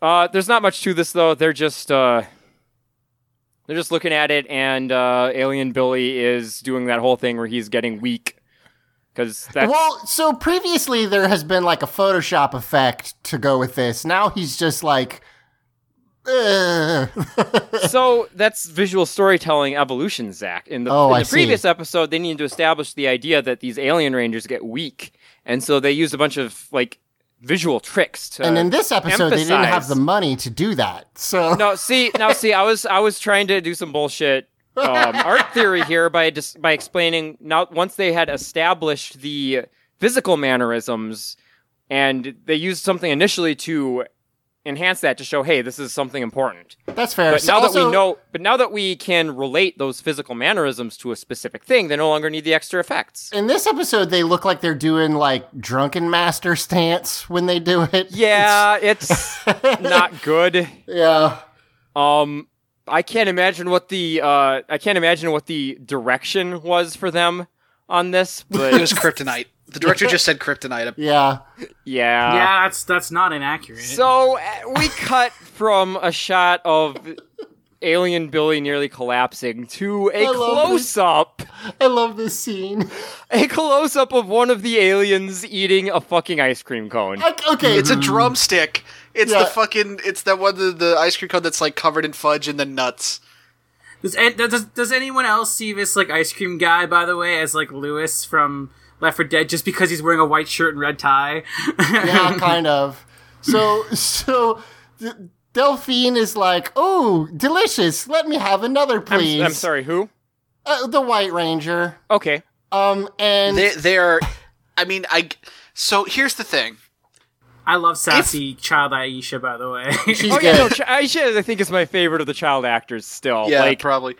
[SPEAKER 4] Uh, there's not much to this though. They're just uh, they're just looking at it, and uh, Alien Billy is doing that whole thing where he's getting weak because that's
[SPEAKER 5] Well, so previously there has been like a Photoshop effect to go with this. Now he's just like, Ugh.
[SPEAKER 4] so that's visual storytelling evolution, Zach. In the,
[SPEAKER 5] Oh,
[SPEAKER 4] in
[SPEAKER 5] I
[SPEAKER 4] the
[SPEAKER 5] see.
[SPEAKER 4] previous episode, they needed to establish the idea that these alien rangers get weak, and so they used a bunch of like visual tricks to.
[SPEAKER 5] and in this episode they didn't have
[SPEAKER 4] Uh, emphasize-
[SPEAKER 5] the money to do that. So
[SPEAKER 4] no, see, now see, I was I was trying to do some bullshit um, art theory here by dis- by explaining now once they had established the physical mannerisms, and they used something initially to enhance that to show, hey, this is something important.
[SPEAKER 5] that's fair.
[SPEAKER 4] But
[SPEAKER 5] So
[SPEAKER 4] now that
[SPEAKER 5] also-
[SPEAKER 4] we know, but now that we can relate those physical mannerisms to a specific thing, they no longer need the extra effects.
[SPEAKER 5] in this episode they look like they're doing like drunken master stance when they do it.
[SPEAKER 4] Yeah, it's not good.
[SPEAKER 5] yeah.
[SPEAKER 4] Um, I can't imagine what the uh, I can't imagine what the direction was for them on this,
[SPEAKER 6] It
[SPEAKER 4] but
[SPEAKER 6] was kryptonite. The director just said kryptonite.
[SPEAKER 5] Yeah.
[SPEAKER 4] yeah.
[SPEAKER 7] yeah, that's that's not inaccurate.
[SPEAKER 4] Uh, So uh, we cut from a shot of alien Billy nearly collapsing to a
[SPEAKER 5] I love this.
[SPEAKER 4] close up,
[SPEAKER 5] I love this scene.
[SPEAKER 4] a close up of one of the aliens eating a fucking ice cream cone.
[SPEAKER 5] Like, okay.
[SPEAKER 6] It's a drumstick. It's
[SPEAKER 5] Yeah.
[SPEAKER 6] the fucking. It's that one. The, the ice cream cone that's like covered in fudge and then nuts.
[SPEAKER 7] Does, an- does does anyone else see this like ice cream guy by the way as like Lewis from Left 4 Dead just because he's wearing a white shirt and red tie?
[SPEAKER 5] yeah, kind of. So, so D- Delphine is like, "Oh, delicious! Let me have another,
[SPEAKER 4] I'm-
[SPEAKER 5] please."
[SPEAKER 4] I'm sorry, who?
[SPEAKER 5] Uh, the White Ranger.
[SPEAKER 4] Okay.
[SPEAKER 5] Um, and
[SPEAKER 6] They they are. I mean, I. So here's the thing.
[SPEAKER 7] I love sassy child Aisha by the way.
[SPEAKER 5] she's
[SPEAKER 4] Oh yeah,
[SPEAKER 5] good.
[SPEAKER 4] no, Ch- Aisha I think is my favorite of the child actors still.
[SPEAKER 6] Yeah,
[SPEAKER 4] like,
[SPEAKER 6] probably.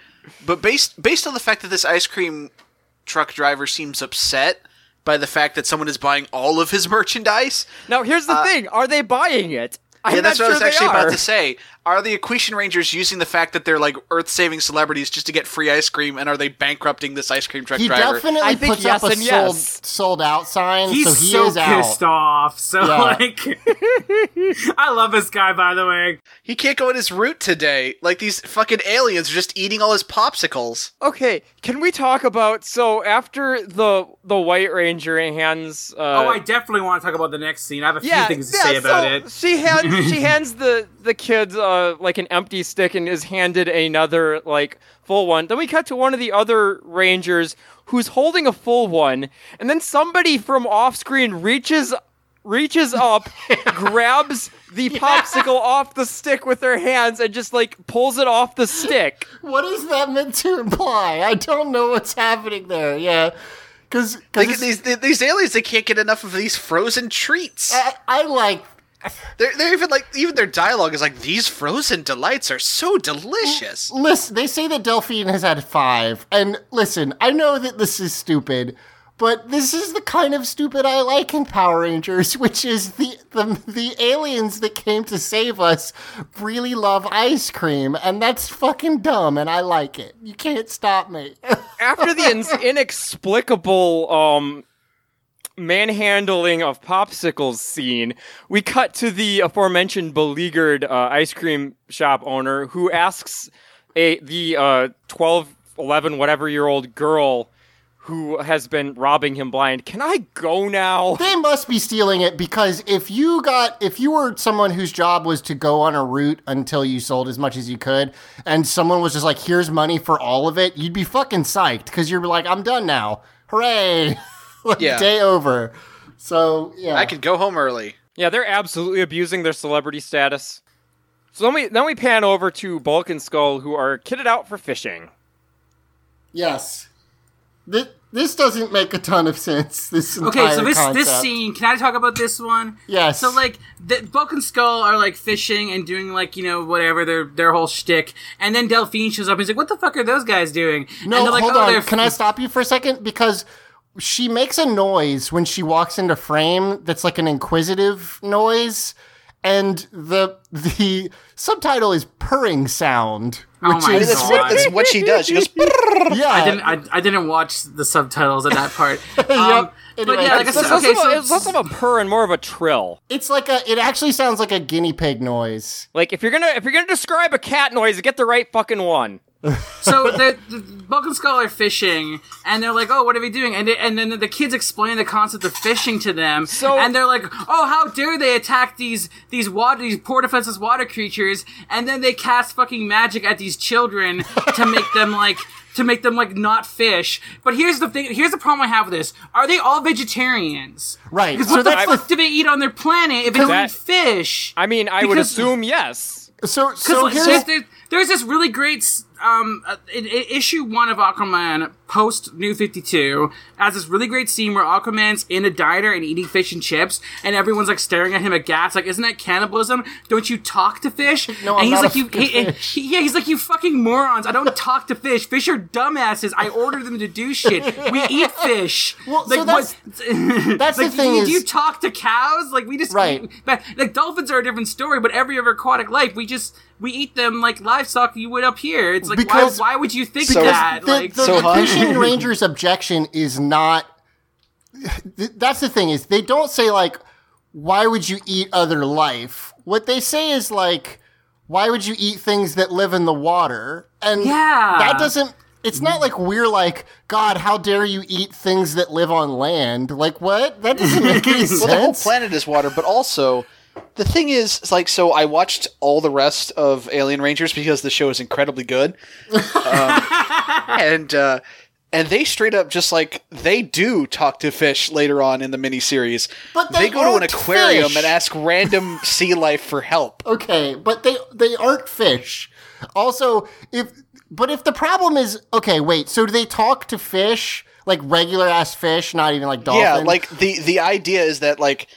[SPEAKER 6] But based based on the fact that this ice cream truck driver seems upset by the fact that someone is buying all of his merchandise.
[SPEAKER 4] now here's the thing: are they buying it? I'm
[SPEAKER 6] Uh, yeah, that's
[SPEAKER 4] not
[SPEAKER 6] what
[SPEAKER 4] sure
[SPEAKER 6] I was actually
[SPEAKER 4] they are.
[SPEAKER 6] about to say. Are the Equation Rangers using the fact that they're like Earth-saving celebrities just to get free ice cream, and are they bankrupting this ice cream truck
[SPEAKER 5] he
[SPEAKER 6] driver?
[SPEAKER 5] definitely
[SPEAKER 4] I think
[SPEAKER 5] puts
[SPEAKER 4] yes
[SPEAKER 5] up a
[SPEAKER 4] and
[SPEAKER 5] sold,
[SPEAKER 4] yes.
[SPEAKER 5] sold out sign,
[SPEAKER 7] he's
[SPEAKER 5] so
[SPEAKER 7] so,
[SPEAKER 5] he is
[SPEAKER 7] pissed
[SPEAKER 5] out.
[SPEAKER 7] off. So
[SPEAKER 5] Yeah.
[SPEAKER 7] like I love this guy by the way.
[SPEAKER 6] he can't go on his route today. Like these fucking aliens are just eating all his popsicles.
[SPEAKER 4] Okay, can we talk about so after the the White Ranger hands? Uh,
[SPEAKER 7] Oh, I definitely want to talk about the next scene. I have a
[SPEAKER 4] yeah,
[SPEAKER 7] few things to
[SPEAKER 4] yeah,
[SPEAKER 7] say about
[SPEAKER 4] so
[SPEAKER 7] it.
[SPEAKER 4] She hands she hands the the kids uh, like an empty stick and is handed another like full one. Then we cut to one of the other rangers who's holding a full one, and then somebody from off screen reaches reaches up, grabs the popsicle off the stick with their hands, and just like pulls it off the stick.
[SPEAKER 5] What is that meant to imply? I don't know what's happening there. Yeah, because Uh,
[SPEAKER 6] They get these these aliens, they can't get enough of these frozen treats.
[SPEAKER 5] I, I like
[SPEAKER 6] They're, they're even like even their dialogue is like these frozen delights are so delicious.
[SPEAKER 5] Listen, they say that Delphine has had five. And listen, I know that this is stupid, but this is the kind of stupid I like in Power Rangers, which is the the, the aliens that came to save us really love ice cream, and that's fucking dumb, and I like it. You can't stop me.
[SPEAKER 4] after the in- inexplicable um manhandling of popsicles scene we cut to the aforementioned beleaguered uh, ice cream shop owner who asks a the uh 12 11 whatever year old girl who has been robbing him blind can i go now
[SPEAKER 5] they must be stealing it because if you got if you were someone whose job was to go on a route until you sold as much as you could and someone was just like here's money for all of it you'd be fucking psyched because you're like i'm done now hooray Like,
[SPEAKER 6] Yeah.
[SPEAKER 5] day over so yeah
[SPEAKER 6] I could go home early.
[SPEAKER 4] Yeah, they're absolutely abusing their celebrity status. So then we then we pan over to Bulk and Skull, who are kitted out for fishing.
[SPEAKER 5] yes Th- this doesn't make a ton of sense this
[SPEAKER 7] Okay,
[SPEAKER 5] entire
[SPEAKER 7] so this this
[SPEAKER 5] concept.
[SPEAKER 7] scene, can I talk about this one?
[SPEAKER 5] Yes.
[SPEAKER 7] So like, the, Bulk and Skull are like fishing and doing like you know whatever their their whole shtick, and then Delphine shows up and is like, "What the fuck are those guys doing?"
[SPEAKER 5] No,
[SPEAKER 7] and they're like,
[SPEAKER 5] hold
[SPEAKER 7] "Oh,
[SPEAKER 5] on.
[SPEAKER 7] they're
[SPEAKER 5] Can I stop you for a second? Because she makes a noise when she walks into frame that's like an inquisitive noise, and the the subtitle is purring sound,
[SPEAKER 7] Oh
[SPEAKER 5] which
[SPEAKER 7] my
[SPEAKER 5] is
[SPEAKER 7] That's what- that's
[SPEAKER 6] what she does. She goes.
[SPEAKER 7] I
[SPEAKER 5] yeah.
[SPEAKER 7] didn't, I, I didn't watch the subtitles at that part. Um,
[SPEAKER 5] Anyway,
[SPEAKER 7] but yeah, like I
[SPEAKER 5] it's-
[SPEAKER 4] It's,
[SPEAKER 7] said,
[SPEAKER 4] less
[SPEAKER 7] okay,
[SPEAKER 4] of a,
[SPEAKER 7] so
[SPEAKER 4] it's less of a purr and more of a trill.
[SPEAKER 5] It's like a. It actually sounds like a guinea pig noise.
[SPEAKER 4] Like if you're gonna if you're gonna describe a cat noise, get the right fucking one.
[SPEAKER 7] so the, the Buck and Skull are fishing, and they're like, "Oh, what are we doing?" And they, and then the kids explain the concept of fishing to them,
[SPEAKER 4] So-
[SPEAKER 7] and they're like, "Oh, how dare they attack these these water these poor defenseless water creatures?" And then they cast fucking magic at these children to make them like. To make them like not fish, but here's the thing. Here's the problem I have with this: Are they all vegetarians?
[SPEAKER 5] Right.
[SPEAKER 7] Because
[SPEAKER 5] So
[SPEAKER 7] what the
[SPEAKER 5] that's
[SPEAKER 7] fuck do they eat on their planet if they don't
[SPEAKER 4] That-
[SPEAKER 7] eat fish?
[SPEAKER 4] I mean, I would
[SPEAKER 7] Because-
[SPEAKER 4] assume yes.
[SPEAKER 5] So
[SPEAKER 7] Because
[SPEAKER 5] so
[SPEAKER 7] like,
[SPEAKER 5] here's
[SPEAKER 7] there's, there's, there's this really great um, uh, in, in issue one of Aquaman post New Fifty Two has this really great scene where Aquaman's in a diner and eating fish and chips, and everyone's like staring at him aghast, like, "Isn't that cannibalism? Don't you talk to fish?"
[SPEAKER 5] No, I'm
[SPEAKER 7] and he's
[SPEAKER 5] not
[SPEAKER 7] like,
[SPEAKER 5] a
[SPEAKER 7] "You,
[SPEAKER 5] fucking
[SPEAKER 7] he-
[SPEAKER 5] fish."
[SPEAKER 7] he- yeah, he's like, you fucking morons! I don't talk to fish. Fish are dumbasses. I order them to do shit. We eat fish.
[SPEAKER 5] Well, so
[SPEAKER 7] like,
[SPEAKER 5] that's-
[SPEAKER 7] what-
[SPEAKER 5] that's the
[SPEAKER 7] like,
[SPEAKER 5] thing
[SPEAKER 7] you,
[SPEAKER 5] is-
[SPEAKER 7] do you talk to cows? Like we just
[SPEAKER 5] Right.
[SPEAKER 7] but like dolphins are a different story. But every other aquatic life, we just we eat them like livestock you would up here. It's like
[SPEAKER 5] Because-
[SPEAKER 7] why, why would you think
[SPEAKER 6] because
[SPEAKER 7] that?
[SPEAKER 5] the,
[SPEAKER 7] like
[SPEAKER 5] the,
[SPEAKER 6] So
[SPEAKER 5] the
[SPEAKER 6] hot.
[SPEAKER 5] Fishing Ranger's objection is not. th- That's the thing is they don't say like, why would you eat other life? What they say is like, why would you eat things that live in the water? And
[SPEAKER 7] Yeah.
[SPEAKER 5] that doesn't. It's not like we're like, God, how dare you eat things that live on land? Like what? That doesn't make any sense.
[SPEAKER 6] Well, the whole planet is water, but also the thing is, it's like, so I watched all the rest of Alien Rangers because the show is incredibly good, um, and uh, and they straight up just like they do talk to fish later on in the miniseries.
[SPEAKER 5] But they
[SPEAKER 6] go to an
[SPEAKER 5] aren't
[SPEAKER 6] aquarium
[SPEAKER 5] fish.
[SPEAKER 6] and ask random sea life for help.
[SPEAKER 5] Okay, but they they aren't fish. Also, if but if the problem is okay, wait. So do they talk to fish like regular ass fish, not even like dolphins?
[SPEAKER 6] Yeah, like the the idea is that like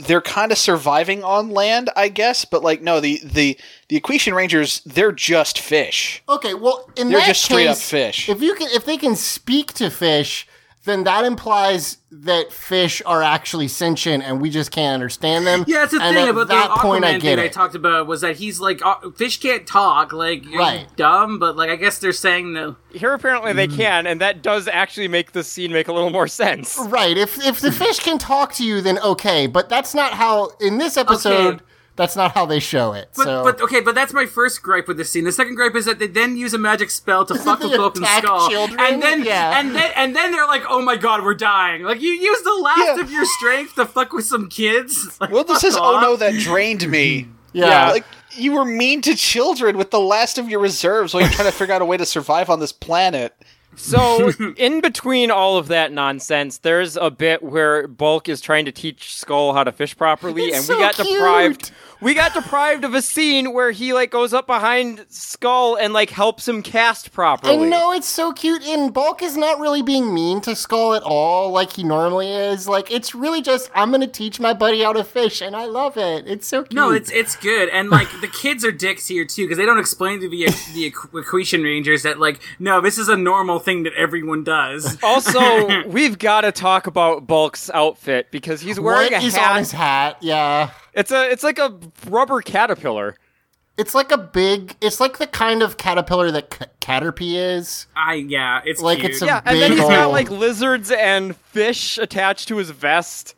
[SPEAKER 6] they're kind of surviving on land, I guess, but like no, the the the Equation Rangers they're just fish.
[SPEAKER 5] okay. Well, in
[SPEAKER 6] They're
[SPEAKER 5] that
[SPEAKER 6] just straight up
[SPEAKER 5] case,
[SPEAKER 6] fish.
[SPEAKER 5] If you can, if they can speak to fish, then that implies that fish are actually sentient, and we just can't understand them.
[SPEAKER 7] yeah, that's the
[SPEAKER 5] and
[SPEAKER 7] thing
[SPEAKER 5] at
[SPEAKER 7] about
[SPEAKER 5] that
[SPEAKER 7] the Aquaman
[SPEAKER 5] point. I
[SPEAKER 7] thing
[SPEAKER 5] get
[SPEAKER 7] I
[SPEAKER 5] it.
[SPEAKER 7] talked about was that he's like uh, fish can't talk. Like you're
[SPEAKER 5] Right.
[SPEAKER 7] dumb, but like I guess they're saying that
[SPEAKER 4] Here apparently
[SPEAKER 5] Mm.
[SPEAKER 4] they can, and that does actually make this scene make a little more sense.
[SPEAKER 5] Right. If if the fish can talk to you, then okay. But that's not how in this episode. That's not how they show it.
[SPEAKER 7] But,
[SPEAKER 5] so.
[SPEAKER 7] but okay, but that's my first gripe with this scene. The second gripe is that they then use a magic spell to fuck
[SPEAKER 5] They
[SPEAKER 7] with Vulcan's
[SPEAKER 5] attack
[SPEAKER 7] skull,
[SPEAKER 5] children?
[SPEAKER 7] and then
[SPEAKER 5] Yeah.
[SPEAKER 7] and then and then they're like, "Oh my god, we're dying!" Like you use the last
[SPEAKER 6] Yeah.
[SPEAKER 7] of your strength to fuck with some kids. Like,
[SPEAKER 6] Wilda
[SPEAKER 7] fuck
[SPEAKER 6] says, "Oh
[SPEAKER 7] off."
[SPEAKER 6] no, that drained me."
[SPEAKER 5] yeah.
[SPEAKER 6] Like you were mean to children with the last of your reserves while you're trying to figure out a way to survive on this planet.
[SPEAKER 4] So, in between all of that nonsense, there's a bit where Bulk is trying to teach Skull how to fish properly,
[SPEAKER 5] It's
[SPEAKER 4] and
[SPEAKER 5] so
[SPEAKER 4] we got
[SPEAKER 5] cute.
[SPEAKER 4] deprived. We got deprived of a scene where he like goes up behind Skull and like helps him cast
[SPEAKER 5] I
[SPEAKER 4] properly.
[SPEAKER 5] know it's so cute, and Bulk is not really being mean to Skull at all, like he normally is. Like it's really just I'm gonna teach my buddy how to fish, and I love it. It's so cute.
[SPEAKER 7] No, it's it's good, and like the kids are dicks here too because they don't explain to the the Equation Rangers that like no, this is a normal thing that everyone does.
[SPEAKER 4] Also, we've got to talk about Bulk's outfit because he's wearing
[SPEAKER 5] What
[SPEAKER 4] a
[SPEAKER 5] is
[SPEAKER 4] hat.
[SPEAKER 5] on his hat? Yeah.
[SPEAKER 4] It's a it's like a rubber caterpillar.
[SPEAKER 5] It's like a big. It's like the kind of caterpillar that c- Caterpie is.
[SPEAKER 7] I yeah, it's
[SPEAKER 5] Like
[SPEAKER 7] cute.
[SPEAKER 5] it's a
[SPEAKER 4] Yeah,
[SPEAKER 5] big
[SPEAKER 4] and then he's got
[SPEAKER 5] old-
[SPEAKER 4] like lizards and fish attached to his vest.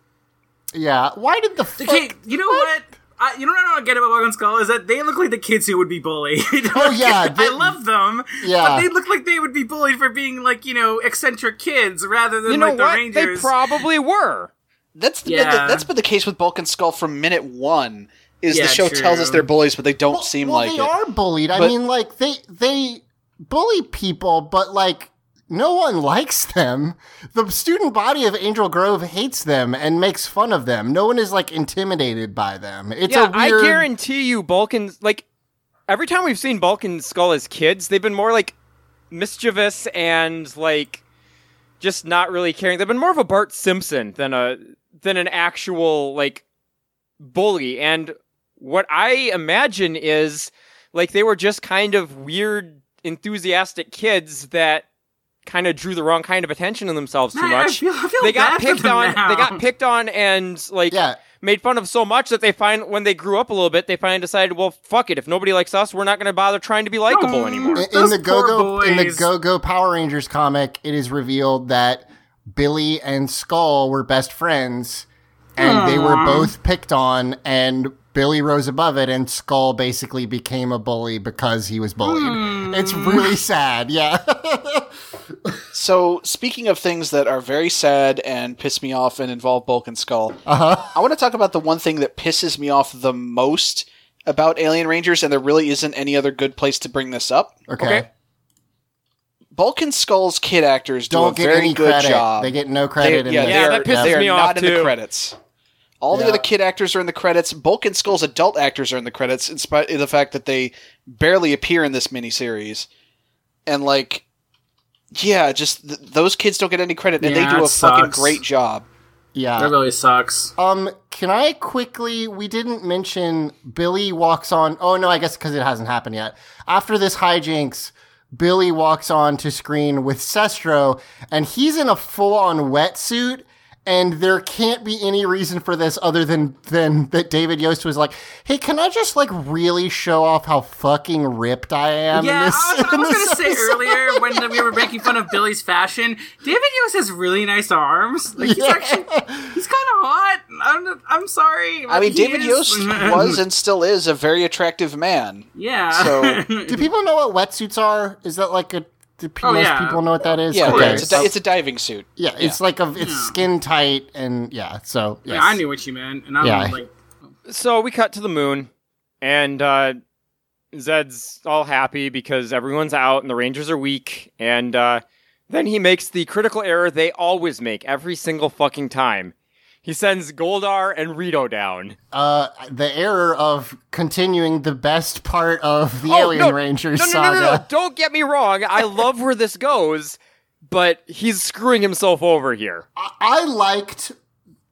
[SPEAKER 5] yeah. Why did the fuck?
[SPEAKER 7] okay. You know what? I, you know what I don't get about Wagon Skull is that they look like the kids who would be bullied. oh
[SPEAKER 5] yeah, they-
[SPEAKER 7] I love them.
[SPEAKER 5] Yeah.
[SPEAKER 7] but they look like they would be bullied for being like you know eccentric kids rather than
[SPEAKER 4] You know
[SPEAKER 7] like the
[SPEAKER 4] what?
[SPEAKER 7] Rangers.
[SPEAKER 4] They probably were.
[SPEAKER 6] That's the,
[SPEAKER 7] Yeah.
[SPEAKER 6] that's been the case with Bulk and Skull from minute one. Is
[SPEAKER 7] Yeah,
[SPEAKER 6] the show tells
[SPEAKER 7] true.
[SPEAKER 6] us they're bullies, but they don't
[SPEAKER 5] Well-
[SPEAKER 6] seem
[SPEAKER 5] well,
[SPEAKER 6] like
[SPEAKER 5] they
[SPEAKER 6] it.
[SPEAKER 5] are bullied. I
[SPEAKER 6] But-
[SPEAKER 5] mean, like they they bully people, but like no one likes them. The student body of Angel Grove hates them and makes fun of them. No one is like intimidated by them. It's
[SPEAKER 4] yeah,
[SPEAKER 5] a weird.
[SPEAKER 4] I guarantee you, Balkan. Like every time we've seen Balkan Skull as kids, they've been more like mischievous and like just not really caring. They've been more of a Bart Simpson than a than an actual like bully. And what I imagine is like they were just kind of weird, enthusiastic kids that kind of drew the wrong kind of attention to themselves too
[SPEAKER 7] Man, I
[SPEAKER 4] much.
[SPEAKER 7] feel- I feel
[SPEAKER 4] they got
[SPEAKER 7] bad for
[SPEAKER 4] picked
[SPEAKER 7] them
[SPEAKER 4] on.
[SPEAKER 7] now.
[SPEAKER 4] They got picked on and like
[SPEAKER 5] Yeah.
[SPEAKER 4] made fun of so much that they find when they grew up a little bit, they finally decided, well, fuck it. If nobody likes us, we're not going to bother trying to be likable anymore.
[SPEAKER 5] In- in
[SPEAKER 7] Those
[SPEAKER 5] the
[SPEAKER 7] poor
[SPEAKER 5] Go-Go in the
[SPEAKER 7] boys.
[SPEAKER 5] Go-Go Power Rangers comic, it is revealed that Billy and Skull were best friends and they were both picked on and Billy rose above it and Skull basically became a bully because he was bullied.
[SPEAKER 4] Hmm.
[SPEAKER 5] It's really sad. Yeah.
[SPEAKER 6] So, speaking of things that are very sad and piss me off and involve Bulk and Skull,
[SPEAKER 5] Uh-huh.
[SPEAKER 6] I want to talk about the one thing that pisses me off the most about Alien Rangers, and there really isn't any other good place to bring this up.
[SPEAKER 5] okay.
[SPEAKER 4] Okay.
[SPEAKER 6] Bulk and Skull's kid actors do
[SPEAKER 5] Don't
[SPEAKER 6] a
[SPEAKER 5] get
[SPEAKER 6] very
[SPEAKER 5] any
[SPEAKER 6] good
[SPEAKER 5] credit.
[SPEAKER 6] job.
[SPEAKER 5] They get no credit in
[SPEAKER 6] yeah,
[SPEAKER 5] this.
[SPEAKER 4] Yeah,
[SPEAKER 6] they're-
[SPEAKER 4] that pisses
[SPEAKER 6] they're
[SPEAKER 4] me off,
[SPEAKER 6] not in
[SPEAKER 4] too.
[SPEAKER 6] the credits. All
[SPEAKER 5] Yeah.
[SPEAKER 6] the other kid actors are in the credits. Bulk and Skull's adult actors are in the credits, in spite of the fact that they barely appear in this miniseries. And like, yeah, just th- those kids don't get any credit, and
[SPEAKER 7] Yeah,
[SPEAKER 6] they do
[SPEAKER 7] it
[SPEAKER 6] a fucking
[SPEAKER 7] sucks.
[SPEAKER 6] great job.
[SPEAKER 5] Yeah.
[SPEAKER 7] that really sucks.
[SPEAKER 5] Um, can I quickly? We didn't mention Billy walks on. Oh no, I guess because it hasn't happened yet. After this hijinks, Billy walks on to screen with Sestro, and he's in a full-on wetsuit. And there can't be any reason for this other than than that David Yost was like, "Hey, can I just like really show off how fucking ripped I am?" in
[SPEAKER 7] Yeah,
[SPEAKER 5] this,
[SPEAKER 7] I was, I
[SPEAKER 5] in
[SPEAKER 7] was
[SPEAKER 5] this
[SPEAKER 7] gonna say
[SPEAKER 5] episode?"
[SPEAKER 7] earlier when we were making fun of Billy's fashion, David Yost has really nice arms. Like he's
[SPEAKER 5] Yeah.
[SPEAKER 7] actually he's kind of hot. I'm I'm sorry.
[SPEAKER 6] I
[SPEAKER 7] but
[SPEAKER 6] mean,
[SPEAKER 7] he
[SPEAKER 6] David
[SPEAKER 7] is-
[SPEAKER 6] Yost was and still is a very attractive man.
[SPEAKER 7] yeah.
[SPEAKER 6] So
[SPEAKER 5] Do people know what wetsuits are? Is that like a? Do pe-
[SPEAKER 7] Oh,
[SPEAKER 5] most
[SPEAKER 7] yeah.
[SPEAKER 5] people know what that is?
[SPEAKER 6] yeah,
[SPEAKER 7] Okay.
[SPEAKER 6] it's, a di- it's a diving suit.
[SPEAKER 5] Yeah, it's like a it's skin tight and yeah. So yes.
[SPEAKER 7] yeah, I knew what you meant, and I'm
[SPEAKER 5] Yeah.
[SPEAKER 7] like,
[SPEAKER 4] So we cut to the moon, and uh, Zed's all happy because everyone's out and the Rangers are weak. And uh, then he makes the critical error they always make every single fucking time. He sends Goldar and Rito down.
[SPEAKER 5] Uh, the error of continuing the best part of the
[SPEAKER 4] Oh,
[SPEAKER 5] Alien
[SPEAKER 4] no.
[SPEAKER 5] Rangers
[SPEAKER 4] No, no,
[SPEAKER 5] saga.
[SPEAKER 4] no, no, no. Don't get me wrong. I love where this goes, but he's screwing himself over here.
[SPEAKER 5] I-, I liked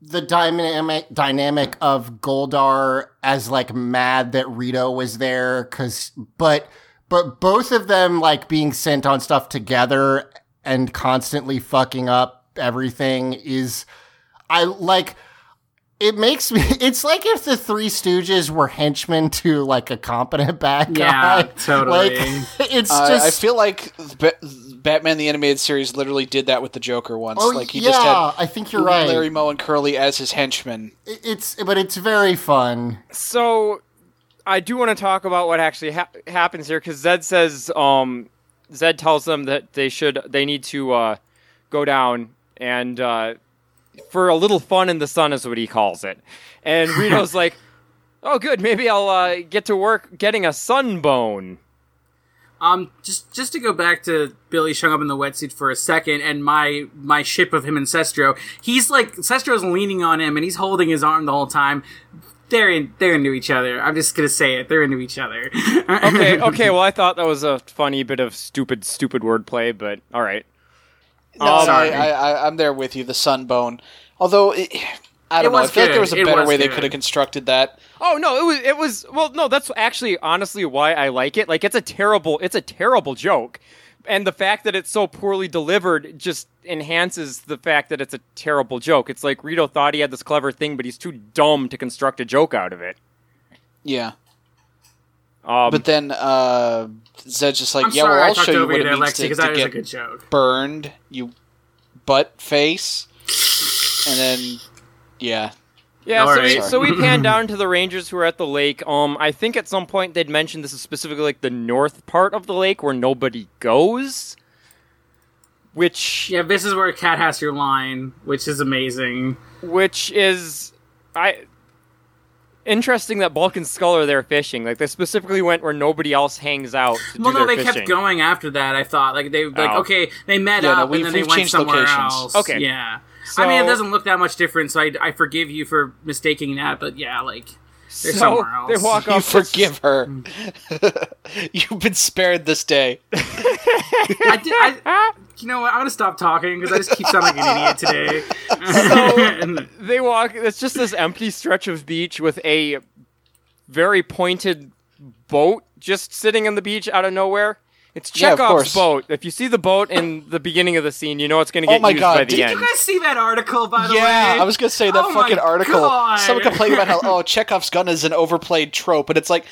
[SPEAKER 5] the dynamic dynamic of Goldar as like mad that Rito was there cuz but but both of them like being sent on stuff together and constantly fucking up everything is I like it makes me it's like if the three stooges were henchmen to like a competent bad guy
[SPEAKER 7] yeah, totally.
[SPEAKER 5] Like it's
[SPEAKER 6] Uh,
[SPEAKER 5] just
[SPEAKER 6] I feel like ba- Batman the animated series literally did that with the Joker once.
[SPEAKER 5] oh
[SPEAKER 6] like he
[SPEAKER 5] yeah,
[SPEAKER 6] just had
[SPEAKER 5] I think you're right.
[SPEAKER 6] Larry Moe and Curly as his henchmen.
[SPEAKER 5] It- It's but it's very fun.
[SPEAKER 4] so I do want to talk about what actually ha- happens here because Zed says, um, Zed tells them that they should, they need to uh, go down and uh, for a little fun in the sun is what he calls it. And Rito's like, oh, good, maybe I'll uh, get to work getting a sunbone.
[SPEAKER 7] Um, just just to go back to Billy showing up in the wetsuit for a second, and my my ship of him and Sestro. He's like Sestro's leaning on him, and he's holding his arm the whole time. They're in, they're into each other. I'm just gonna say it. They're into each other.
[SPEAKER 4] Okay, okay. Well, I thought that was a funny bit of stupid, stupid wordplay, but all right.
[SPEAKER 7] Oh,
[SPEAKER 9] No,
[SPEAKER 4] Um,
[SPEAKER 9] sorry, I, I, I'm there with you. The sunbone, although it, I don't know, I
[SPEAKER 7] was
[SPEAKER 9] feel like
[SPEAKER 7] good.
[SPEAKER 9] there was a
[SPEAKER 7] It
[SPEAKER 9] better
[SPEAKER 7] was
[SPEAKER 9] way they
[SPEAKER 7] good.
[SPEAKER 9] could have constructed that.
[SPEAKER 4] Oh no, it was it was well no, that's actually honestly why I like it. Like it's a terrible it's a terrible joke. And the fact that it's so poorly delivered just enhances the fact that it's a terrible joke. It's like Rito thought he had this clever thing, but he's too dumb to construct a joke out of it.
[SPEAKER 9] Yeah,
[SPEAKER 4] Um,
[SPEAKER 9] but then uh, Zed's just like,
[SPEAKER 7] I'm
[SPEAKER 9] yeah,
[SPEAKER 7] sorry
[SPEAKER 9] well,
[SPEAKER 7] I
[SPEAKER 9] I'll
[SPEAKER 7] talked
[SPEAKER 9] show you
[SPEAKER 7] over
[SPEAKER 9] what
[SPEAKER 7] you
[SPEAKER 9] it
[SPEAKER 7] there,
[SPEAKER 9] means
[SPEAKER 7] Lexi,
[SPEAKER 9] to,
[SPEAKER 7] because that
[SPEAKER 9] to
[SPEAKER 7] was a
[SPEAKER 9] get
[SPEAKER 7] good joke.
[SPEAKER 9] burned, you butt face, and then yeah,
[SPEAKER 4] Yeah,
[SPEAKER 7] All
[SPEAKER 4] so, we,
[SPEAKER 7] right.
[SPEAKER 4] so we pan down to the Rangers who are at the lake. Um, I think at some point they'd mentioned this is specifically like the north part of the lake where nobody goes, which
[SPEAKER 7] Yeah, this is where Cat has your line, which is amazing.
[SPEAKER 4] which is I interesting that Bulk and Skull are there fishing. Like they specifically went where nobody else hangs out. To
[SPEAKER 7] Well,
[SPEAKER 4] do
[SPEAKER 7] no,
[SPEAKER 4] their
[SPEAKER 7] they
[SPEAKER 4] fishing.
[SPEAKER 7] kept going after that. I thought, like they like
[SPEAKER 4] Oh.
[SPEAKER 7] okay, they met
[SPEAKER 9] Yeah, no,
[SPEAKER 7] up
[SPEAKER 9] we've-
[SPEAKER 7] and then they
[SPEAKER 9] we've
[SPEAKER 7] went
[SPEAKER 9] changed
[SPEAKER 7] somewhere
[SPEAKER 9] locations.
[SPEAKER 7] else.
[SPEAKER 4] Okay.
[SPEAKER 7] yeah.
[SPEAKER 4] So-
[SPEAKER 7] I mean, it doesn't look that much different, so I, I forgive you for mistaking that. But yeah, like
[SPEAKER 4] So
[SPEAKER 7] somewhere else.
[SPEAKER 4] they walk
[SPEAKER 9] you
[SPEAKER 4] off.
[SPEAKER 9] forgive her. You've been spared this day.
[SPEAKER 7] I did. I, you know what? I'm gonna stop talking because I just keep sounding like an idiot today. And-
[SPEAKER 4] they walk it's just this empty stretch of beach with a very pointed boat just sitting on the beach out of nowhere it's
[SPEAKER 9] Yeah, of
[SPEAKER 4] Chekhov's
[SPEAKER 9] course.
[SPEAKER 4] boat. If you see the boat in the beginning of the scene, you know it's going to
[SPEAKER 9] Oh
[SPEAKER 4] get
[SPEAKER 9] my
[SPEAKER 4] used
[SPEAKER 9] God,
[SPEAKER 4] by the
[SPEAKER 9] did you
[SPEAKER 4] end.
[SPEAKER 7] you guys see that article by the
[SPEAKER 9] Yeah,
[SPEAKER 7] way?
[SPEAKER 9] I was gonna say that
[SPEAKER 7] Oh my
[SPEAKER 9] fucking article.
[SPEAKER 7] God.
[SPEAKER 9] Someone complained about how oh Chekhov's gun is an overplayed trope, and it's like,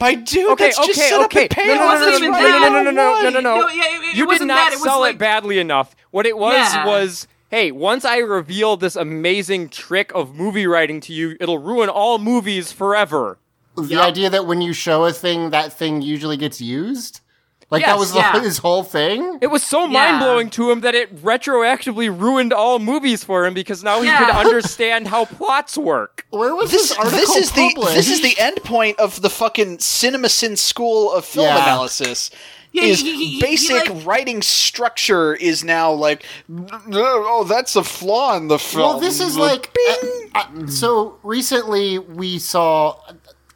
[SPEAKER 9] my dude,
[SPEAKER 4] Okay,
[SPEAKER 9] that's just
[SPEAKER 4] okay,
[SPEAKER 9] set
[SPEAKER 4] okay.
[SPEAKER 9] up and paid.
[SPEAKER 4] No, no, no,
[SPEAKER 9] off. That's
[SPEAKER 4] no,
[SPEAKER 7] no,
[SPEAKER 9] right.
[SPEAKER 7] no, no,
[SPEAKER 4] no, no, no, no, no.
[SPEAKER 7] yeah, it, it
[SPEAKER 4] you did
[SPEAKER 7] wasn't
[SPEAKER 4] not
[SPEAKER 7] that. It was
[SPEAKER 4] sell
[SPEAKER 7] like,
[SPEAKER 4] it badly enough. What it was
[SPEAKER 7] Yeah.
[SPEAKER 4] was, hey, once I reveal this amazing trick of movie writing to you, it'll ruin all movies forever.
[SPEAKER 5] The idea that when you show a thing, that thing usually gets used. Like
[SPEAKER 4] Yes,
[SPEAKER 5] that was the,
[SPEAKER 7] yeah.
[SPEAKER 5] his whole thing.
[SPEAKER 4] It was so
[SPEAKER 7] Yeah.
[SPEAKER 4] mind blowing to him that it retroactively ruined all movies for him because now he
[SPEAKER 7] Yeah.
[SPEAKER 4] could understand how plots work.
[SPEAKER 5] Where was this,
[SPEAKER 9] This,
[SPEAKER 5] article
[SPEAKER 9] this is the
[SPEAKER 5] published?
[SPEAKER 9] this is the end point of the fucking CinemaSin school of film
[SPEAKER 5] Yeah.
[SPEAKER 9] analysis.
[SPEAKER 7] Yeah,
[SPEAKER 9] is
[SPEAKER 7] he- he- he-
[SPEAKER 9] basic
[SPEAKER 7] he, like-
[SPEAKER 9] writing structure is now like oh that's a flaw in the film.
[SPEAKER 5] Well, this is like uh, uh, so. Recently, we saw.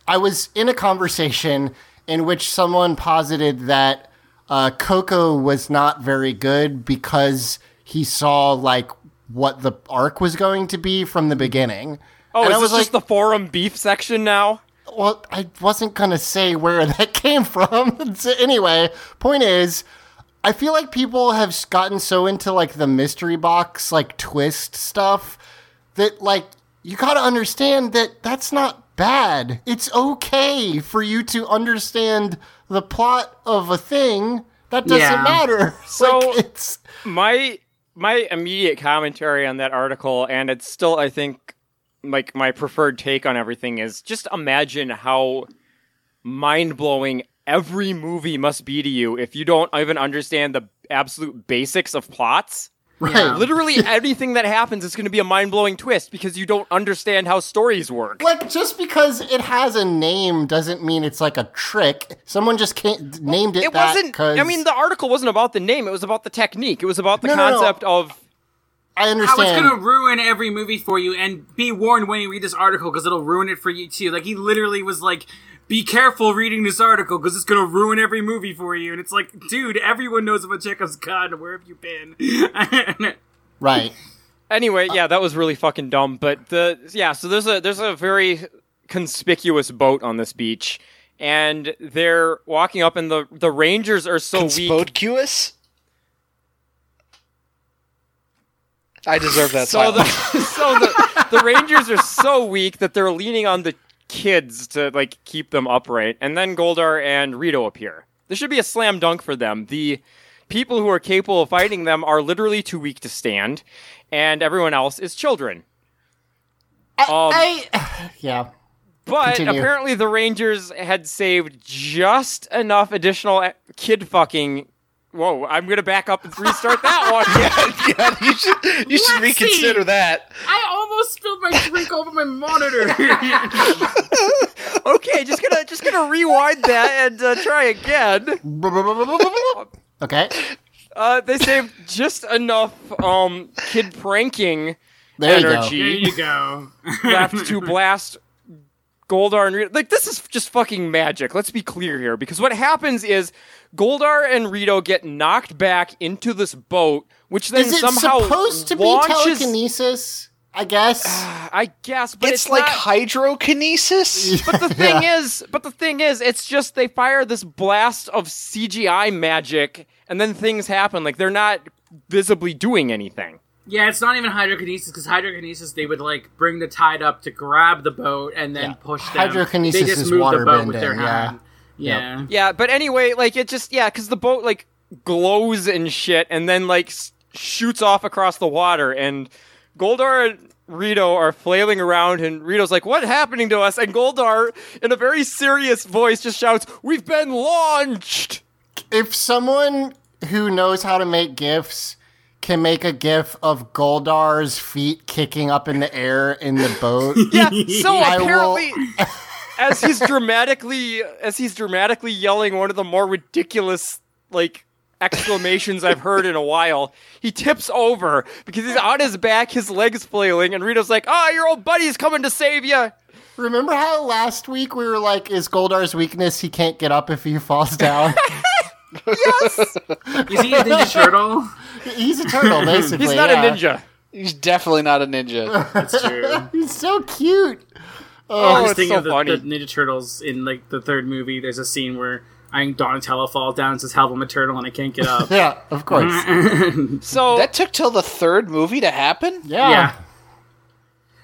[SPEAKER 5] I was in a conversation in which someone posited that uh, Coco was not very good because he saw like what the arc was going to be from the beginning.
[SPEAKER 4] Oh,
[SPEAKER 5] and
[SPEAKER 4] is
[SPEAKER 5] I was
[SPEAKER 4] this
[SPEAKER 5] like,
[SPEAKER 4] just the forum beef section now?
[SPEAKER 5] well, I wasn't going to say where that came from. so anyway, point is, I feel like people have s- gotten so into like the mystery box, like twist stuff that like you got to understand that that's not bad. It's okay for you to understand the plot of a thing. That doesn't
[SPEAKER 7] Yeah.
[SPEAKER 5] matter.
[SPEAKER 4] So-
[SPEAKER 5] like, it's
[SPEAKER 4] my my immediate commentary on that article and it's still i think like my preferred take on everything is just imagine how mind-blowing every movie must be to you if you don't even understand the absolute basics of plots
[SPEAKER 5] right.
[SPEAKER 4] literally anything that happens is going to be a mind-blowing twist because you don't understand how stories work
[SPEAKER 5] Like just because it has a name doesn't mean it's like a trick. Someone just can't named it.
[SPEAKER 4] it
[SPEAKER 5] that
[SPEAKER 4] wasn't
[SPEAKER 5] 'cause-
[SPEAKER 4] i mean the article wasn't about the name it was about the technique it was about the
[SPEAKER 5] No, no, no.
[SPEAKER 4] concept of
[SPEAKER 5] I
[SPEAKER 7] How it's
[SPEAKER 5] understand.
[SPEAKER 7] gonna ruin every movie for you, and be warned when you read this article because it'll ruin it for you too. Like he literally was like, "Be careful reading this article because it's gonna ruin every movie for you." And it's like, dude, everyone knows about Chekhov's gun. Where have you been?
[SPEAKER 5] Right.
[SPEAKER 4] Anyway, yeah, that was really fucking dumb. But the yeah, so there's a there's a very conspicuous boat on this beach, and they're walking up, and the the rangers are so weak.
[SPEAKER 9] Conspicuous? I deserve that.
[SPEAKER 4] So the
[SPEAKER 9] silence.
[SPEAKER 4] so the, the rangers are so weak that they're leaning on the kids to like keep them upright, and then Goldar and Rito appear. This should be a slam dunk for them. The people who are capable of fighting them are literally too weak to stand, and everyone else is children. Um,
[SPEAKER 5] Yeah.
[SPEAKER 4] But
[SPEAKER 5] Continue.
[SPEAKER 4] apparently, the Rangers had saved just enough additional eh, kid fucking. Whoa, I'm going to back up and restart that one.
[SPEAKER 9] God, you should, you should
[SPEAKER 7] Let's see.
[SPEAKER 9] reconsider that.
[SPEAKER 7] I almost spilled my drink over my monitor.
[SPEAKER 4] okay, just gonna just gonna rewind that and uh, try again.
[SPEAKER 5] Okay.
[SPEAKER 4] Uh, they saved just enough um kid pranking
[SPEAKER 5] There you go.
[SPEAKER 4] energy.
[SPEAKER 7] There you go.
[SPEAKER 4] left to blast Goldar and Rito. Like this is just fucking magic. Let's be clear here, because what happens is Goldar and Rito get knocked back into this boat, which then
[SPEAKER 5] Is it
[SPEAKER 4] somehow
[SPEAKER 5] supposed to be
[SPEAKER 4] launches.
[SPEAKER 5] telekinesis? I guess.
[SPEAKER 4] I guess, but
[SPEAKER 9] it's,
[SPEAKER 4] it's,
[SPEAKER 9] like
[SPEAKER 4] not-
[SPEAKER 9] hydrokinesis.
[SPEAKER 4] but the thing is, but the thing is, it's just they fire this blast of CGI magic, and then things happen. Like they're not visibly doing anything.
[SPEAKER 7] Yeah, it's not even hydrokinesis because hydrokinesis they would like bring the tide up to grab the boat and then push them.
[SPEAKER 5] Hydrokinesis
[SPEAKER 7] they just
[SPEAKER 5] is
[SPEAKER 7] move
[SPEAKER 5] water
[SPEAKER 7] the boat with their
[SPEAKER 5] bending, yeah.
[SPEAKER 7] hand. Yeah.
[SPEAKER 4] Yeah, but anyway, like it just yeah, because the boat like glows and shit, and then like s- shoots off across the water, and Goldar and Rito are flailing around, and Rito's like, "What happening to us?" And Goldar, in a very serious voice, just shouts, "We've been launched!"
[SPEAKER 5] If someone who knows how to make gifs can make a gif of Goldar's feet kicking up in the air in the boat,
[SPEAKER 4] Yeah, so
[SPEAKER 5] I will-
[SPEAKER 4] apparently. As he's dramatically, as he's dramatically yelling one of the more ridiculous like exclamations I've heard in a while, he tips over because he's on his back, his legs flailing, and Rito's like, "Ah, your old buddy's coming to save you."
[SPEAKER 5] remember how last week we were like, "Is Goldar's weakness he can't get up if he falls down?"
[SPEAKER 7] Is he a ninja turtle?
[SPEAKER 5] He's a turtle, basically.
[SPEAKER 4] He's not
[SPEAKER 5] yeah.
[SPEAKER 4] a ninja.
[SPEAKER 9] He's definitely not a ninja.
[SPEAKER 7] That's true.
[SPEAKER 5] He's so cute.
[SPEAKER 7] I
[SPEAKER 4] Oh,
[SPEAKER 7] was
[SPEAKER 4] it's
[SPEAKER 7] thinking
[SPEAKER 4] so
[SPEAKER 7] of the,
[SPEAKER 4] funny.
[SPEAKER 7] the Ninja Turtles in like the third movie. There's a scene where I think Donatello falls down and says, "Help! I'm a turtle and I can't get up."
[SPEAKER 5] Yeah, of course.
[SPEAKER 4] so
[SPEAKER 9] that took till the third movie to happen.
[SPEAKER 5] Yeah.
[SPEAKER 7] Yeah.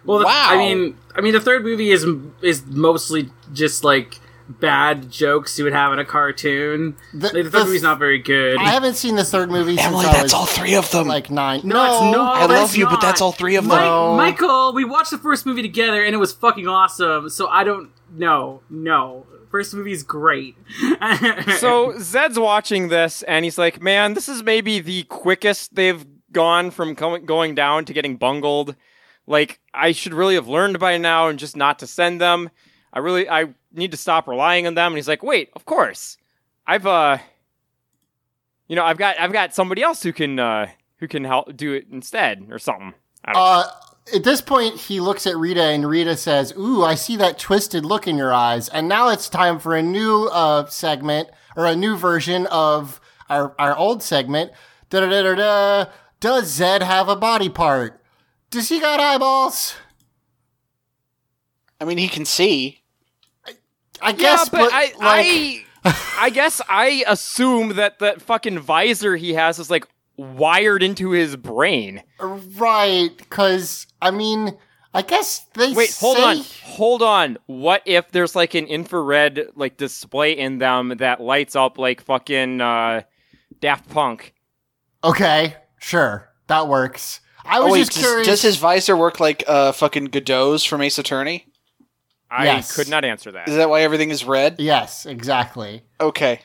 [SPEAKER 7] Well, the-
[SPEAKER 9] Wow.
[SPEAKER 7] I mean, I mean, the third movie is is mostly just like bad jokes you would have in a cartoon.
[SPEAKER 5] The-
[SPEAKER 7] Like, The, third
[SPEAKER 5] the-
[SPEAKER 7] movie's not very good.
[SPEAKER 5] I haven't seen the third movie since
[SPEAKER 9] Emily,
[SPEAKER 5] I
[SPEAKER 9] that's
[SPEAKER 5] was
[SPEAKER 9] all three of them.
[SPEAKER 5] like nine. No,
[SPEAKER 7] no, it's not.
[SPEAKER 9] I love
[SPEAKER 7] that's
[SPEAKER 9] you, but
[SPEAKER 7] not.
[SPEAKER 9] that's all three of
[SPEAKER 7] Mi-
[SPEAKER 9] them.
[SPEAKER 7] Michael, we watched the first movie together and it was fucking awesome. So I don't. No, no. First movie's great.
[SPEAKER 4] so Zed's watching this and he's like, "Man, this is maybe the quickest they've gone from com- going down to getting bungled. Like, I should really have learned by now and just not to send them. I really, I need to stop relying on them." And he's like, "Wait, of course, I've uh, you know, I've got, I've got somebody else who can, uh, who can help do it instead or something." I don't
[SPEAKER 5] Uh, at this point, he looks at Rita, and Rita says, "Ooh, I see that twisted look in your eyes." And now it's time for a new uh, segment or a new version of our our old segment. Da da da da. Does Zed have a body part? Does he got eyeballs?
[SPEAKER 9] I mean, he can see.
[SPEAKER 5] I guess,
[SPEAKER 4] yeah, but, I,
[SPEAKER 5] like,
[SPEAKER 4] I, I guess I assume that that fucking visor he has is like wired into his brain.
[SPEAKER 5] right because I mean, I guess they
[SPEAKER 4] Wait, hold
[SPEAKER 5] say-
[SPEAKER 4] on, hold on. What if there's like an infrared like display in them that lights up like fucking uh, Daft Punk?
[SPEAKER 5] Okay, sure, that works. I was
[SPEAKER 9] Oh, wait,
[SPEAKER 5] just
[SPEAKER 9] does,
[SPEAKER 5] curious.
[SPEAKER 9] does his visor work like uh, fucking Godot's from Ace Attorney?
[SPEAKER 4] I
[SPEAKER 5] Yes.
[SPEAKER 4] could not answer that.
[SPEAKER 9] Is that why everything is red?
[SPEAKER 5] yes, exactly.
[SPEAKER 9] Okay.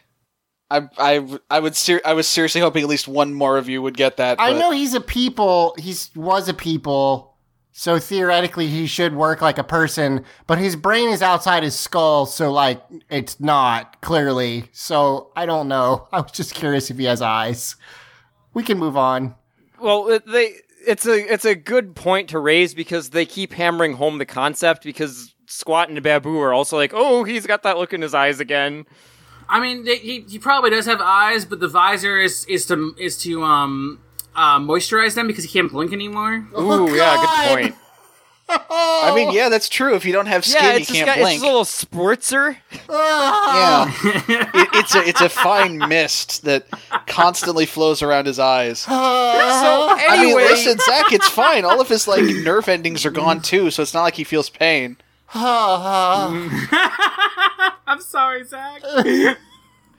[SPEAKER 9] I I I would ser- I was seriously hoping at least one more of you would get that.
[SPEAKER 5] I
[SPEAKER 9] but-
[SPEAKER 5] know he's a people. He's was a people, so theoretically he should work like a person. But his brain is outside his skull, so like it's not clearly. So I don't know. I was just curious if he has eyes. We can move on.
[SPEAKER 4] Well, it- they it's a it's a good point to raise because they keep hammering home the concept because Squat and Babu are also like, oh, he's got that look in his eyes again.
[SPEAKER 7] I mean, they- he, he probably does have eyes, but the visor is is to is to um uh, moisturize them because he can't blink anymore.
[SPEAKER 4] Ooh, yeah,
[SPEAKER 5] God!
[SPEAKER 4] good point.
[SPEAKER 9] I mean, yeah, that's true. If you don't have skin,
[SPEAKER 4] Yeah,
[SPEAKER 9] you
[SPEAKER 4] it's just,
[SPEAKER 9] can't
[SPEAKER 4] got, it's
[SPEAKER 9] blink.
[SPEAKER 4] just a little spritzer.
[SPEAKER 9] Yeah, it, it's a it's a fine mist that constantly flows around his eyes.
[SPEAKER 4] So anyway,
[SPEAKER 9] I mean, listen, Zach, it's fine. All of his like nerve endings are gone too, so it's not like he feels pain.
[SPEAKER 7] I'm sorry, Zach.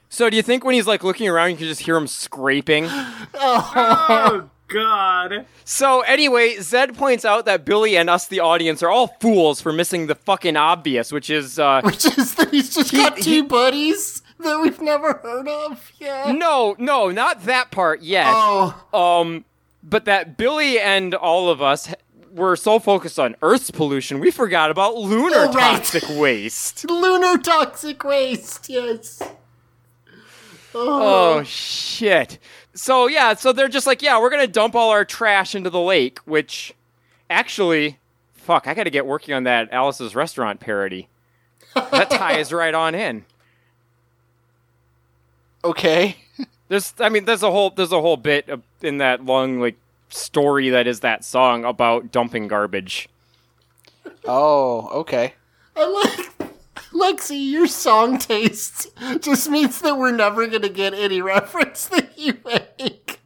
[SPEAKER 4] so do you think when he's like looking around, you can just hear him scraping?
[SPEAKER 7] oh God.
[SPEAKER 4] So anyway, Zed points out that Billy and us, the audience, are all fools for missing the fucking obvious, which is uh,
[SPEAKER 5] Which is that he's just got two
[SPEAKER 4] he-
[SPEAKER 5] buddies that we've never heard of. Yeah.
[SPEAKER 4] no, no, not that part yet.
[SPEAKER 5] Oh,
[SPEAKER 4] Um, but that Billy and all of us we're so focused on Earth's pollution, we forgot about lunar
[SPEAKER 5] Oh, right.
[SPEAKER 4] toxic waste.
[SPEAKER 5] Lunar toxic waste. Yes.
[SPEAKER 4] Oh shit. So yeah, so they're just like, yeah, we're gonna dump all our trash into the lake, which actually fuck, I gotta get working on that Alice's restaurant parody. That ties right on in.
[SPEAKER 6] Okay.
[SPEAKER 4] There's I mean there's a whole there's a whole bit of- in that long like story that is that song about dumping garbage.
[SPEAKER 6] Oh, okay.
[SPEAKER 5] I like Lexi, your song taste just means that we're never gonna get any reference that you make.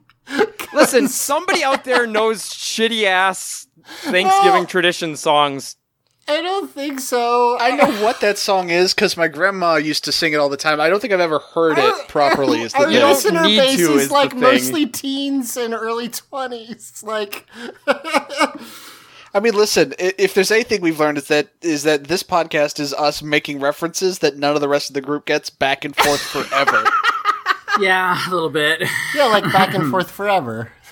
[SPEAKER 4] Listen, somebody out there knows shitty ass Thanksgiving
[SPEAKER 5] No.
[SPEAKER 4] tradition songs.
[SPEAKER 5] Oh, I don't think so. I
[SPEAKER 6] I know what that song is because my grandma used to sing it all the time. I don't think I've ever heard it properly. Is the
[SPEAKER 5] Our
[SPEAKER 4] You don't
[SPEAKER 6] thing.
[SPEAKER 5] listener
[SPEAKER 4] need
[SPEAKER 5] base
[SPEAKER 4] to
[SPEAKER 5] is
[SPEAKER 4] is the
[SPEAKER 5] like
[SPEAKER 4] thing.
[SPEAKER 5] mostly teens and early twenties. Like,
[SPEAKER 6] I mean, listen. i- If there's anything we've learned is that is that this podcast is us making references that none of the rest of the group gets back and forth forever.
[SPEAKER 7] Yeah, a little bit.
[SPEAKER 5] yeah, like back and forth forever.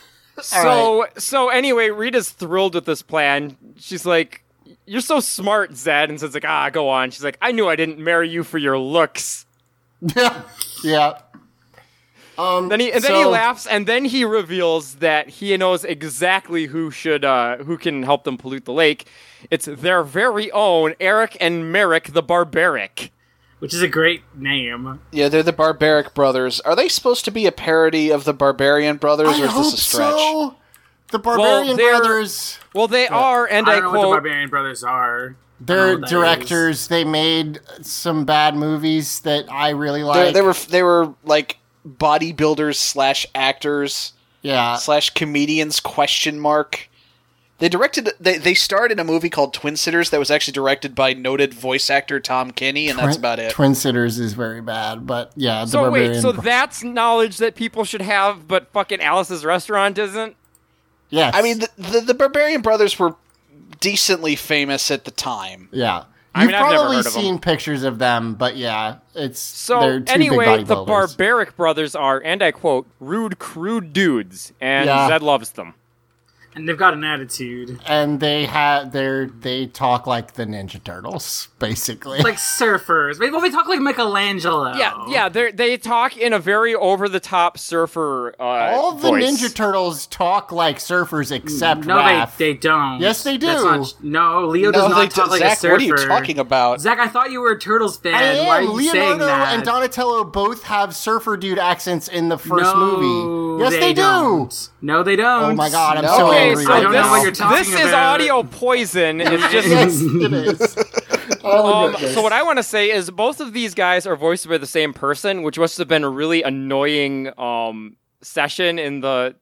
[SPEAKER 4] So so anyway, Rita's thrilled with this plan. She's like, "You're so smart, Zed," and says like, "Ah, go on." She's like, "I knew I didn't marry you for your looks."
[SPEAKER 5] yeah. Um,
[SPEAKER 4] Then he and then he
[SPEAKER 5] so-
[SPEAKER 4] laughs, and then he reveals that he knows exactly who should uh, who can help them pollute the lake. It's their very own Eric and Merrick the Barbaric.
[SPEAKER 7] Which is a great name.
[SPEAKER 6] yeah, they're the Barbaric Brothers. Are they supposed to be a parody of the Barbarian Brothers,
[SPEAKER 5] I
[SPEAKER 6] or is this
[SPEAKER 5] hope
[SPEAKER 6] a stretch?
[SPEAKER 5] so. The Barbarian
[SPEAKER 4] they're-
[SPEAKER 5] Brothers.
[SPEAKER 4] Well, they are, and
[SPEAKER 7] I
[SPEAKER 4] I,
[SPEAKER 7] don't know what the
[SPEAKER 4] quote,
[SPEAKER 7] Barbarian Brothers are.
[SPEAKER 5] They're
[SPEAKER 7] Oh, that
[SPEAKER 5] directors. They made some bad movies that I really
[SPEAKER 6] They-
[SPEAKER 5] like.
[SPEAKER 6] they were they were like bodybuilders slash actors
[SPEAKER 5] yeah.
[SPEAKER 6] slash comedians question mark. They directed they they starred in a movie called Twin Sitters that was actually directed by noted voice actor Tom Kenny, and that's
[SPEAKER 5] Twin-
[SPEAKER 6] about it.
[SPEAKER 5] Twin Sitters is very bad, but yeah, the
[SPEAKER 4] So
[SPEAKER 5] Barbarian.
[SPEAKER 4] wait, so
[SPEAKER 5] Bro-
[SPEAKER 4] that's knowledge that people should have, but fucking Alice's restaurant isn't.
[SPEAKER 5] yes,
[SPEAKER 6] I mean, the, the the Barbarian Brothers were decently famous at the time.
[SPEAKER 5] yeah, you've
[SPEAKER 4] I mean, I've never
[SPEAKER 5] probably
[SPEAKER 4] heard of 'em.
[SPEAKER 5] seen pictures of them, but yeah, it's they're
[SPEAKER 4] So
[SPEAKER 5] two
[SPEAKER 4] anyway,
[SPEAKER 5] big
[SPEAKER 4] the
[SPEAKER 5] bodybuilders.
[SPEAKER 4] Barbaric Brothers are, and I quote, rude, crude dudes, and
[SPEAKER 5] Yeah.
[SPEAKER 4] Zed loves them.
[SPEAKER 7] And they've got an attitude.
[SPEAKER 5] and they had their they talk like the Ninja Turtles, basically.
[SPEAKER 7] Like surfers. Maybe well, we talk like Michelangelo.
[SPEAKER 5] Oh.
[SPEAKER 4] Yeah, yeah, they they talk in a very over the top surfer. Uh,
[SPEAKER 5] All the
[SPEAKER 4] voice.
[SPEAKER 5] Ninja Turtles talk like surfers, except
[SPEAKER 7] No,
[SPEAKER 5] Raph.
[SPEAKER 7] they, they don't.
[SPEAKER 5] Yes, they do.
[SPEAKER 7] That's not- no, Leo
[SPEAKER 6] No,
[SPEAKER 7] does
[SPEAKER 6] they
[SPEAKER 7] not talk
[SPEAKER 6] d-
[SPEAKER 7] like a
[SPEAKER 6] Zach,
[SPEAKER 7] surfer.
[SPEAKER 6] what are you talking about?
[SPEAKER 7] Zach, I thought you were a Turtles fan.
[SPEAKER 5] I am.
[SPEAKER 7] Why are you saying
[SPEAKER 5] Leonardo
[SPEAKER 7] that?
[SPEAKER 5] and Donatello both have surfer dude accents in the first
[SPEAKER 7] no,
[SPEAKER 5] movie. Yes, they, do.
[SPEAKER 7] don't. No, they don't.
[SPEAKER 5] Oh my god, I'm
[SPEAKER 6] No.
[SPEAKER 5] so
[SPEAKER 4] Okay,
[SPEAKER 5] angry.
[SPEAKER 4] so
[SPEAKER 7] I don't know
[SPEAKER 4] this,
[SPEAKER 7] what you're talking
[SPEAKER 4] this is
[SPEAKER 7] about.
[SPEAKER 4] audio poison. It's just
[SPEAKER 5] yes, it is. Oh,
[SPEAKER 4] Um, so what I want to say is both of these guys are voiced by the same person, which must have been a really annoying um, session in the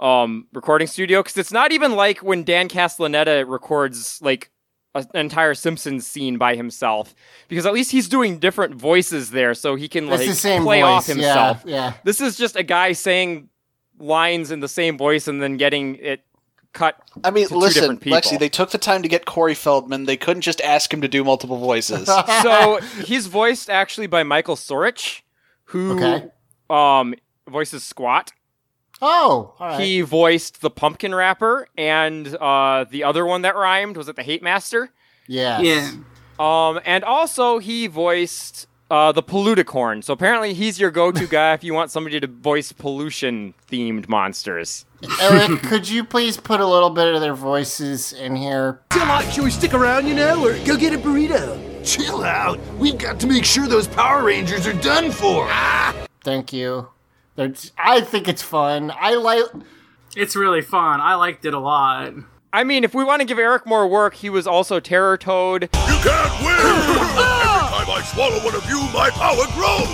[SPEAKER 4] um, recording studio because it's not even like when Dan Castellaneta records like a- an entire Simpsons scene by himself because at least he's doing different voices there, so he can
[SPEAKER 5] it's
[SPEAKER 4] like
[SPEAKER 5] the same
[SPEAKER 4] play
[SPEAKER 5] voice.
[SPEAKER 4] off himself.
[SPEAKER 5] Yeah, yeah.
[SPEAKER 4] This is just a guy saying lines in the same voice and then getting it cut.
[SPEAKER 6] I mean,
[SPEAKER 4] to two
[SPEAKER 6] listen,
[SPEAKER 4] different people.
[SPEAKER 6] Lexi, they took the time to get Corey Feldman. They couldn't just ask him to do multiple voices.
[SPEAKER 4] So he's voiced actually by Michael Sorich, who
[SPEAKER 5] Okay.
[SPEAKER 4] um voices squat
[SPEAKER 5] Oh, all right.
[SPEAKER 4] he voiced the pumpkin rapper and uh the other one that rhymed was it the hate master
[SPEAKER 5] yes.
[SPEAKER 7] Yeah.
[SPEAKER 4] um and also he voiced uh the polluticorn so apparently he's your go-to guy if you want somebody to voice pollution themed monsters
[SPEAKER 5] Eric, could you please put a little bit of their voices in here?
[SPEAKER 1] Chill out. We've got to make sure those Power Rangers are done for.
[SPEAKER 5] Thank you. They're, I think it's fun. I like.
[SPEAKER 7] It's really fun. I liked it a lot.
[SPEAKER 4] i mean if we want to give eric more work he was also terror toad
[SPEAKER 1] You can't win! Every time I swallow one of you, my power grows!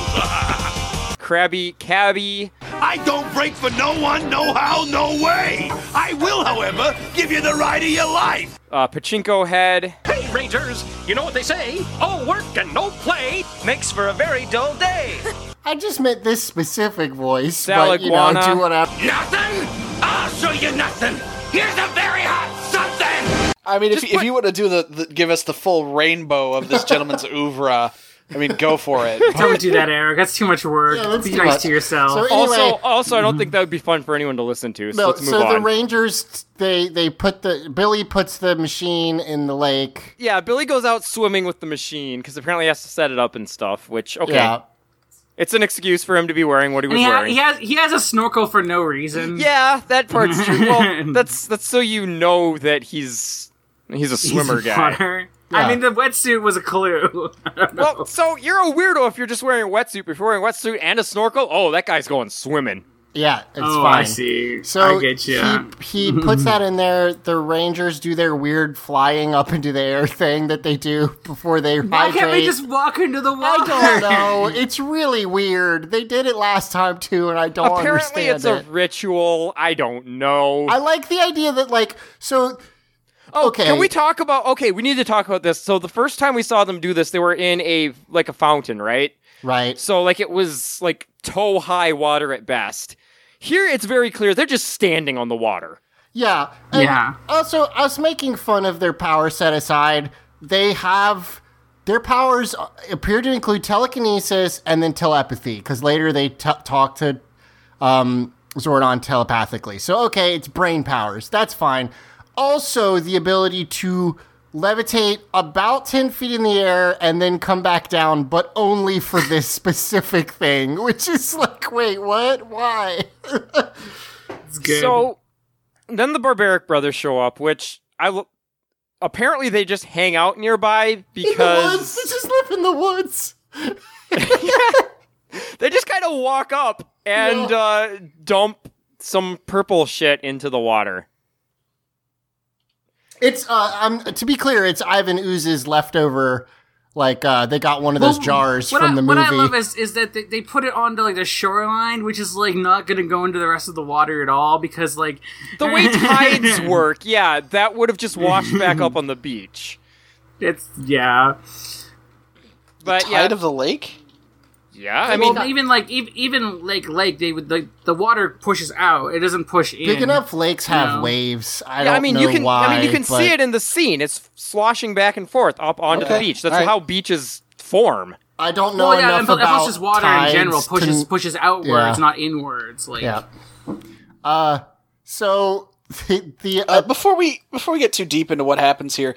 [SPEAKER 4] krabby cabby
[SPEAKER 1] I don't break for no one, no how, no way! I will, however, give you the ride of your life!
[SPEAKER 4] uh pachinko head
[SPEAKER 10] Hey, Rangers! You know what they say? All work and no play makes for a very dull day.
[SPEAKER 5] I just meant this specific voice, but you know,
[SPEAKER 4] Salaguana.
[SPEAKER 5] do whatever.
[SPEAKER 1] Nothing? I'll show you nothing! Here's a very hot something!
[SPEAKER 6] I mean, if, if you want to do the, the give us the full rainbow of this gentleman's oeuvre,
[SPEAKER 9] I mean, go for it.
[SPEAKER 7] Don't do that, Eric. That's too much work.
[SPEAKER 5] Yeah, that's
[SPEAKER 7] Be
[SPEAKER 5] too
[SPEAKER 7] nice
[SPEAKER 5] much.
[SPEAKER 7] to yourself.
[SPEAKER 5] So-
[SPEAKER 4] Also,
[SPEAKER 5] Anyway.
[SPEAKER 4] also, I don't think that would be fun for anyone to listen to. So
[SPEAKER 5] No,
[SPEAKER 4] let's move
[SPEAKER 5] so
[SPEAKER 4] on.
[SPEAKER 5] the Rangers, they they put the Billy puts the machine in the lake.
[SPEAKER 4] yeah, Billy goes out swimming with the machine because apparently he has to set it up and stuff. Which okay,
[SPEAKER 5] Yeah,
[SPEAKER 4] it's an excuse for him to be wearing what he was
[SPEAKER 7] and he, ha-
[SPEAKER 4] wearing.
[SPEAKER 7] he has he has a snorkel for no reason.
[SPEAKER 4] Yeah, that part's true. Well, that's that's so you know that he's he's a
[SPEAKER 7] He's
[SPEAKER 4] swimmer
[SPEAKER 7] in
[SPEAKER 4] guy.
[SPEAKER 7] water.
[SPEAKER 5] Yeah.
[SPEAKER 7] I mean, the wetsuit was a clue. I don't know.
[SPEAKER 4] Well, so you're a weirdo if you're just wearing a wetsuit. If you're wearing a wetsuit and a snorkel, oh, that guy's going swimming.
[SPEAKER 5] yeah, it's
[SPEAKER 7] oh,
[SPEAKER 5] fine.
[SPEAKER 7] I see.
[SPEAKER 5] So
[SPEAKER 7] I get you.
[SPEAKER 5] he he puts that in there. The Rangers do their weird flying up into the air thing that they do before they
[SPEAKER 7] Why
[SPEAKER 5] hydrate.
[SPEAKER 7] can't we just walk into the water?
[SPEAKER 5] I don't know. It's really weird. They did it last time too, and I don't
[SPEAKER 4] Apparently,
[SPEAKER 5] understand
[SPEAKER 4] it's a
[SPEAKER 5] it.
[SPEAKER 4] ritual. I don't know.
[SPEAKER 5] I like the idea that like so. Okay,
[SPEAKER 4] Oh, Can we talk about? Okay, we need to talk about this. So the first time we saw them do this, they were in a like a fountain, right?
[SPEAKER 5] right?
[SPEAKER 4] So like it was like toe high water at best. Here it's very clear they're just standing on the water.
[SPEAKER 5] Yeah. And
[SPEAKER 7] Yeah.
[SPEAKER 5] Also, us making fun of their power set aside, they have their powers appear to include telekinesis and then telepathy because later they t- talk to um, Zordon telepathically. So okay, it's brain powers. That's fine. Also, the ability to levitate about 10 feet in the air and then come back down but only for this specific thing which is like wait what why
[SPEAKER 7] It's good.
[SPEAKER 4] So then the barbaric brothers show up, which I l- apparently they just hang out nearby
[SPEAKER 5] in the woods they
[SPEAKER 4] because
[SPEAKER 5] just live in the woods
[SPEAKER 4] they just kind of walk up and
[SPEAKER 5] Yeah.
[SPEAKER 4] uh, dump some purple shit into the water.
[SPEAKER 5] It's uh, um, to be clear, it's Ivan Ooze's leftover. Like uh, they got one of those
[SPEAKER 7] Well,
[SPEAKER 5] jars
[SPEAKER 7] what
[SPEAKER 5] from
[SPEAKER 7] I,
[SPEAKER 5] the
[SPEAKER 7] What
[SPEAKER 5] movie.
[SPEAKER 7] I love is, is that they, they put it onto like the shoreline, which is like not going to go into the rest of the water at all because like
[SPEAKER 4] The way tides work, yeah, that would have just washed back up on the beach.
[SPEAKER 7] it's yeah.
[SPEAKER 4] But yeah,
[SPEAKER 9] Tide of the lake.
[SPEAKER 4] yeah, I
[SPEAKER 7] I
[SPEAKER 4] mean,
[SPEAKER 7] mean, even like even, even like lake, they would the the water pushes out. It doesn't push in.
[SPEAKER 5] Big enough lakes have
[SPEAKER 7] No.
[SPEAKER 5] waves. I
[SPEAKER 4] Yeah,
[SPEAKER 5] don't
[SPEAKER 4] I mean,
[SPEAKER 5] know
[SPEAKER 4] you can.
[SPEAKER 5] why.
[SPEAKER 4] I mean, you can
[SPEAKER 5] but
[SPEAKER 4] see it in the scene. It's sloshing back and forth up onto the
[SPEAKER 9] Okay,
[SPEAKER 4] beach. That's
[SPEAKER 9] all right.
[SPEAKER 4] how beaches form.
[SPEAKER 5] I don't know
[SPEAKER 7] Well, yeah,
[SPEAKER 5] enough
[SPEAKER 7] and, and
[SPEAKER 5] about
[SPEAKER 7] plus just water in
[SPEAKER 5] tides
[SPEAKER 7] general
[SPEAKER 5] to-
[SPEAKER 7] pushes pushes outwards,
[SPEAKER 5] Yeah.
[SPEAKER 7] not inwards. Like
[SPEAKER 5] Yeah. Uh, so the, the
[SPEAKER 9] Uh,
[SPEAKER 5] uh,
[SPEAKER 9] before we before we get too deep into what happens here,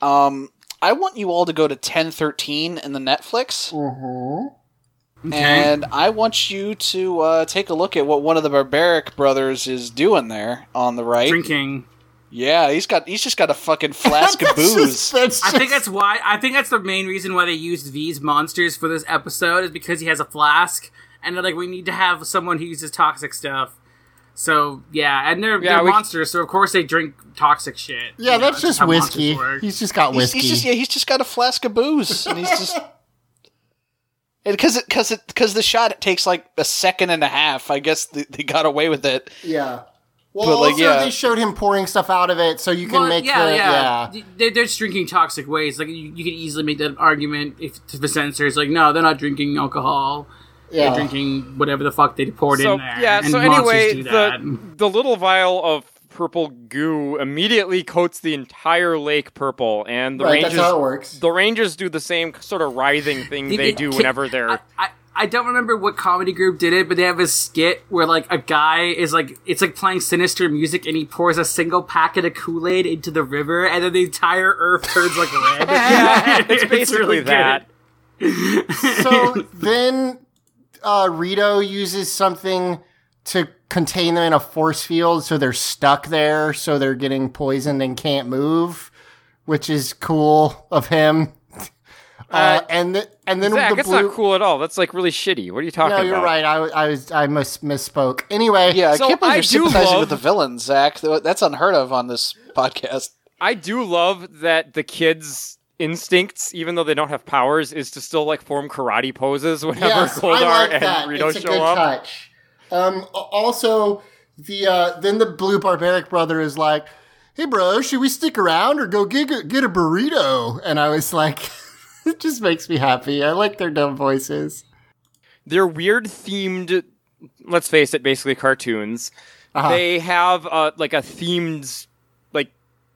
[SPEAKER 9] um, I want you all to go to ten thirteen in the Netflix,
[SPEAKER 5] Mm-hmm.
[SPEAKER 9] and I want you to uh, take a look at what one of the barbaric brothers is doing there on the right.
[SPEAKER 7] drinking.
[SPEAKER 9] Yeah, he's got he's just got a fucking flask of
[SPEAKER 5] that's
[SPEAKER 9] booze.
[SPEAKER 5] just, that's
[SPEAKER 7] I think
[SPEAKER 5] just-
[SPEAKER 7] that's why. I think that's the main reason why they used these monsters for this episode is because he has a flask, and they're like, we need to have someone who uses toxic stuff. So yeah, and they're,
[SPEAKER 4] Yeah,
[SPEAKER 7] they're
[SPEAKER 4] we-
[SPEAKER 7] monsters, so of course they drink toxic shit.
[SPEAKER 5] yeah,
[SPEAKER 7] You know,
[SPEAKER 5] that's just
[SPEAKER 7] how monsters
[SPEAKER 5] whiskey.
[SPEAKER 7] work.
[SPEAKER 5] He's just got
[SPEAKER 9] He's,
[SPEAKER 5] whiskey.
[SPEAKER 9] he's just yeah, he's just got a flask of booze, and he's just and because it because it because the shot it takes like a second and a half. I guess they, they got away with it.
[SPEAKER 5] yeah. Well,
[SPEAKER 9] But, like,
[SPEAKER 5] also
[SPEAKER 9] yeah.
[SPEAKER 5] they showed him pouring stuff out of it, so you can
[SPEAKER 7] Well,
[SPEAKER 5] make
[SPEAKER 7] yeah,
[SPEAKER 5] the
[SPEAKER 7] yeah, They're, they're just drinking toxic waste. Like you, you could easily make that argument if to the censors, like, no, they're not drinking alcohol.
[SPEAKER 5] yeah.
[SPEAKER 7] They're drinking whatever the fuck they poured
[SPEAKER 4] so
[SPEAKER 7] in there.
[SPEAKER 4] yeah.
[SPEAKER 7] and
[SPEAKER 4] So
[SPEAKER 7] monsters
[SPEAKER 4] anyway,
[SPEAKER 7] do that.
[SPEAKER 4] the the little vial of purple goo immediately coats the entire lake purple, and the
[SPEAKER 5] Right, that's
[SPEAKER 4] rangers
[SPEAKER 5] how it works.
[SPEAKER 4] the rangers do the same sort of writhing thing
[SPEAKER 7] They-
[SPEAKER 4] they
[SPEAKER 7] they-
[SPEAKER 4] do whenever they're.
[SPEAKER 7] I, I, I don't remember what comedy group did it, but they have a skit where like a guy is like it's like playing sinister music and he pours a single packet of Kool Aid into the river and then the entire earth turns like red.
[SPEAKER 4] yeah, it's
[SPEAKER 7] It's
[SPEAKER 4] basically
[SPEAKER 7] really
[SPEAKER 4] that.
[SPEAKER 5] so then uh, Rito uses something to contain them in a force field, so they're stuck there, so they're getting poisoned and can't move, which is cool of him. Uh, and th- and then
[SPEAKER 4] Zach,
[SPEAKER 5] the
[SPEAKER 4] that's
[SPEAKER 5] blue.
[SPEAKER 4] not cool at all. That's like really shitty. What are you talking
[SPEAKER 5] No,
[SPEAKER 4] about?
[SPEAKER 5] you're right. I, I was I mis- misspoke. Anyway,
[SPEAKER 9] Yeah,
[SPEAKER 4] So
[SPEAKER 9] I can't believe
[SPEAKER 4] I
[SPEAKER 9] you're
[SPEAKER 4] do
[SPEAKER 9] sympathizing
[SPEAKER 4] love-
[SPEAKER 9] with the villain, Zach. Th- That's unheard of on this podcast.
[SPEAKER 4] I do love that the kids' instincts, even though they don't have powers, is to still like form karate poses whenever
[SPEAKER 5] yes, I
[SPEAKER 4] Goldar
[SPEAKER 5] like
[SPEAKER 4] and
[SPEAKER 5] that.
[SPEAKER 4] Rito
[SPEAKER 5] it's a
[SPEAKER 4] show
[SPEAKER 5] good
[SPEAKER 4] up.
[SPEAKER 5] touch. Um, a- also, the uh, then the blue barbaric brother is like, "Hey, bro, should we stick around or go get a, get a burrito?" And I was like, "It just makes me happy. I like their dumb voices."
[SPEAKER 4] They're weird themed. Let's face it, basically cartoons.
[SPEAKER 5] Uh-huh.
[SPEAKER 4] They have uh, like a themed, like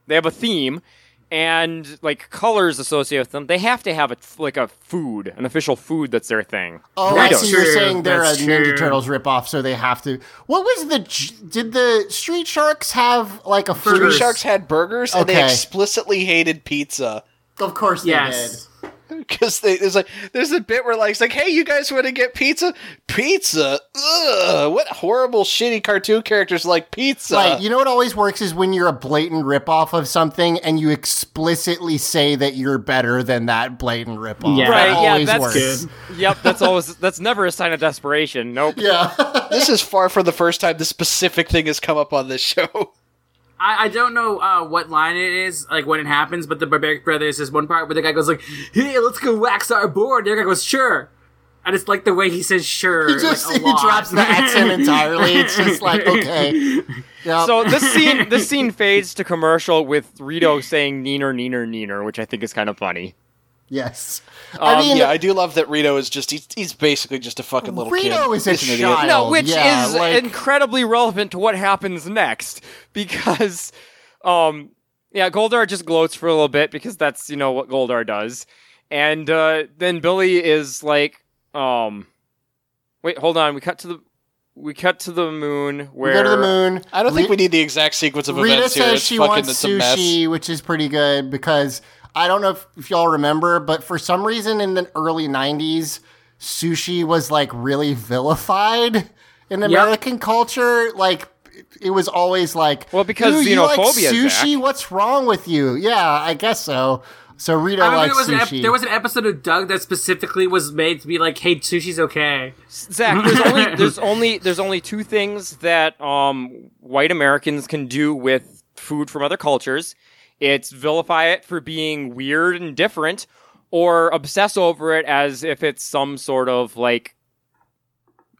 [SPEAKER 4] they have a theme, and like colors associated with them, they have to have a like a food, an official food that's their thing.
[SPEAKER 5] Oh, I
[SPEAKER 7] That's
[SPEAKER 5] see. You're
[SPEAKER 7] true.
[SPEAKER 5] saying they're
[SPEAKER 7] That's
[SPEAKER 5] a
[SPEAKER 7] true.
[SPEAKER 5] Ninja Turtles ripoff, so they have to. What was the? j- Did the Street Sharks have like a food?
[SPEAKER 7] Burgers.
[SPEAKER 9] Three Sharks had burgers, and they
[SPEAKER 5] Okay.
[SPEAKER 9] explicitly hated pizza.
[SPEAKER 5] Of course they
[SPEAKER 7] Yes.
[SPEAKER 9] Because they there's like there's a bit where like it's like, hey, you guys want to get pizza? Pizza? Ugh! What horrible, shitty cartoon characters like pizza?
[SPEAKER 4] uh,
[SPEAKER 5] did. Right. You know what always works is when you're a blatant ripoff of something and you explicitly say that you're better than that blatant ripoff.
[SPEAKER 7] Yeah.
[SPEAKER 5] That
[SPEAKER 4] Right, yeah,
[SPEAKER 5] always
[SPEAKER 4] that's
[SPEAKER 5] works.
[SPEAKER 7] good.
[SPEAKER 4] Yep, that's always that's never a sign of desperation. Nope.
[SPEAKER 5] Yeah.
[SPEAKER 9] this is far from the first time this specific thing has come up on this show.
[SPEAKER 7] I, I don't know uh, what line it is, like when it happens, but the Barbaric Brothers is one part where the guy goes like, "Hey, let's go wax our board." The other guy goes, "Sure," and it's like the way he says "sure."
[SPEAKER 5] he just
[SPEAKER 7] like, a
[SPEAKER 5] he
[SPEAKER 7] lot.
[SPEAKER 5] drops the accent entirely. It's just like okay. Yeah.
[SPEAKER 4] So this scene this scene fades to commercial with Rito saying neener neener neener, which I think is kind of funny.
[SPEAKER 5] yes. I
[SPEAKER 4] Um,
[SPEAKER 5] mean,
[SPEAKER 9] Yeah, I do love that Rito is just he's, he's basically just a fucking little
[SPEAKER 5] Rito
[SPEAKER 9] kid.
[SPEAKER 5] is a
[SPEAKER 9] He's an idiot.
[SPEAKER 5] child.
[SPEAKER 4] No, which
[SPEAKER 5] yeah,
[SPEAKER 4] is
[SPEAKER 5] like,
[SPEAKER 4] incredibly relevant to what happens next because, um, yeah, Goldar just gloats for a little bit because that's you know what Goldar does, and uh, then Billy is like, um, wait, hold on, we cut to the we cut to the moon
[SPEAKER 5] we
[SPEAKER 4] where
[SPEAKER 5] go to the moon.
[SPEAKER 9] I don't think
[SPEAKER 5] Re-
[SPEAKER 9] we need the exact sequence of
[SPEAKER 5] Rita
[SPEAKER 9] events here.
[SPEAKER 5] says
[SPEAKER 9] It's
[SPEAKER 5] she
[SPEAKER 9] fucking
[SPEAKER 5] wants
[SPEAKER 9] it's a mess.
[SPEAKER 5] sushi, which is pretty good because I don't know if, if y'all remember, but for some reason in the early 90s, sushi was like really vilified in American culture. Like, it was always like,
[SPEAKER 4] Well, because
[SPEAKER 5] "Ooh, you like
[SPEAKER 4] xenophobia,
[SPEAKER 5] sushi,
[SPEAKER 4] Zach."
[SPEAKER 5] what's wrong with you? Yeah, I guess so. So Rita
[SPEAKER 7] I
[SPEAKER 5] likes
[SPEAKER 7] remember there was, an ep-
[SPEAKER 5] sushi.
[SPEAKER 7] there was an episode of Doug that specifically was made to be like, "Hey, sushi's okay."
[SPEAKER 4] Zach, there's only there's only there's only two things that um white Americans can do with food from other cultures. It's vilify it for being weird and different, or obsess over it as if it's some sort of like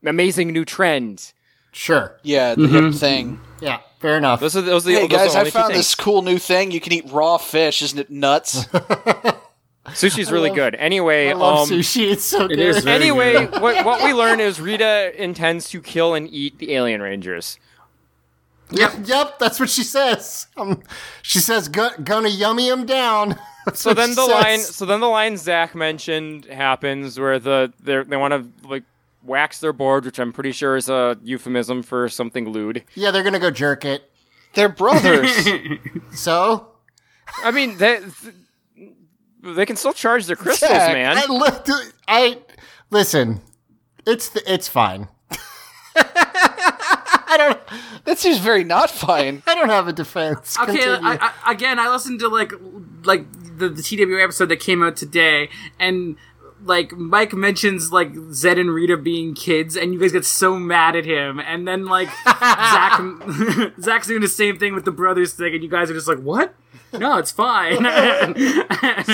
[SPEAKER 4] amazing new trend.
[SPEAKER 5] sure.
[SPEAKER 9] Yeah, the hip thing.
[SPEAKER 5] Yeah, fair enough.
[SPEAKER 4] Those are those are the,
[SPEAKER 9] Hey
[SPEAKER 4] Mm-hmm. those are
[SPEAKER 9] guys,
[SPEAKER 4] the
[SPEAKER 9] I
[SPEAKER 4] only two
[SPEAKER 9] found
[SPEAKER 4] things.
[SPEAKER 9] this cool new thing. You can eat raw fish, isn't it nuts?
[SPEAKER 4] Sushi's really
[SPEAKER 5] love-
[SPEAKER 4] good. Anyway,
[SPEAKER 5] I love
[SPEAKER 4] um,
[SPEAKER 5] sushi. It's so good.
[SPEAKER 7] is very-
[SPEAKER 4] anyway, what what we learn is Rita intends to kill and eat the alien rangers.
[SPEAKER 5] Yep, yep, that's what she says. Um, she says, "Go- gonna yummy him down. That's
[SPEAKER 4] So
[SPEAKER 5] what
[SPEAKER 4] then
[SPEAKER 5] she
[SPEAKER 4] the
[SPEAKER 5] says.
[SPEAKER 4] line, so then the line Zach mentioned happens where the they're- they want to like wax their board, which I'm pretty sure is a euphemism for something lewd.
[SPEAKER 5] Yeah, they're gonna go jerk it.
[SPEAKER 9] They're brothers.
[SPEAKER 5] So
[SPEAKER 4] I mean, they they can still charge their crystals,
[SPEAKER 9] Zach,
[SPEAKER 4] man.
[SPEAKER 5] I looked. I listen. It's th- it's fine. I don't.
[SPEAKER 9] that seems very not fine.
[SPEAKER 5] I don't have a defense.
[SPEAKER 7] Okay,
[SPEAKER 5] Continue.
[SPEAKER 7] I, I, again, I listened to like l- like the, the TWA episode that came out today, and like Mike mentions like Zed and Rita being kids, and you guys get so mad at him, and then like Zach Zach's doing the same thing with the brothers thing, and you guys are just like, what? No, it's fine.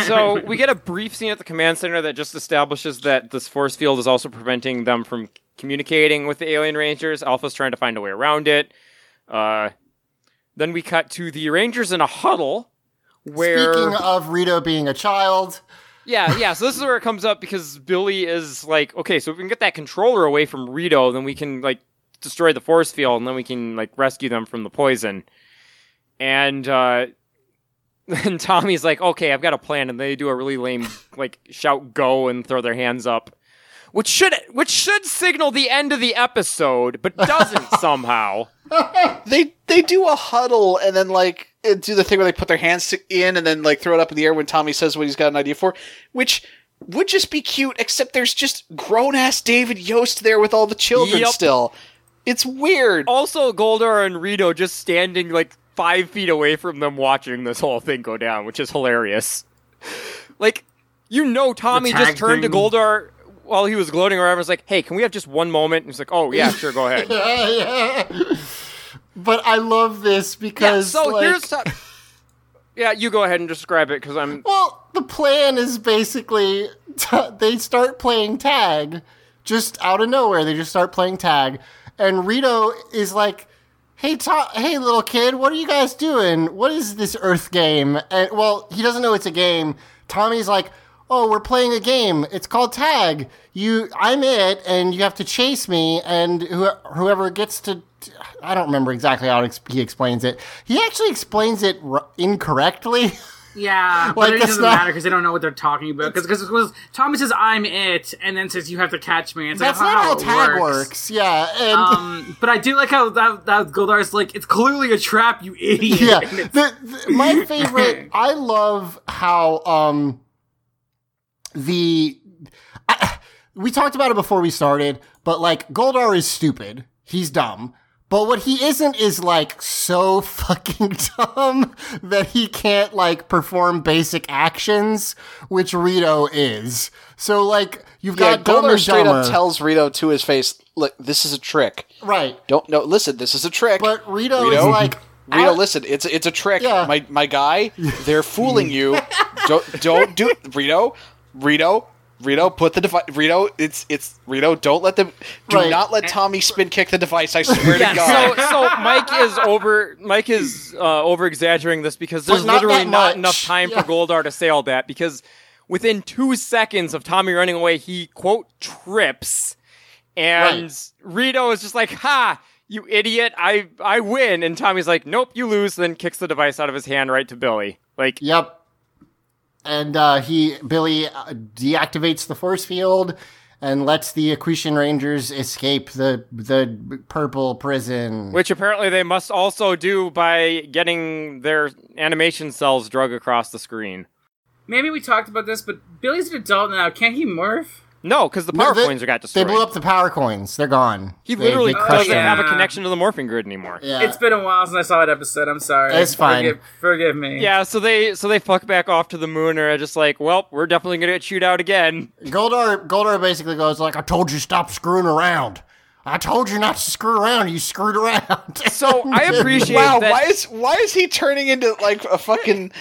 [SPEAKER 4] So we get a brief scene at the command center that just establishes that this force field is also preventing them from communicating with the alien rangers. Alpha's trying to find a way around it. Uh, then we cut to the rangers in a huddle. Where
[SPEAKER 5] Speaking of Rito being a child,
[SPEAKER 4] Yeah, yeah. So this is where it comes up because Billy is like, okay, so if we can get that controller away from Rito, then we can like destroy the force field, and then we can like rescue them from the poison. And uh, then Tommy's like, okay, I've got a plan, and they do a really lame like shout go and throw their hands up, which should which should signal the end of the episode, but doesn't somehow.
[SPEAKER 9] They they do a huddle and then like uh, do the thing where they put their hands to- in and then like throw it up in the air when Tommy says what he's got an idea for, which would just be cute. Except there's just grown ass David Yost there with all the children
[SPEAKER 4] Yep.
[SPEAKER 9] still. It's weird.
[SPEAKER 4] Also, Goldar and Rito just standing like five feet away from them, watching this whole thing go down, which is hilarious. Like, you know, Tommy
[SPEAKER 7] The tag
[SPEAKER 4] just turned to
[SPEAKER 7] thing.
[SPEAKER 4] Goldar while he was gloating around. and Was like, "Hey, can we have just one moment?" And he's like, "Oh yeah, sure, go ahead."
[SPEAKER 5] but I love this
[SPEAKER 4] yeah,
[SPEAKER 5] because
[SPEAKER 4] so
[SPEAKER 5] like,
[SPEAKER 4] here's. To- yeah, you go ahead and describe it because I'm.
[SPEAKER 5] Well, the plan is basically t- they start playing tag just out of nowhere. They just start playing tag, and Rito is like, "Hey, to- hey, little kid, what are you guys doing? What is this Earth game?" And well, he doesn't know it's a game. Tommy's like, "Oh, we're playing a game. It's called tag. You, I'm it, and you have to chase me, and who- whoever gets to." I don't remember exactly how ex- he explains it. He actually explains it r- incorrectly.
[SPEAKER 7] Yeah,
[SPEAKER 5] Like,
[SPEAKER 7] but it
[SPEAKER 5] that's
[SPEAKER 7] doesn't
[SPEAKER 5] not-
[SPEAKER 7] matter because they don't know what they're talking about. Because Tommy says I'm it, and then says you have to catch me. It's like,
[SPEAKER 5] That's
[SPEAKER 7] "Oh,
[SPEAKER 5] not how
[SPEAKER 7] it
[SPEAKER 5] tag works. Yeah, and
[SPEAKER 7] Um, but I do like how that, that Goldar's like it's clearly a trap, you idiot.
[SPEAKER 5] yeah.
[SPEAKER 7] And it's-
[SPEAKER 5] The, the- my favorite. I love how um the I, we talked about it before we started, but like Goldar is stupid. He's dumb. But what he isn't is like so fucking dumb that he can't like perform basic actions, which Rito is. So like you've
[SPEAKER 9] Yeah,
[SPEAKER 5] got dumber,
[SPEAKER 9] Goldar straight
[SPEAKER 5] dumber.
[SPEAKER 9] up tells Rito to his face, "Look, this is a trick.
[SPEAKER 5] right.
[SPEAKER 9] Don't no, listen, this is a trick.
[SPEAKER 5] But Rito, is
[SPEAKER 9] Rito?
[SPEAKER 5] like
[SPEAKER 9] Rito,
[SPEAKER 5] I-
[SPEAKER 9] listen, it's it's a trick.
[SPEAKER 5] Yeah.
[SPEAKER 9] My my guy, they're fooling you. don't don't do Rito, Rito, Rito, put the device. Rito, it's it's Rito. Don't let them. Do
[SPEAKER 5] Right.
[SPEAKER 9] not let Tommy spin kick the device. I swear
[SPEAKER 4] Yeah,
[SPEAKER 9] to God.
[SPEAKER 4] so so Mike is over Mike is uh, over exaggerating this because there's
[SPEAKER 5] not
[SPEAKER 4] literally
[SPEAKER 5] that much.
[SPEAKER 4] not enough time
[SPEAKER 5] Yeah.
[SPEAKER 4] for Goldar to say all that because within two seconds of Tommy running away, he quote trips, and Rito is just like, "Ha, you idiot! I I win!" And Tommy's like, "Nope, you lose." Then kicks the device out of his hand right to Billy. Like,
[SPEAKER 5] Yep. And uh, he Billy uh, deactivates the force field and lets the Accretion Rangers escape the the purple prison.
[SPEAKER 4] which apparently they must also do by getting their animation cells drug across the screen.
[SPEAKER 7] Maybe we talked about this, but Billy's an adult now. Can't he morph?
[SPEAKER 4] No, because the
[SPEAKER 5] No,
[SPEAKER 4] power
[SPEAKER 5] they-
[SPEAKER 4] coins got
[SPEAKER 5] They
[SPEAKER 4] destroyed.
[SPEAKER 5] blew up the power coins. They're gone.
[SPEAKER 4] He
[SPEAKER 5] They-
[SPEAKER 4] literally
[SPEAKER 5] they crushed
[SPEAKER 4] doesn't
[SPEAKER 7] them.
[SPEAKER 4] have a
[SPEAKER 7] Yeah.
[SPEAKER 4] connection to the morphing grid anymore.
[SPEAKER 5] them. Yeah.
[SPEAKER 7] It's been a while since I saw that episode. I'm sorry.
[SPEAKER 5] It's fine.
[SPEAKER 7] Forgive, forgive me.
[SPEAKER 4] Yeah, so they so they fuck back off to the moon and are just like, well, we're definitely gonna get chewed out again.
[SPEAKER 5] Goldar Goldar basically goes like, "I told you stop screwing around. I told you not to screw around. You screwed around."
[SPEAKER 4] So I appreciate
[SPEAKER 9] Wow,
[SPEAKER 4] that.
[SPEAKER 9] why is why is he turning into like a fucking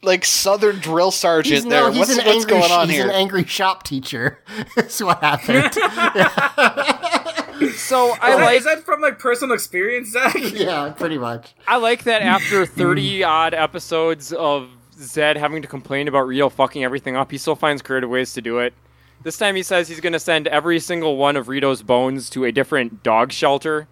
[SPEAKER 9] like southern drill sergeant
[SPEAKER 5] He's,
[SPEAKER 9] there?
[SPEAKER 5] no, he's
[SPEAKER 9] what's
[SPEAKER 5] an
[SPEAKER 9] what's
[SPEAKER 5] angry,
[SPEAKER 9] going on
[SPEAKER 5] he's
[SPEAKER 9] here?
[SPEAKER 5] an angry shop teacher. That's what happened.
[SPEAKER 4] so I
[SPEAKER 7] Is that,
[SPEAKER 4] like
[SPEAKER 7] is that from like personal experience, Zach?
[SPEAKER 5] yeah, pretty much.
[SPEAKER 4] I like that after thirty odd episodes of Zed having to complain about Rio fucking everything up, he still finds creative ways to do it. This time he says he's gonna send every single one of Rito's bones to a different dog shelter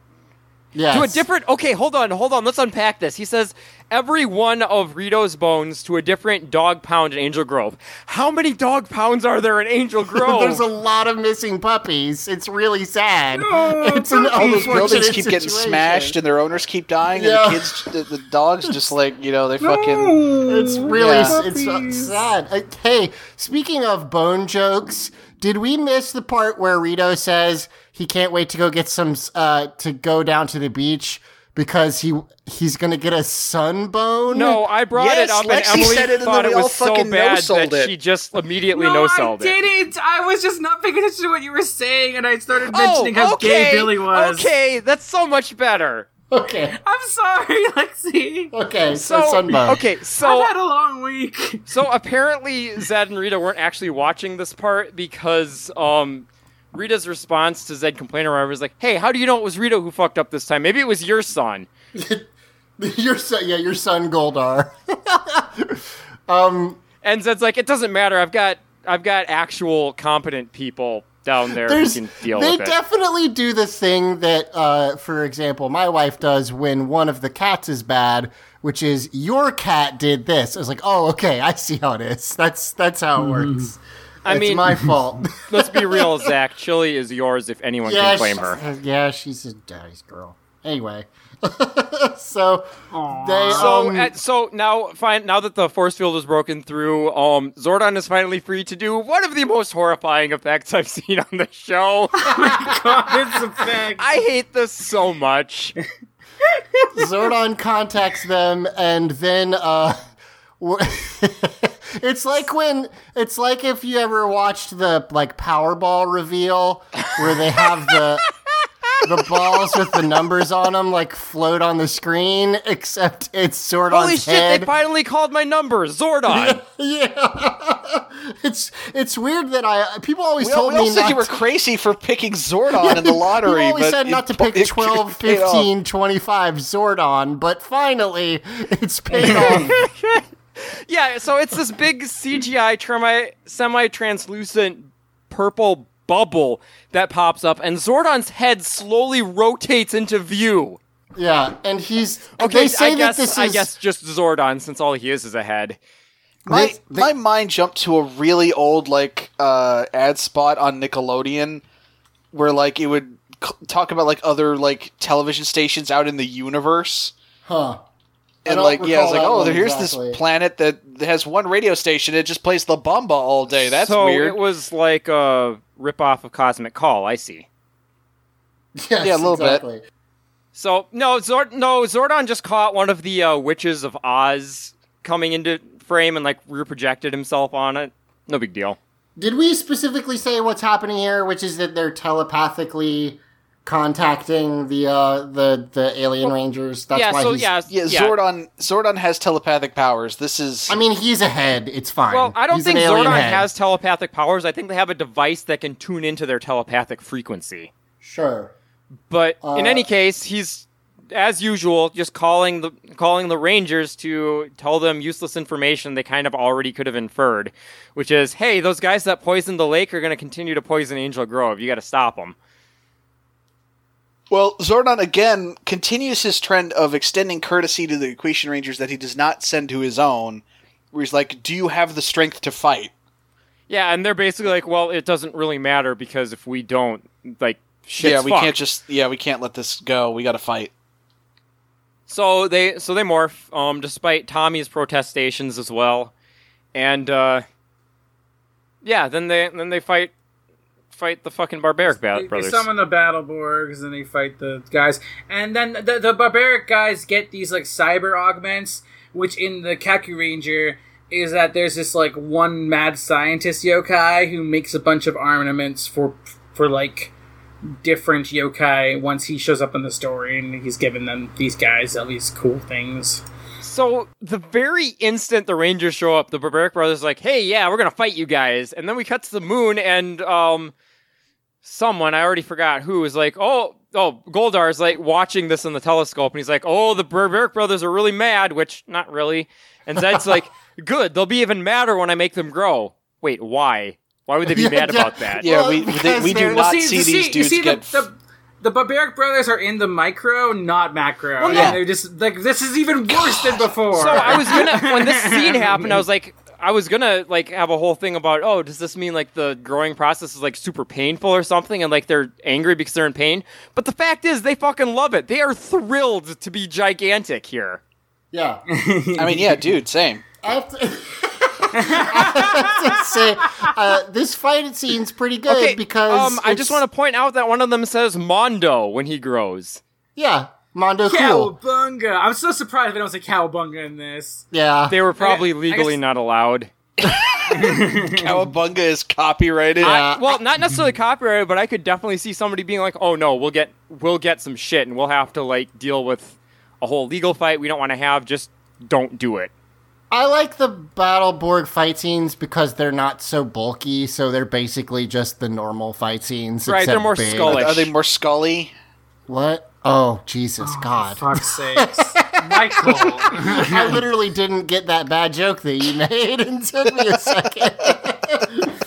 [SPEAKER 5] Yeah.
[SPEAKER 4] To a different. Okay, hold on, hold on. Let's unpack this. He says every one of Rito's bones to a different dog pound in Angel Grove. How many dog pounds are there in Angel Grove?
[SPEAKER 5] There's a lot of missing puppies. It's really sad. it's an
[SPEAKER 9] all those buildings
[SPEAKER 5] unfortunate
[SPEAKER 9] keep getting
[SPEAKER 5] situation.
[SPEAKER 9] smashed and their owners keep dying
[SPEAKER 5] Yeah.
[SPEAKER 9] and the kids the, the dogs just like you know they fucking
[SPEAKER 7] No.
[SPEAKER 5] It's really
[SPEAKER 9] Yeah.
[SPEAKER 5] s- it's uh, sad. Uh, hey, speaking of bone jokes, did we miss the part where Rito says he can't wait to go get some s- uh, to go down to the beach because he he's gonna get a sunbone?
[SPEAKER 4] no, I brought
[SPEAKER 9] Yes,
[SPEAKER 4] it up,
[SPEAKER 9] Lexi
[SPEAKER 4] and Emily
[SPEAKER 9] said it, and
[SPEAKER 4] thought
[SPEAKER 9] then
[SPEAKER 4] it
[SPEAKER 9] we all
[SPEAKER 4] was so
[SPEAKER 9] fucking
[SPEAKER 4] bad
[SPEAKER 9] no-sold
[SPEAKER 4] that
[SPEAKER 9] it.
[SPEAKER 4] she just immediately
[SPEAKER 7] No, I
[SPEAKER 4] no-sold it.
[SPEAKER 7] didn't. I was just not paying attention to what you were saying, and I started mentioning how gay Billy was.
[SPEAKER 4] Oh, Okay, that's so much better.
[SPEAKER 5] Okay.
[SPEAKER 7] I'm sorry, Lexi.
[SPEAKER 5] Okay. So,
[SPEAKER 4] So
[SPEAKER 5] sunbone.
[SPEAKER 4] okay, so
[SPEAKER 7] I've had a long week.
[SPEAKER 4] So apparently, Zed and Rita weren't actually watching this part because um, Rita's response to Zed complaining around was like, "Hey, how do you know it was Rita who fucked up this time? Maybe it was your son."
[SPEAKER 5] your son. Yeah, your son Goldar.
[SPEAKER 4] And Zed's like, "It doesn't matter. I've got I've got actual competent people down there
[SPEAKER 5] There's-
[SPEAKER 4] who can deal
[SPEAKER 5] they
[SPEAKER 4] with it."
[SPEAKER 5] definitely do the thing that, uh, for example, my wife does when one of the cats is bad, which is your cat did this. I was like, oh, okay, I see how it is. That's that's how it works.
[SPEAKER 4] I
[SPEAKER 5] it's
[SPEAKER 4] mean,
[SPEAKER 5] my fault.
[SPEAKER 4] let's be real, Zach. Chili is yours if anyone
[SPEAKER 5] yeah,
[SPEAKER 4] can claim
[SPEAKER 5] she's-
[SPEAKER 4] her.
[SPEAKER 5] uh, yeah, she's a daddy's girl. Anyway, so they
[SPEAKER 4] So,
[SPEAKER 5] um,
[SPEAKER 4] at, so now, fine. Now that the force field is broken through, um, Zordon is finally free to do one of the most horrifying effects I've seen on the show.
[SPEAKER 7] It's a fact.
[SPEAKER 4] I hate this so much.
[SPEAKER 5] Zordon contacts them, and then uh, w- it's like when it's like if you ever watched the like Powerball reveal where they have the the balls with the numbers on them like float on the screen, except it's Zordon's
[SPEAKER 4] Holy shit,
[SPEAKER 5] head.
[SPEAKER 4] they finally called my number, Zordon.
[SPEAKER 5] yeah, it's it's weird that I people always
[SPEAKER 9] we, all-
[SPEAKER 5] told
[SPEAKER 9] we all
[SPEAKER 5] me
[SPEAKER 9] said
[SPEAKER 5] not
[SPEAKER 9] you were
[SPEAKER 5] to-
[SPEAKER 9] crazy for picking Zordon in the
[SPEAKER 5] You
[SPEAKER 9] lottery
[SPEAKER 5] always
[SPEAKER 9] but
[SPEAKER 5] said
[SPEAKER 9] it-
[SPEAKER 5] not to pick
[SPEAKER 9] it-
[SPEAKER 5] 12,
[SPEAKER 9] it paid off.
[SPEAKER 5] 15, 25 Zordon, but finally it's paid off.
[SPEAKER 4] yeah, so it's this big CGI termi- semi-translucent purple bubble that pops up and Zordon's head slowly rotates into view.
[SPEAKER 5] Yeah, and he's
[SPEAKER 4] Okay,
[SPEAKER 5] They say
[SPEAKER 4] I guess
[SPEAKER 5] that this is
[SPEAKER 4] I guess just Zordon since all he is is a head.
[SPEAKER 9] My
[SPEAKER 5] They- they-
[SPEAKER 9] my mind jumped to a really old like uh, ad spot on Nickelodeon where like it would c- talk about like other like television stations out in the universe.
[SPEAKER 5] huh. I
[SPEAKER 9] And
[SPEAKER 5] don't
[SPEAKER 9] like yeah, I was
[SPEAKER 5] recall
[SPEAKER 9] like,
[SPEAKER 5] that
[SPEAKER 9] oh,
[SPEAKER 5] one
[SPEAKER 9] here's
[SPEAKER 5] exactly.
[SPEAKER 9] this planet that has one radio station. It just plays La Bamba all day. That's
[SPEAKER 4] so
[SPEAKER 9] weird.
[SPEAKER 4] it was like a ripoff of Cosmic Call. I see.
[SPEAKER 5] Yes,
[SPEAKER 9] Yeah, a little bit.
[SPEAKER 5] exactly.
[SPEAKER 4] So no, Zord no Zordon just caught one of the uh, witches of Oz coming into frame and like reprojected himself on it. No big deal.
[SPEAKER 5] Did we specifically say what's happening here, which is that they're telepathically contacting the uh, the the alien rangers? That's
[SPEAKER 4] yeah.
[SPEAKER 5] why
[SPEAKER 4] So
[SPEAKER 5] he's,
[SPEAKER 4] yeah,
[SPEAKER 9] yeah, Zordon Zordon has telepathic powers. This is
[SPEAKER 5] I mean, he's a head. It's fine.
[SPEAKER 4] Well, I don't
[SPEAKER 5] He's an
[SPEAKER 4] think
[SPEAKER 5] alien
[SPEAKER 4] Zordon
[SPEAKER 5] head.
[SPEAKER 4] has telepathic powers. I think they have a device that can tune into their telepathic frequency.
[SPEAKER 5] Sure.
[SPEAKER 4] But
[SPEAKER 5] Uh,
[SPEAKER 4] in any case, he's as usual just calling the calling the Rangers to tell them useless information they kind of already could have inferred, which is, hey, those guys that poisoned the lake are going to continue to poison Angel Grove. You got to stop them.
[SPEAKER 9] Well, Zordon again continues his trend of extending courtesy to the Equation Rangers that he does not send to his own, where he's like, Do you have the strength to fight?
[SPEAKER 4] Yeah, and they're basically like, well, it doesn't really matter because if we don't, like, shit's
[SPEAKER 9] yeah, we
[SPEAKER 4] fucked.
[SPEAKER 9] can't just yeah, we can't let this go. We gotta fight.
[SPEAKER 4] So they so they morph, um, despite Tommy's protestations as well, and uh, yeah, then they then they fight fight the fucking barbaric ba-
[SPEAKER 7] They-
[SPEAKER 4] brothers.
[SPEAKER 7] They summon the Battleborgs and they fight the guys, and then the, the barbaric guys get these like cyber augments, which in the Kaku Ranger is that there's this like one mad scientist yokai who makes a bunch of armaments for for like different yokai once he shows up in the story and he's given them these guys all these cool things.
[SPEAKER 4] so the very instant the Rangers show up, the barbaric brothers are like, hey, yeah, we're gonna fight you guys, and then we cut to the moon and um, someone I already forgot who is like, oh. Oh, Goldar is like watching this in the telescope, and he's like, "Oh, the Barbaric Brothers are really mad," which not really. And Zed's like, "Good, they'll be even madder when I make them grow." Wait, why? Why would they be
[SPEAKER 5] Yeah,
[SPEAKER 4] mad
[SPEAKER 5] yeah.
[SPEAKER 4] about that?
[SPEAKER 9] Yeah,
[SPEAKER 5] Well,
[SPEAKER 9] we they,
[SPEAKER 5] because
[SPEAKER 9] we do
[SPEAKER 5] they're-
[SPEAKER 9] not
[SPEAKER 5] Well,
[SPEAKER 9] see, these
[SPEAKER 7] you
[SPEAKER 9] dudes
[SPEAKER 7] see
[SPEAKER 9] get
[SPEAKER 7] the, the, the barbaric brothers are in the micro, not macro.
[SPEAKER 9] no.
[SPEAKER 7] And they're just like this is even worse than before.
[SPEAKER 4] So I was gonna when this scene happened, I was like, I was gonna like have a whole thing about, oh, does this mean like the growing process is like super painful or something, and like they're angry because they're in pain? But the fact is, they fucking love it. They are thrilled to be gigantic here.
[SPEAKER 5] Yeah.
[SPEAKER 9] I mean, yeah, dude, same.
[SPEAKER 5] I have to, I have to say, uh, this fight scene's pretty good because
[SPEAKER 4] um, I just want to point out that one of them says Mondo when he grows.
[SPEAKER 5] Yeah, Mondo cool.
[SPEAKER 7] Cowabunga! I'm so surprised they don't say cowabunga in this.
[SPEAKER 5] Yeah,
[SPEAKER 4] They were probably
[SPEAKER 7] I
[SPEAKER 4] legally
[SPEAKER 7] guess-
[SPEAKER 4] not allowed.
[SPEAKER 9] Cowabunga is copyrighted.
[SPEAKER 5] yeah.
[SPEAKER 4] well, not necessarily copyrighted, but I could definitely see somebody being like, "Oh no, we'll get we'll get some shit, and we'll have to like deal with a whole legal fight we don't want to have. Just don't do it."
[SPEAKER 5] I like the Battleborg fight scenes because they're not so bulky, so they're basically just the normal fight scenes.
[SPEAKER 4] Right, they're
[SPEAKER 5] except
[SPEAKER 4] more
[SPEAKER 5] big.
[SPEAKER 4] skull-like.
[SPEAKER 9] Are they more Scully?
[SPEAKER 5] What? Oh, Jesus, God.
[SPEAKER 7] Fuck's sakes. Michael.
[SPEAKER 5] I literally didn't get that bad joke that you made and took me a second.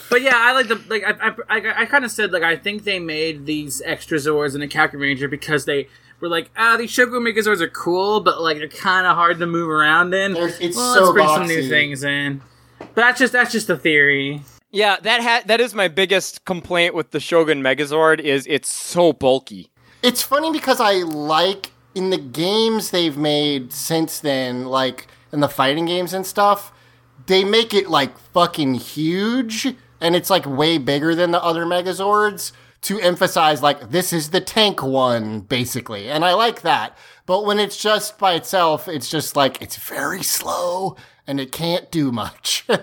[SPEAKER 7] But yeah, I like the like I I, I, I kind of said like I think they made these extra Zords in the Kaku Ranger because they were like ah these Shogun Megazords are cool, but like they're kind of hard to move around in.
[SPEAKER 5] They're- it's
[SPEAKER 7] well,
[SPEAKER 5] so
[SPEAKER 7] let's bring some new
[SPEAKER 5] boxy.
[SPEAKER 7] things in. But that's just that's just a theory.
[SPEAKER 4] Yeah, that ha- that is my biggest complaint with the Shogun Megazord is it's so bulky.
[SPEAKER 5] It's funny because I like in the games they've made since then, like in the fighting games and stuff, they make it like fucking huge and it's like way bigger than the other Megazords to emphasize like this is the tank one basically. And I like that. But when it's just by itself, it's just like it's very slow and it can't do much.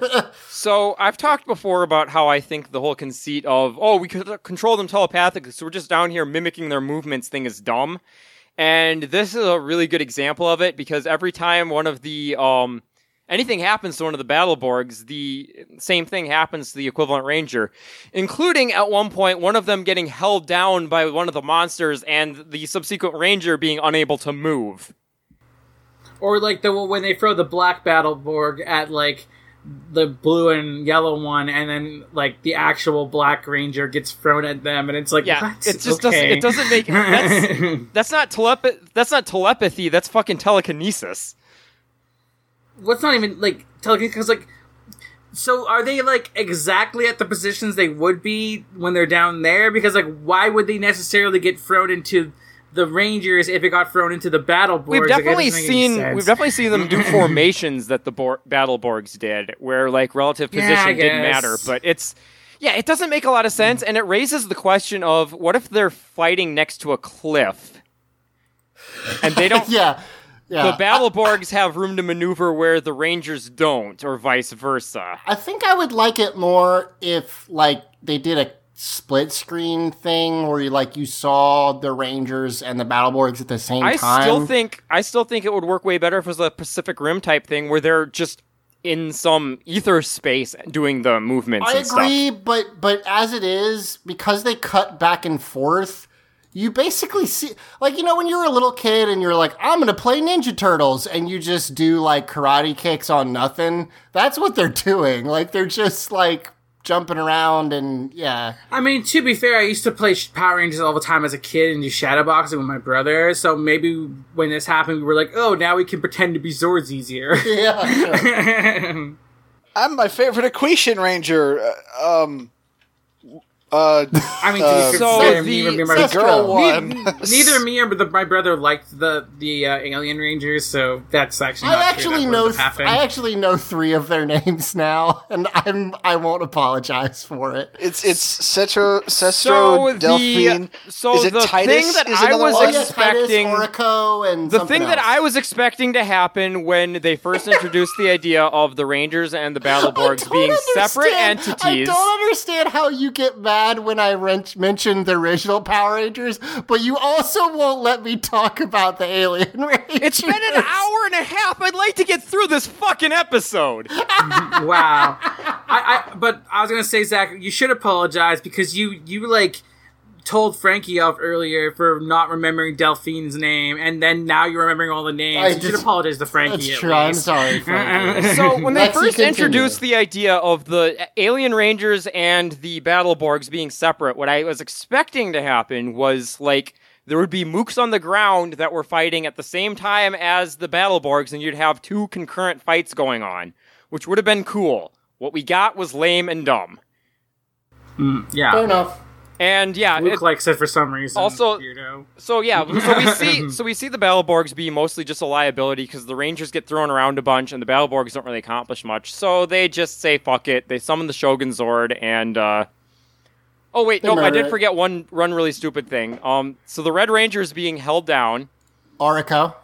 [SPEAKER 4] So I've talked before about how I think the whole conceit of oh we could control them telepathically, so we're just down here mimicking their movements thing is dumb, and this is a really good example of it because every time one of the um anything happens to one of the Battleborgs, the same thing happens to the equivalent Ranger, including at one point one of them getting held down by one of the monsters and the subsequent Ranger being unable to move.
[SPEAKER 7] Or like the when they throw the black Battleborg at like the blue and yellow one, and then like the actual black ranger gets thrown at them, and it's like
[SPEAKER 4] Yeah,
[SPEAKER 7] what?
[SPEAKER 4] it just
[SPEAKER 7] Okay.
[SPEAKER 4] doesn't. It doesn't make. That's, that's not telepath. That's not telepathy. That's fucking telekinesis.
[SPEAKER 7] what's not even like telekinesis because like so are they like exactly at the positions they would be when they're down there because like why would they necessarily get thrown into the rangers if it got thrown into the battle boards?
[SPEAKER 4] We've
[SPEAKER 7] Like, it
[SPEAKER 4] definitely
[SPEAKER 7] doesn't make any
[SPEAKER 4] seen.
[SPEAKER 7] sense.
[SPEAKER 4] We've definitely seen them do formations that the Bor- battle borgs did, where like relative
[SPEAKER 7] Yeah, I
[SPEAKER 4] position didn't
[SPEAKER 7] guess.
[SPEAKER 4] matter. But it's. Yeah, it doesn't make a lot of sense, and it raises the question of what if they're fighting next to a cliff, and they don't.
[SPEAKER 5] Yeah. Yeah.
[SPEAKER 4] The battle borgs have room to maneuver where the rangers don't, or vice versa.
[SPEAKER 5] I think I would like it more if like they did a split screen thing where you like you saw the Rangers and the Battleborgs at the same
[SPEAKER 4] I
[SPEAKER 5] time.
[SPEAKER 4] still think I still think it would work way better if it was a Pacific Rim type thing where they're just in some ether space doing the movements.
[SPEAKER 5] I
[SPEAKER 4] and stuff.
[SPEAKER 5] agree, but but as it is, because they cut back and forth, you basically see like you know when you're a little kid and you're like, I'm gonna play Ninja Turtles and you just do like karate kicks on nothing. That's what they're doing. Like they're just like jumping around and yeah.
[SPEAKER 7] I mean, to be fair, I used to play Sh- Power Rangers all the time as a kid and do shadow boxing with my brother. So maybe when this happened, we were like, "Oh, now we can pretend to be Zords easier."
[SPEAKER 5] Yeah. sure.
[SPEAKER 9] I'm my favorite Equation Ranger. Uh, um, uh,
[SPEAKER 7] I mean, to
[SPEAKER 9] Uh,
[SPEAKER 7] be fair,
[SPEAKER 4] So
[SPEAKER 7] neither
[SPEAKER 4] the-
[SPEAKER 7] me
[SPEAKER 5] so
[SPEAKER 7] or my brother-
[SPEAKER 9] the girl
[SPEAKER 7] Ne-
[SPEAKER 9] one.
[SPEAKER 7] Neither me or the, my brother liked the the uh, Alien Rangers, so that's actually. Not
[SPEAKER 5] I actually
[SPEAKER 7] true. That
[SPEAKER 5] know
[SPEAKER 7] wouldn't have happened.
[SPEAKER 5] I actually know three of their names now, and I'm I won't apologize for it.
[SPEAKER 9] It's it's Cetro
[SPEAKER 4] So
[SPEAKER 9] Cestro
[SPEAKER 4] the
[SPEAKER 9] Delphine.
[SPEAKER 4] so
[SPEAKER 9] Is it
[SPEAKER 4] the
[SPEAKER 9] Titus
[SPEAKER 4] thing that
[SPEAKER 9] is
[SPEAKER 4] I
[SPEAKER 9] another
[SPEAKER 4] was
[SPEAKER 9] one?
[SPEAKER 5] Oh, yeah,
[SPEAKER 4] expecting
[SPEAKER 5] Titus, Orico and
[SPEAKER 4] the
[SPEAKER 5] something
[SPEAKER 4] thing that
[SPEAKER 5] else.
[SPEAKER 4] I was expecting to happen when they first introduced the idea of the Rangers and the Battle Borgs
[SPEAKER 5] don't
[SPEAKER 4] being separate
[SPEAKER 5] understand-
[SPEAKER 4] entities.
[SPEAKER 5] I don't understand how you get mad when I ren- mention the original Power Rangers, but you also won't let me talk about the Alien Rangers.
[SPEAKER 4] It's been an hour and a half. I'd like to get through this fucking episode.
[SPEAKER 7] wow. I, I but I was gonna say, Zach, you should apologize because you you like told Frankie off earlier for not remembering Delphine's name, and then now you're remembering all the names.
[SPEAKER 5] I
[SPEAKER 7] you should
[SPEAKER 5] just-
[SPEAKER 7] apologize to Frankie.
[SPEAKER 5] That's
[SPEAKER 7] at
[SPEAKER 5] true. I'm
[SPEAKER 7] least.
[SPEAKER 5] sorry. Frankie.
[SPEAKER 4] So when they
[SPEAKER 5] Lexi,
[SPEAKER 4] first
[SPEAKER 5] continue.
[SPEAKER 4] introduced the idea of the alien rangers and the battle borgs being separate, what I was expecting to happen was like there would be mooks on the ground that were fighting at the same time as the battle borgs, and you'd have two concurrent fights going on, which would have been cool. What we got was lame and dumb.
[SPEAKER 5] Fair
[SPEAKER 7] Yeah,
[SPEAKER 5] enough.
[SPEAKER 4] And yeah,
[SPEAKER 7] Luke
[SPEAKER 4] it-
[SPEAKER 7] likes it for some reason.
[SPEAKER 4] Also-
[SPEAKER 7] weirdo.
[SPEAKER 4] so yeah, so we see so we see the battle borgs be mostly just a liability because the rangers get thrown around a bunch and the battle borgs don't really accomplish much. So they just say fuck it. They summon the Shogun Zord and uh Oh wait,
[SPEAKER 5] They
[SPEAKER 4] nope, I
[SPEAKER 5] murder
[SPEAKER 4] did
[SPEAKER 5] it.
[SPEAKER 4] forget one run really stupid thing. Um so the Red Ranger is being held down.
[SPEAKER 5] Orico.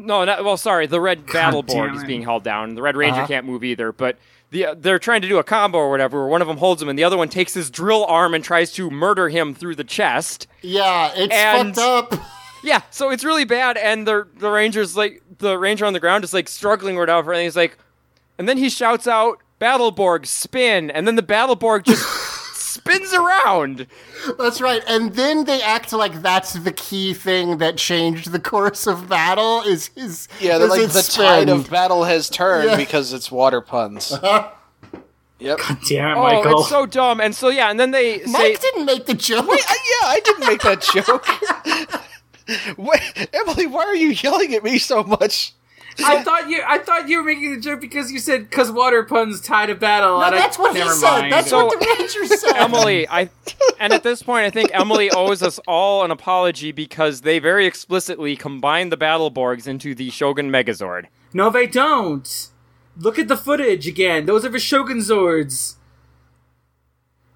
[SPEAKER 4] No, not, well, sorry. The red battle borg
[SPEAKER 7] damn
[SPEAKER 4] is
[SPEAKER 7] it.
[SPEAKER 4] being held down. The red ranger
[SPEAKER 5] Uh-huh.
[SPEAKER 4] can't move either. But the uh, they're trying to do a combo or whatever. Where one of them holds him, and the other one takes his drill arm and tries to murder him through the chest.
[SPEAKER 5] Yeah, it's
[SPEAKER 4] And-
[SPEAKER 5] fucked up.
[SPEAKER 4] Yeah, so it's really bad, and the the ranger's like the ranger on the ground is like struggling or whatever, and he's like, and then he shouts out, "Battleborg, spin!" And then the Battleborg just spins around.
[SPEAKER 5] That's right. And then they act like that's the key thing that changed the course of battle is is
[SPEAKER 9] Yeah, they're
[SPEAKER 5] is
[SPEAKER 9] like
[SPEAKER 5] its
[SPEAKER 9] the tide
[SPEAKER 5] spin.
[SPEAKER 9] of battle has turned
[SPEAKER 5] Yeah.
[SPEAKER 9] because it's water puns. yep.
[SPEAKER 7] Damn it,
[SPEAKER 4] Oh,
[SPEAKER 7] Michael.
[SPEAKER 4] it's so dumb. And so yeah, and then they say,
[SPEAKER 5] Mike didn't make the joke.
[SPEAKER 9] Wait, I, yeah, I didn't make that joke. Wait, Emily, why are you yelling at me so much?
[SPEAKER 7] I thought you I thought you were making the joke because you said "cause water puns tie to battle."
[SPEAKER 5] no,
[SPEAKER 7] and I-
[SPEAKER 5] that's what he
[SPEAKER 7] never
[SPEAKER 5] said.
[SPEAKER 7] mind.
[SPEAKER 5] That's
[SPEAKER 4] So-
[SPEAKER 5] what the Rangers said.
[SPEAKER 4] Emily, I and at this point I think Emily owes us all an apology because they very explicitly combined the Battleborgs into the Shogun Megazord.
[SPEAKER 7] No, they don't. Look at the footage again. Those are the Shogun Zords.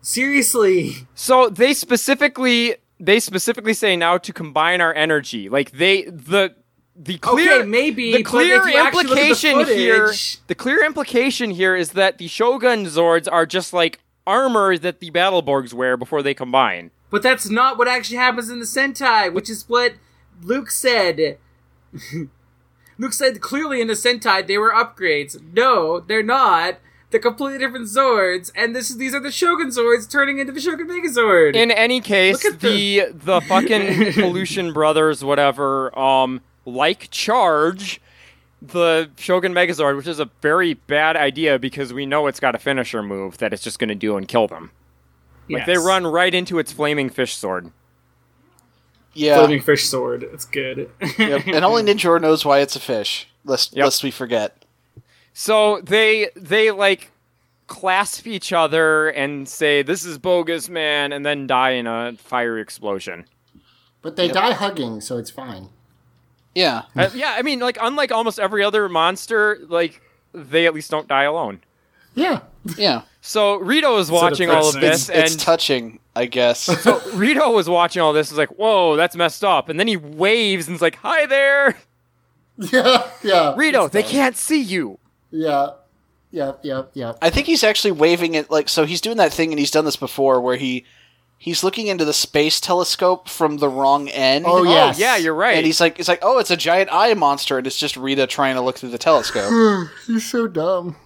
[SPEAKER 7] Seriously.
[SPEAKER 4] So they specifically they specifically say now to combine our energy. Like they the the clear
[SPEAKER 7] Okay, maybe,
[SPEAKER 4] the
[SPEAKER 7] but if
[SPEAKER 4] clear
[SPEAKER 7] you actually look at the
[SPEAKER 4] implication here
[SPEAKER 7] footage-
[SPEAKER 4] the clear implication here is that the Shogun Zords are just like armor that the Battleborgs wear before they combine.
[SPEAKER 7] But that's not what actually happens in the Sentai, which is what Luke said. Luke said clearly in the Sentai they were upgrades. No, they're not. They're completely different Zords, and this is these are the Shogun Zords turning into the Shogun Megazord.
[SPEAKER 4] In any case,
[SPEAKER 7] Look at
[SPEAKER 4] the the fucking pollution brothers, whatever, um, like charge, the Shogun Megazord, which is a very bad idea because we know it's got a finisher move that it's just going to do and kill them. Like they
[SPEAKER 7] Yes.
[SPEAKER 4] run right into its flaming fish sword.
[SPEAKER 6] Yeah.
[SPEAKER 7] Flaming fish sword. It's good.
[SPEAKER 6] Yep. and only Ninjor knows why it's a fish. Lest
[SPEAKER 4] Yep.
[SPEAKER 6] lest we forget.
[SPEAKER 4] So they they like clasp each other and say, "This is bogus, man," and then die in a fiery explosion.
[SPEAKER 5] But they die hugging, so it's fine.
[SPEAKER 6] Yeah.
[SPEAKER 4] Uh, yeah, I mean, like unlike almost every other monster, like they at least don't die alone.
[SPEAKER 5] Yeah.
[SPEAKER 6] Yeah.
[SPEAKER 4] So Rito is watching all of
[SPEAKER 7] depressing.
[SPEAKER 4] this,
[SPEAKER 6] It's
[SPEAKER 4] and
[SPEAKER 6] touching, I guess.
[SPEAKER 4] Rito was watching all this. Is like, whoa, that's messed up. And then he waves and is like, "Hi there,
[SPEAKER 5] Yeah. Yeah.
[SPEAKER 4] Rito. They can't see you."
[SPEAKER 5] Yeah. Yeah. Yeah. Yeah.
[SPEAKER 6] I think he's actually waving it like so he's doing that thing and he's done this before where he he's looking into the space telescope from the wrong end.
[SPEAKER 5] Oh, yes.
[SPEAKER 4] Yeah, you're right.
[SPEAKER 6] And he's like it's like, "Oh, it's a giant eye monster." And it's just Rita trying to look through the
[SPEAKER 5] Hmm.
[SPEAKER 6] telescope.
[SPEAKER 5] He's so dumb.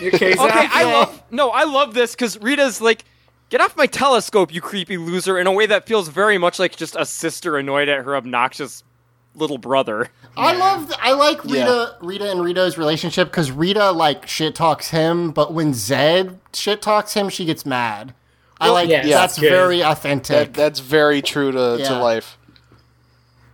[SPEAKER 7] Your
[SPEAKER 4] Okay,
[SPEAKER 7] case out.
[SPEAKER 4] I love no, I love this because Rita's like, get off my telescope, you creepy loser, in a way that feels very much like just a sister annoyed at her obnoxious little brother.
[SPEAKER 5] I love. I like Rita,
[SPEAKER 6] Yeah.
[SPEAKER 5] Rita and Rito's relationship because Rita like shit talks him, but when Zed shit talks him, she gets mad. I like
[SPEAKER 7] yes,
[SPEAKER 5] that's
[SPEAKER 7] good.
[SPEAKER 5] very authentic.
[SPEAKER 6] that, that's very true to,
[SPEAKER 5] Yeah.
[SPEAKER 6] to life.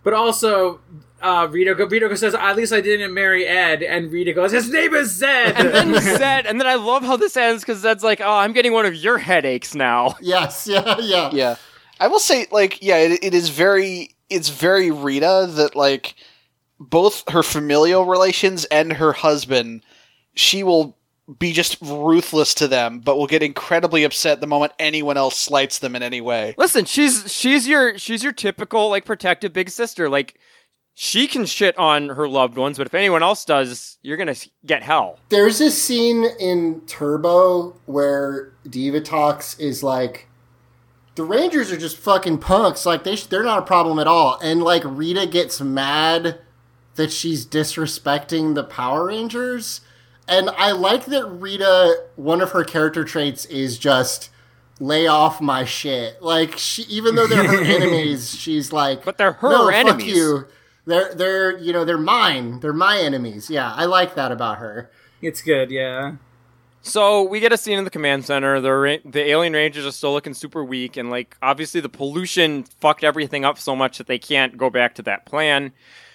[SPEAKER 7] But also, uh, Rito, go- Rito says, at least I didn't marry Ed. And Rita goes, his name is Zed.
[SPEAKER 4] And then Zed, and then I love how this ends because Zed's like, oh, I'm getting one of your headaches now.
[SPEAKER 5] yes, yeah, yeah,
[SPEAKER 6] Yeah. I will say like yeah, it, it is very it's very Rita that like both her familial relations and her husband, she will be just ruthless to them, but will get incredibly upset the moment anyone else slights them in any way.
[SPEAKER 4] Listen, she's she's your she's your typical like protective big sister. Like she can shit on her loved ones, but if anyone else does, you're gonna s- get hell.
[SPEAKER 5] There's this scene in Turbo where Divatox is like, the Rangers are just fucking punks. Like they sh- they're not a problem at all. And like Rita gets mad that she's disrespecting the Power Rangers. And I like that Rita, one of her character traits is just lay off my shit. Like she, even though they're her enemies, she's like,
[SPEAKER 4] But they're her
[SPEAKER 5] no, fuck
[SPEAKER 4] enemies."
[SPEAKER 5] you. They're they're you know they're mine. They're my enemies. Yeah, I like that about her.
[SPEAKER 7] it's good, yeah.
[SPEAKER 4] So we get a scene in the command center. The ra- the alien rangers are still looking super weak, and like obviously the pollution fucked everything up so much that they can't go back to that plan.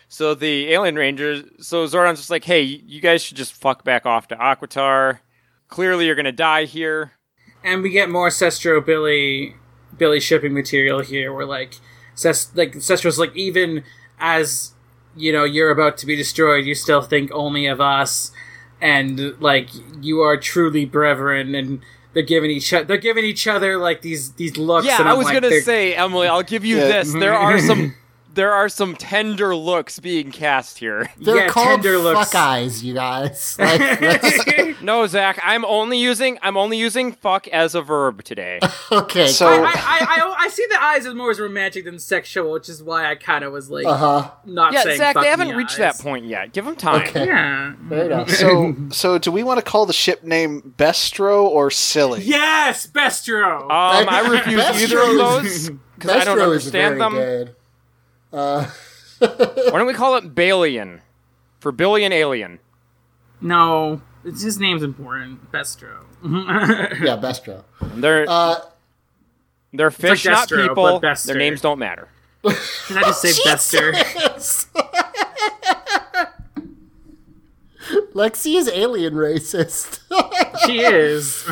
[SPEAKER 4] So the alien rangers. So Zordon's just like, hey, you guys should just fuck back off to Aquatar. Clearly, you're gonna die here.
[SPEAKER 7] And we get more Sestro Billy Billy shipping material here where like Ses- like Sestro's like even as you know you're about to be destroyed, you still think only of us and like you are truly brethren and they're giving each other they're giving each other like these these looks
[SPEAKER 4] Yeah,
[SPEAKER 7] and
[SPEAKER 4] I
[SPEAKER 7] I'm
[SPEAKER 4] was
[SPEAKER 7] like,
[SPEAKER 4] gonna
[SPEAKER 7] they're-
[SPEAKER 4] say, Emily, I'll give you
[SPEAKER 6] Yeah.
[SPEAKER 4] this. There are some there are some tender looks being cast here.
[SPEAKER 5] They're
[SPEAKER 7] yeah,
[SPEAKER 5] called
[SPEAKER 7] tender looks.
[SPEAKER 5] fuck eyes, you guys. Like, that's-
[SPEAKER 4] No, Zach, I'm only using I'm only using fuck as a verb today.
[SPEAKER 5] okay.
[SPEAKER 6] So-
[SPEAKER 7] I, I, I, I see the eyes as more as romantic than sexual, which is why I kind of was like
[SPEAKER 5] uh
[SPEAKER 4] Uh-huh.
[SPEAKER 5] huh.
[SPEAKER 7] not
[SPEAKER 4] yeah,
[SPEAKER 7] saying
[SPEAKER 4] Zach,
[SPEAKER 7] fuck
[SPEAKER 4] they
[SPEAKER 7] me
[SPEAKER 4] haven't reached that
[SPEAKER 7] eyes.
[SPEAKER 4] point yet. Give them time.
[SPEAKER 5] Okay.
[SPEAKER 7] Yeah.
[SPEAKER 5] Fair enough.
[SPEAKER 6] So, so do we want to call the ship name Bestro or Silly?
[SPEAKER 7] Yes, Bestro.
[SPEAKER 4] Um, I refuse
[SPEAKER 5] Bestro
[SPEAKER 4] either of
[SPEAKER 5] is-
[SPEAKER 4] those because I don't
[SPEAKER 5] Destro is
[SPEAKER 4] understand
[SPEAKER 5] very
[SPEAKER 4] them.
[SPEAKER 5] good. Uh,
[SPEAKER 4] Why don't we call it Balian for billion alien?
[SPEAKER 7] No, it's, his name's important. Bestro.
[SPEAKER 5] yeah, Bestro.
[SPEAKER 4] They're
[SPEAKER 5] Uh,
[SPEAKER 4] they're fish, not
[SPEAKER 7] Destro,
[SPEAKER 4] people.
[SPEAKER 7] but Bester.
[SPEAKER 4] Their names don't matter.
[SPEAKER 7] Did I just say Bester?
[SPEAKER 5] Lexi is alien racist.
[SPEAKER 7] she is.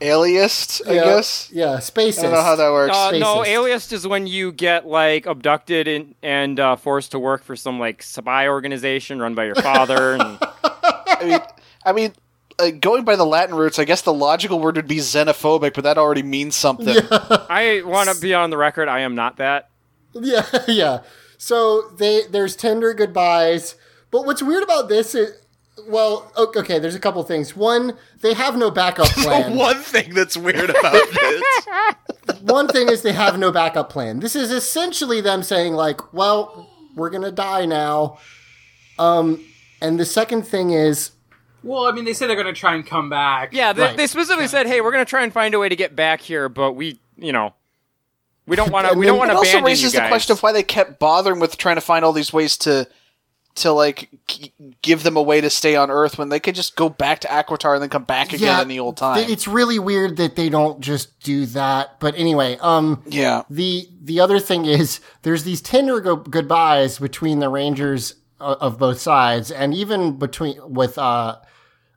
[SPEAKER 6] Aliast, I
[SPEAKER 5] Yeah,
[SPEAKER 6] guess.
[SPEAKER 5] Yeah, spacist.
[SPEAKER 6] I don't know how that works.
[SPEAKER 4] Uh, no,
[SPEAKER 5] Spacist.
[SPEAKER 4] alias is when you get like abducted and, and uh, forced to work for some like spy organization run by your father. and,
[SPEAKER 6] I mean, I mean, uh, going by the Latin roots, I guess the logical word would be xenophobic, but that already means something.
[SPEAKER 4] I want to be on the record. I am not that.
[SPEAKER 5] Yeah, yeah. So they there's tender goodbyes, but what's weird about this is, well, o- okay. There's a couple things. One, they have no backup plan.
[SPEAKER 11] One thing that's weird about this.
[SPEAKER 5] one thing is they have no backup plan. This is essentially them saying like, "Well, we're gonna die now." Um, and the second thing is,
[SPEAKER 7] well, I mean, they say they're going to try and come back.
[SPEAKER 4] Yeah, they,
[SPEAKER 5] Right.
[SPEAKER 4] they specifically said, "Hey, we're gonna try and find a way to get back here, but we, you know, we don't want to.
[SPEAKER 5] And
[SPEAKER 4] We
[SPEAKER 5] then-
[SPEAKER 4] don't want
[SPEAKER 6] It
[SPEAKER 4] to
[SPEAKER 6] also
[SPEAKER 4] abandon you
[SPEAKER 6] raises the
[SPEAKER 4] guys."
[SPEAKER 6] question of why they kept bothering with trying to find all these ways to
[SPEAKER 9] to like g- give them a way to stay on Earth when they could just go back to Aquatar and then come back again in the old time.
[SPEAKER 5] th- It's really weird that they don't just do that. But anyway, um,
[SPEAKER 9] yeah,
[SPEAKER 5] the the other thing is there's these tender go- goodbyes between the Rangers uh, of both sides, and even between with uh,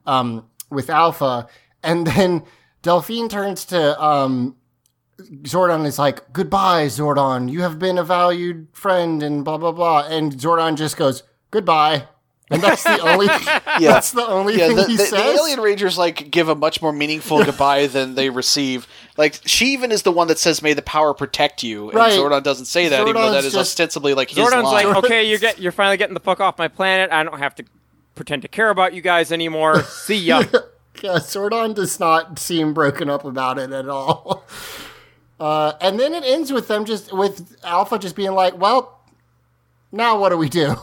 [SPEAKER 5] um, with Alpha, and then Delphine turns to um, Zordon and is like, "Goodbye, Zordon. You have been a valued friend," and blah blah blah, and Zordon just goes, "Goodbye." And that's the only that's the only
[SPEAKER 9] yeah.
[SPEAKER 5] thing
[SPEAKER 9] The,
[SPEAKER 5] he
[SPEAKER 9] the- the
[SPEAKER 5] says.
[SPEAKER 9] alien rangers like give a much more meaningful goodbye than they receive. Like she even is the one that says, "May the power protect you," and
[SPEAKER 5] Right.
[SPEAKER 9] Zordon doesn't say that, even though
[SPEAKER 5] Zordon's
[SPEAKER 9] that is
[SPEAKER 5] just-
[SPEAKER 9] ostensibly like his
[SPEAKER 4] Zordon's
[SPEAKER 9] line.
[SPEAKER 4] like, okay, you get, you're finally getting the fuck off my planet. I don't have to pretend to care about you guys anymore. See ya.
[SPEAKER 5] Yeah, Zordon does not seem broken up about it at all. Uh, and then it ends with them just with Alpha just being like, "Well, now what do we do?"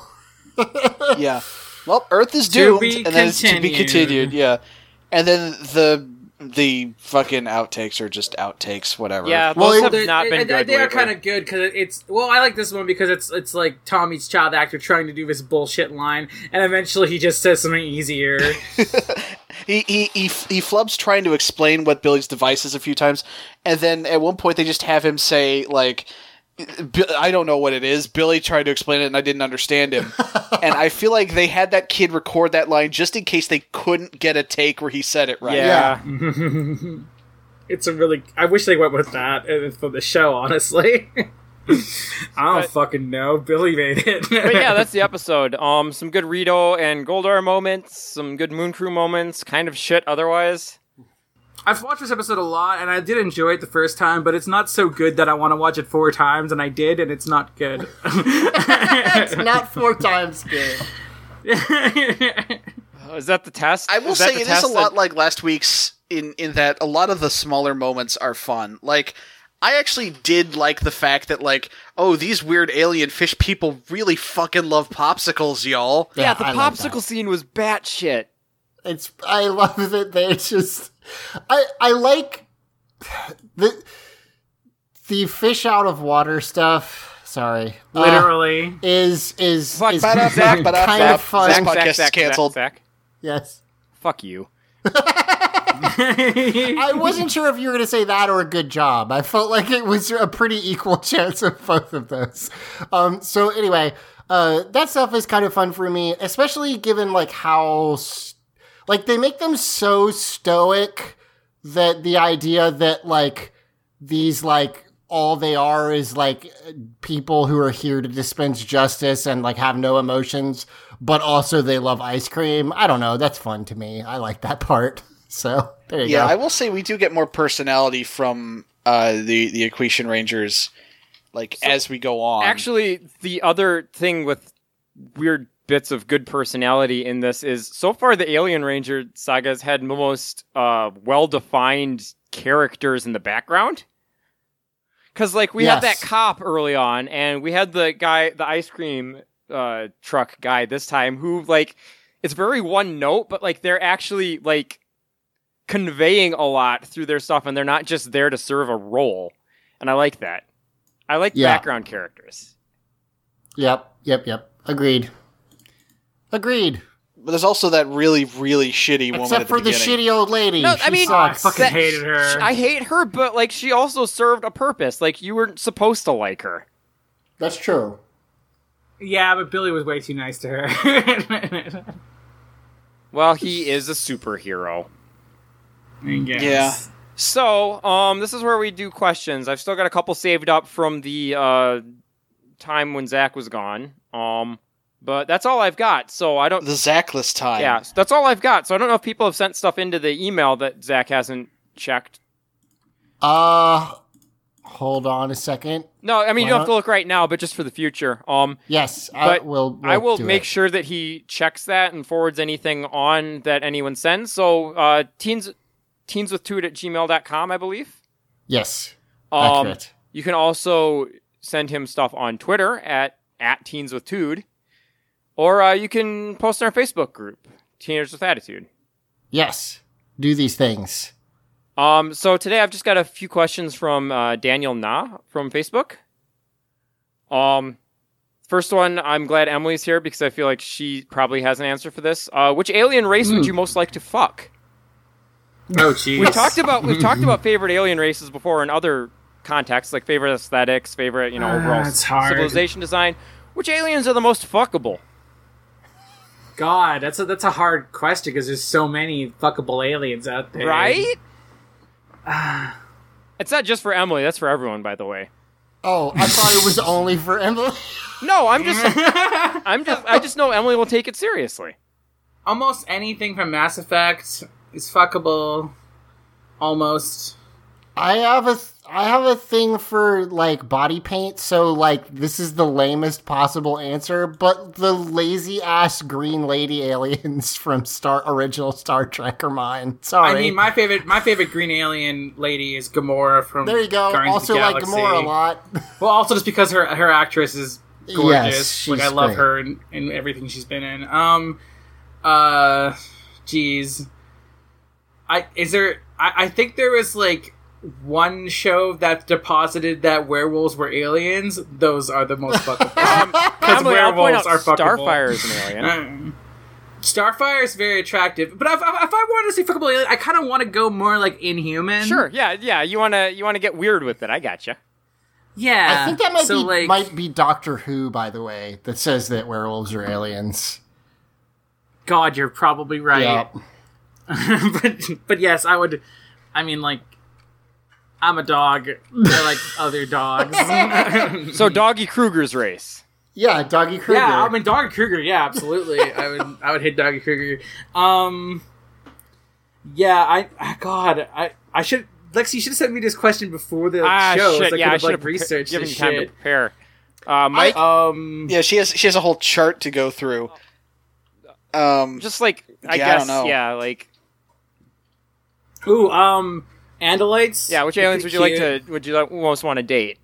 [SPEAKER 9] yeah. Well, Earth is
[SPEAKER 7] To
[SPEAKER 9] doomed,
[SPEAKER 7] be
[SPEAKER 9] and then it's to be
[SPEAKER 7] continued.
[SPEAKER 9] continued. Yeah, and then the the fucking outtakes are just outtakes, whatever.
[SPEAKER 4] Yeah,
[SPEAKER 5] Well,
[SPEAKER 4] those
[SPEAKER 5] it-
[SPEAKER 4] have not
[SPEAKER 7] they,
[SPEAKER 4] been good.
[SPEAKER 7] they are
[SPEAKER 4] lately.
[SPEAKER 7] kind of good because it's well. I like this one because it's it's like Tommy's child actor trying to do this bullshit line, and eventually he just says something easier.
[SPEAKER 9] he he he, f- he flubs trying to explain what Billy's device is a few times, and then at one point they just have him say like. "B- I don't know what it is. Billy tried to explain it and I didn't understand him. and I feel like they had that kid record that line just in case they couldn't get a take where he said it right.
[SPEAKER 4] yeah.
[SPEAKER 7] it's a really. I wish they went with that uh, for the show. Honestly, I don't fucking know. Billy made it.
[SPEAKER 4] but yeah, that's the episode. Um, some good Rito and Goldar moments, some good Moon Crew moments, kind of shit otherwise.
[SPEAKER 7] I've watched this episode a lot, and I did enjoy it the first time, but it's not so good that I want to watch it four times, and I did, and it's not good. Uh,
[SPEAKER 5] it's not four times good.
[SPEAKER 4] Uh, Is that the test?
[SPEAKER 6] I will
[SPEAKER 4] that
[SPEAKER 6] say
[SPEAKER 4] the
[SPEAKER 6] it is
[SPEAKER 4] test
[SPEAKER 6] a lot
[SPEAKER 4] that-
[SPEAKER 6] like last week's in in that a lot of the smaller moments are fun. Like I actually did like the fact that like oh these weird alien fish people really fucking love popsicles, y'all.
[SPEAKER 4] yeah, the
[SPEAKER 5] I love that.
[SPEAKER 4] popsicle scene was batshit.
[SPEAKER 5] It's I love that they just I I like the the fish out of water stuff. Sorry, Uh,
[SPEAKER 7] Literally,
[SPEAKER 5] is is
[SPEAKER 4] Fuck,
[SPEAKER 5] is
[SPEAKER 4] ba-da,
[SPEAKER 5] kind
[SPEAKER 9] ba-da, ba-da,
[SPEAKER 4] uh,
[SPEAKER 5] of fun.
[SPEAKER 9] Zach, podcast is canceled.
[SPEAKER 4] Zach, Zach.
[SPEAKER 5] Yes.
[SPEAKER 4] Fuck you.
[SPEAKER 5] I wasn't sure if you were going to say that or a good job. I felt like it was a pretty equal chance of both of those. Um, so anyway, uh, that stuff is kind of fun for me, especially given like how, s- like they make them so stoic that the idea that like these like all they are is like people who are here to dispense justice and like have no emotions, but also they love ice cream. I don't know. That's fun to me. I like that part. So there you
[SPEAKER 6] Yeah,
[SPEAKER 5] go.
[SPEAKER 6] I will say we do get more personality from uh, the the Equation Rangers, like as we go
[SPEAKER 5] Um,
[SPEAKER 6] on.
[SPEAKER 4] Actually, the other thing with weird bits of good personality in this is so far the Alien Ranger saga has had the most uh, well defined characters in the background. Because, like, we had
[SPEAKER 5] Yes.
[SPEAKER 4] that cop early on, and we had the guy, the ice cream uh, truck guy this time, who, like, it's very one note, but, like, they're actually, like, conveying a lot through their stuff, and they're not just there to serve a role. And I like that. I like
[SPEAKER 5] Yeah.
[SPEAKER 4] background characters.
[SPEAKER 5] Yep, yep, yep. Agreed. Agreed.
[SPEAKER 9] But there's also that really, really shitty woman.
[SPEAKER 5] Except
[SPEAKER 9] at
[SPEAKER 5] for the
[SPEAKER 9] beginning.
[SPEAKER 5] shitty old lady.
[SPEAKER 4] No,
[SPEAKER 5] she
[SPEAKER 4] I mean-
[SPEAKER 7] Oh, I
[SPEAKER 5] sucks.
[SPEAKER 7] fucking
[SPEAKER 4] That-
[SPEAKER 7] hated her.
[SPEAKER 4] I hate her, but like she also served a purpose. Like you weren't supposed to like her.
[SPEAKER 5] That's true.
[SPEAKER 7] yeah, but Billy was way too nice to her.
[SPEAKER 4] Well, he is a superhero.
[SPEAKER 7] Yeah.
[SPEAKER 4] So, um, this is where we do questions. I've still got a couple saved up from the uh, time when Zach was gone. Um, but that's all I've got. So I don't.
[SPEAKER 9] The Zachless time.
[SPEAKER 4] Yeah, so that's all I've got. So I don't know if people have sent stuff into the email that Zach hasn't checked.
[SPEAKER 5] Uh hold on a second.
[SPEAKER 4] No, I mean you don't have to
[SPEAKER 5] Well-
[SPEAKER 4] look right now, but just for the future. Um,
[SPEAKER 5] Yes, I
[SPEAKER 4] But
[SPEAKER 5] will
[SPEAKER 4] I will
[SPEAKER 5] do
[SPEAKER 4] make
[SPEAKER 5] it.
[SPEAKER 4] sure that he checks that and forwards anything on that anyone sends. So uh, teens teens with at gmail.com, I believe.
[SPEAKER 5] Yes.
[SPEAKER 4] Um,
[SPEAKER 5] accurate.
[SPEAKER 4] you can also send him stuff on Twitter at at teens with tood, or uh, you can post in our Facebook group, Teenagers with Attitude.
[SPEAKER 5] Yes. Do these things.
[SPEAKER 4] Um, so today I've just got a few questions from uh, Daniel Na from Facebook. Um, First one, I'm glad Emily's here because I feel like she probably has an answer for this. Uh, which alien race would you
[SPEAKER 7] Hmm.
[SPEAKER 4] most like to fuck?
[SPEAKER 7] Oh, jeez.
[SPEAKER 4] We talked about we've talked about favorite alien races before in other contexts, like favorite aesthetics, favorite you know
[SPEAKER 7] Ah,
[SPEAKER 4] overall
[SPEAKER 7] it's hard.
[SPEAKER 4] civilization design. Which aliens are the most fuckable?
[SPEAKER 7] God, that's a that's a hard question because there's so many fuckable aliens out there.
[SPEAKER 4] Right? it's not just for Emily. That's for everyone, by the way.
[SPEAKER 5] Oh, I thought it was only for Emily.
[SPEAKER 4] No, I'm just, I'm just, I just know Emily will take it seriously.
[SPEAKER 7] Almost anything from Mass Effect is fuckable. Almost.
[SPEAKER 5] I have a th- I have a thing for like body paint, so like this is the lamest possible answer, but the lazy ass green lady aliens from Star original Star Trek are mine. Sorry.
[SPEAKER 7] I mean, my favorite my favorite green alien lady is Gamora from
[SPEAKER 5] there you go.
[SPEAKER 7] Guardians of the
[SPEAKER 5] also like
[SPEAKER 7] Galaxy.
[SPEAKER 5] Gamora a lot.
[SPEAKER 7] Well, also just because her her actress is gorgeous.
[SPEAKER 5] Yes,
[SPEAKER 7] like I
[SPEAKER 5] she's
[SPEAKER 7] love
[SPEAKER 5] great.
[SPEAKER 7] her and, and everything she's been in. Um, uh, jeez, I is there? I, I think there was like one show that deposited that werewolves were aliens. Those are the most fuckable. Because
[SPEAKER 4] Emily, I'll point out
[SPEAKER 7] werewolves are fuckable.
[SPEAKER 4] Starfire is an alien.
[SPEAKER 7] Um, Starfire is very attractive, but if, if, if I wanted to see fuckable alien, I kind of want to go more like Inhuman.
[SPEAKER 4] Sure, yeah, yeah. You wanna, you wanna get weird with it. I gotcha.
[SPEAKER 7] Yeah.
[SPEAKER 5] I think that might
[SPEAKER 7] so,
[SPEAKER 5] be
[SPEAKER 7] like,
[SPEAKER 5] might be Doctor Who, by the way, that says that werewolves are aliens.
[SPEAKER 7] God, you're probably right.
[SPEAKER 5] Yep.
[SPEAKER 7] but but yes, I would. I mean, like, I'm a dog. They're like other dogs. yeah,
[SPEAKER 4] So Doggy Kruger's race.
[SPEAKER 5] Yeah, Doggy Kruger.
[SPEAKER 7] I mean, Doggy Kruger. Yeah, absolutely. I would I would hit Doggy Kruger. Um, yeah, I, I God, I I should Lex, you should have sent me this question before the
[SPEAKER 4] Ah,
[SPEAKER 7] show. so
[SPEAKER 4] shit. yeah, I
[SPEAKER 7] I could
[SPEAKER 4] should
[SPEAKER 7] have like researched
[SPEAKER 4] given
[SPEAKER 7] this
[SPEAKER 4] you time to
[SPEAKER 7] shit.
[SPEAKER 4] prepare. Uh, Mike,
[SPEAKER 7] Um,
[SPEAKER 9] Yeah, she has she has a whole chart to go through. Um,
[SPEAKER 4] just like
[SPEAKER 9] Yeah,
[SPEAKER 4] I
[SPEAKER 9] I
[SPEAKER 4] guess,
[SPEAKER 9] don't know.
[SPEAKER 4] yeah, like
[SPEAKER 7] ooh, um, Andalites.
[SPEAKER 4] yeah. Which
[SPEAKER 7] They're
[SPEAKER 4] aliens would you like to?
[SPEAKER 7] cute.
[SPEAKER 4] Would you like, most want to date?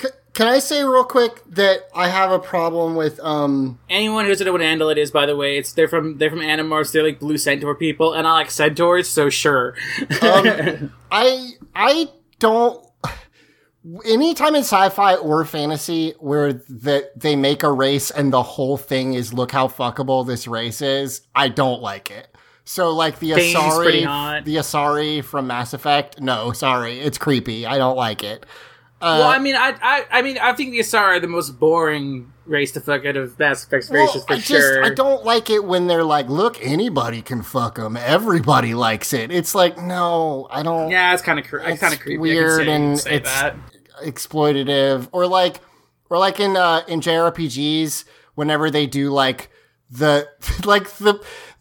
[SPEAKER 5] C- can I say real quick that I have a problem with um
[SPEAKER 7] Anyone who doesn't know what an Andalite is, by the way, it's they're from they're from Animorphs. They're like blue centaur people, and I like centaurs, so sure.
[SPEAKER 5] Um, I I don't. Anytime in sci-fi or fantasy where that they make a race and the whole thing is look how fuckable this race is, I don't like it. So like the
[SPEAKER 7] Thane's pretty
[SPEAKER 5] Asari,
[SPEAKER 7] hot.
[SPEAKER 5] the Asari from Mass Effect. No, sorry, it's creepy. I don't like it.
[SPEAKER 7] Well, I mean, I, I, I mean, I think the Asari are the most boring race to fuck out of Mass Effect's races for
[SPEAKER 5] I
[SPEAKER 7] sure.
[SPEAKER 5] I don't like it when they're like, "Look, anybody can fuck them. Everybody likes it." It's like, no, I don't.
[SPEAKER 7] yeah, it's kind of cre-
[SPEAKER 5] It's
[SPEAKER 7] it's kind of creepy.
[SPEAKER 5] weird
[SPEAKER 7] I can say,
[SPEAKER 5] and
[SPEAKER 7] say
[SPEAKER 5] it's-
[SPEAKER 7] that.
[SPEAKER 5] exploitative or like or like in uh in JRPGs whenever they do like the like the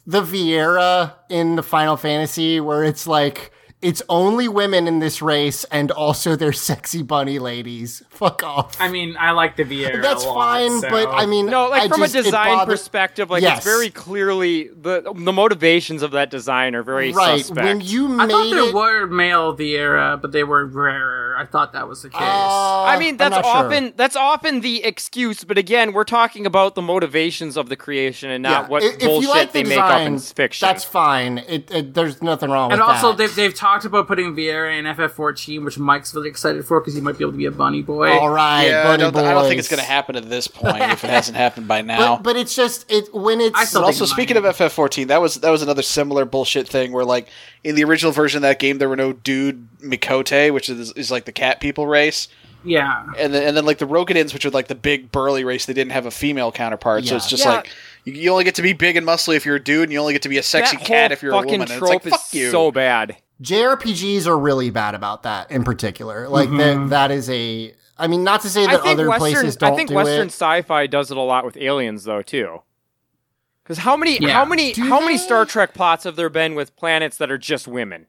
[SPEAKER 5] the Viera in the Final Fantasy where it's like it's only women in this race and also they're sexy bunny ladies. Fuck off.
[SPEAKER 7] I mean, I like the Vieira.
[SPEAKER 5] That's
[SPEAKER 7] a lot,
[SPEAKER 5] fine,
[SPEAKER 7] so-
[SPEAKER 5] but I mean
[SPEAKER 4] No, like
[SPEAKER 5] I
[SPEAKER 4] from
[SPEAKER 5] just-
[SPEAKER 4] a
[SPEAKER 5] it
[SPEAKER 4] design
[SPEAKER 5] bother-
[SPEAKER 4] perspective, like
[SPEAKER 5] Yes.
[SPEAKER 4] it's very clearly the the motivations of that design are very
[SPEAKER 5] Right.
[SPEAKER 4] suspect.
[SPEAKER 5] When you
[SPEAKER 7] I
[SPEAKER 5] made
[SPEAKER 7] thought there
[SPEAKER 5] it,
[SPEAKER 7] were male Vieira, but they were rarer. I thought that was the case.
[SPEAKER 5] uh,
[SPEAKER 4] I mean,
[SPEAKER 5] I'm
[SPEAKER 4] that's
[SPEAKER 5] not sure.
[SPEAKER 4] often that's often the excuse, but again, we're talking about the motivations of the creation and not
[SPEAKER 5] Yeah,
[SPEAKER 4] what
[SPEAKER 5] i- if you
[SPEAKER 4] bullshit
[SPEAKER 5] like the
[SPEAKER 4] they make up in
[SPEAKER 5] design,
[SPEAKER 4] fiction.
[SPEAKER 5] That's fine. It, it, there's nothing wrong
[SPEAKER 7] and
[SPEAKER 5] with
[SPEAKER 7] also,
[SPEAKER 5] that.
[SPEAKER 7] they've, they've talked about putting Vieira in FF14, which Mike's really excited for because he might be able to be a bunny boy.
[SPEAKER 5] All right,
[SPEAKER 6] yeah, I
[SPEAKER 5] buddy
[SPEAKER 6] don't, I don't think
[SPEAKER 5] boys.
[SPEAKER 6] it's going to happen at this point if it hasn't happened by now.
[SPEAKER 5] But, but it's just it when it's
[SPEAKER 7] I still
[SPEAKER 6] But
[SPEAKER 7] think
[SPEAKER 6] also speaking of FF14, that was that was another similar bullshit thing where like in the original version of that game there were no dude Mikote, which is, is like the cat people race,
[SPEAKER 7] yeah,
[SPEAKER 6] and then and then like the Rogadins, which are like the big burly race, they didn't have a female counterpart. So
[SPEAKER 5] Yeah.
[SPEAKER 6] it's just
[SPEAKER 4] Yeah.
[SPEAKER 6] like you, you only get to be big and muscly if you're a dude, and you only get to be a sexy
[SPEAKER 4] that
[SPEAKER 6] cat
[SPEAKER 4] whole
[SPEAKER 6] if you're a
[SPEAKER 4] fucking
[SPEAKER 6] woman. And it's
[SPEAKER 4] trope
[SPEAKER 6] like
[SPEAKER 4] is
[SPEAKER 6] fuck you.
[SPEAKER 4] so bad.
[SPEAKER 5] JRPGs are really bad about that in particular. Like
[SPEAKER 6] Mm-hmm.
[SPEAKER 5] that that is a I mean not to say
[SPEAKER 4] I
[SPEAKER 5] that
[SPEAKER 4] think
[SPEAKER 5] other
[SPEAKER 4] Western,
[SPEAKER 5] places don't
[SPEAKER 4] I think
[SPEAKER 5] do
[SPEAKER 4] Western
[SPEAKER 5] it.
[SPEAKER 4] sci-fi does it a lot with aliens, though, too. Because how many,
[SPEAKER 7] Yeah.
[SPEAKER 4] how many,
[SPEAKER 5] Do
[SPEAKER 4] how many
[SPEAKER 5] they?
[SPEAKER 4] Star Trek plots have there been with planets that are just women?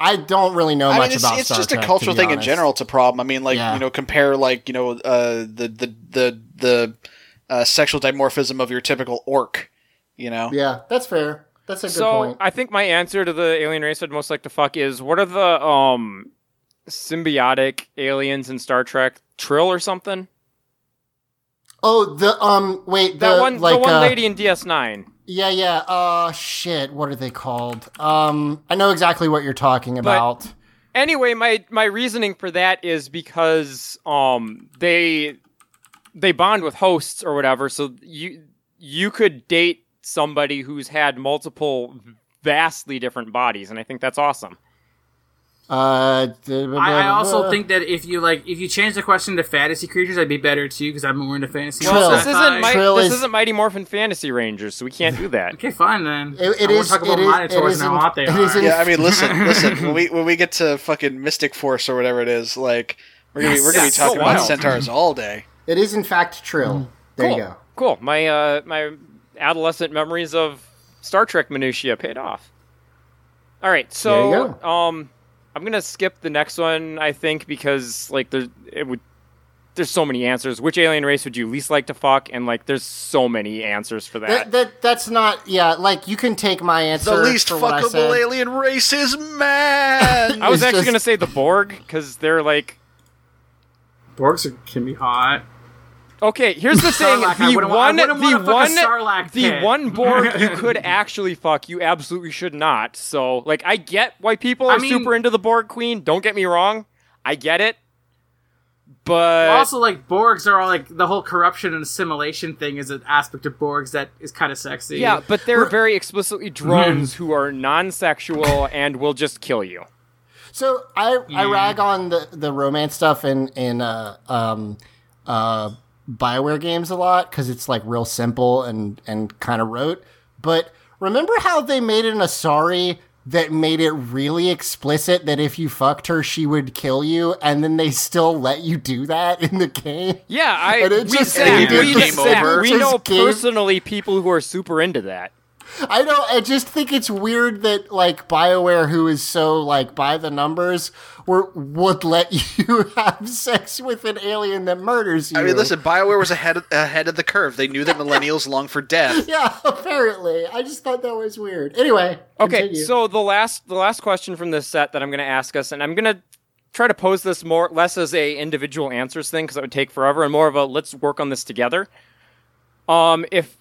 [SPEAKER 5] I don't really know
[SPEAKER 6] I
[SPEAKER 5] much
[SPEAKER 6] mean, it's,
[SPEAKER 5] about
[SPEAKER 6] it's
[SPEAKER 5] Star
[SPEAKER 6] just
[SPEAKER 5] Trek,
[SPEAKER 6] a
[SPEAKER 5] to
[SPEAKER 6] cultural
[SPEAKER 5] be
[SPEAKER 6] thing in
[SPEAKER 5] honest.
[SPEAKER 6] general. It's a problem. I mean, like
[SPEAKER 5] Yeah.
[SPEAKER 6] you know, compare like you know uh, the the the the uh, sexual dimorphism of your typical orc. You know,
[SPEAKER 5] Yeah, that's fair. That's a good
[SPEAKER 4] so
[SPEAKER 5] point.
[SPEAKER 4] I think my answer to the alien race I'd most like to fuck is what are the um symbiotic aliens in Star Trek Trill or something?
[SPEAKER 5] oh, the um wait,
[SPEAKER 4] That
[SPEAKER 5] the,
[SPEAKER 4] one,
[SPEAKER 5] like
[SPEAKER 4] the one
[SPEAKER 5] uh,
[SPEAKER 4] lady in DS Nine,
[SPEAKER 5] Yeah, yeah. Uh shit, what are they called? Um I know exactly what you're talking about.
[SPEAKER 4] anyway my my reasoning for that is because um they they bond with hosts or whatever. So you you could date somebody who's had multiple vastly different bodies, and I think that's awesome.
[SPEAKER 5] Uh, da- da-
[SPEAKER 7] I, I
[SPEAKER 5] da-
[SPEAKER 7] also
[SPEAKER 5] da-
[SPEAKER 7] think that if you like, if you change the question to fantasy creatures, I'd be better too because I'm more into fantasy.
[SPEAKER 5] Well,
[SPEAKER 7] than
[SPEAKER 4] This
[SPEAKER 5] Trill.
[SPEAKER 7] sci-fi.
[SPEAKER 4] isn't Mi-
[SPEAKER 5] Trill
[SPEAKER 4] this
[SPEAKER 5] is-
[SPEAKER 4] isn't Mighty Morphin Fantasy Rangers, so we can't do that.
[SPEAKER 7] okay, fine then.
[SPEAKER 5] It- it
[SPEAKER 7] I won't
[SPEAKER 5] is-
[SPEAKER 7] talk about
[SPEAKER 5] it is- it
[SPEAKER 7] Minotaurs
[SPEAKER 5] is
[SPEAKER 7] and how
[SPEAKER 5] in-
[SPEAKER 7] hot they
[SPEAKER 5] it
[SPEAKER 7] are.
[SPEAKER 5] is in-
[SPEAKER 9] Yeah, I mean, listen, listen. When we when we get to fucking Mystic Force or whatever it is, like we're gonna be, we're gonna be
[SPEAKER 4] Yes,
[SPEAKER 9] talking
[SPEAKER 4] so
[SPEAKER 9] about
[SPEAKER 4] wild.
[SPEAKER 9] centaurs all day.
[SPEAKER 5] It is in fact
[SPEAKER 6] Mm.
[SPEAKER 5] Trill. There
[SPEAKER 4] cool.
[SPEAKER 5] you go.
[SPEAKER 4] Cool. My uh, my adolescent memories of Star Trek minutia paid off. All right, so
[SPEAKER 5] There you go.
[SPEAKER 4] um, I'm gonna skip the next one, I think, because like there's it would there's so many answers. Which alien race would you least like to fuck? And like there's so many answers for that.
[SPEAKER 5] That, that that's not yeah. Like you can take my answer.
[SPEAKER 6] The least
[SPEAKER 5] for what I
[SPEAKER 6] fuckable
[SPEAKER 5] said.
[SPEAKER 6] alien race is man.
[SPEAKER 4] I was
[SPEAKER 5] It's
[SPEAKER 4] actually
[SPEAKER 5] just-
[SPEAKER 4] gonna say the Borg because they're like
[SPEAKER 7] Borgs are, can be hot.
[SPEAKER 4] okay. Here's the thing:
[SPEAKER 7] Sarlacc, I
[SPEAKER 4] the
[SPEAKER 7] wouldn't wa- I
[SPEAKER 4] one,
[SPEAKER 7] wouldn't wanna
[SPEAKER 4] the
[SPEAKER 7] fuck a
[SPEAKER 4] one,
[SPEAKER 7] Sarlacc
[SPEAKER 4] the
[SPEAKER 7] pit.
[SPEAKER 4] one Borg you could actually fuck, you absolutely should not. So like, I get why people are
[SPEAKER 7] I mean-
[SPEAKER 4] super into the Borg Queen. Don't get me wrong, I get it, but
[SPEAKER 7] also, like Borgs are all like the whole corruption and assimilation thing is an aspect of Borgs that is kind of sexy.
[SPEAKER 4] yeah, but they're very explicitly drones who are non-sexual and will just kill you.
[SPEAKER 5] So I I
[SPEAKER 4] Mm.
[SPEAKER 5] rag on the, the romance stuff in in uh, um, uh, Bioware games a lot because it's like real simple and and kind of rote. But remember how they made an Asari that made it really explicit that if you fucked her, she would kill you, and then they still let you do that in the game.
[SPEAKER 4] Yeah, I
[SPEAKER 5] And it
[SPEAKER 4] we
[SPEAKER 5] just-
[SPEAKER 4] said
[SPEAKER 5] and
[SPEAKER 6] it
[SPEAKER 4] we,
[SPEAKER 6] just-
[SPEAKER 4] said-
[SPEAKER 6] game
[SPEAKER 5] over.
[SPEAKER 4] we know
[SPEAKER 5] Just game-
[SPEAKER 4] personally people who are super into that.
[SPEAKER 5] I know. I just think it's weird that like Bioware, who is so like by the numbers, were, would let you have sex with an alien that murders you.
[SPEAKER 6] I mean, listen, Bioware was ahead of, ahead of the curve. They knew that millennials long for death.
[SPEAKER 5] Yeah, apparently. I just thought that was weird. Anyway.
[SPEAKER 4] Okay,
[SPEAKER 5] continue.
[SPEAKER 4] so the last the last question from this set that I'm going to ask us, and I'm going to try to pose this more less as a individual answers thing because it would take forever, and more of a let's work on this together. Um, if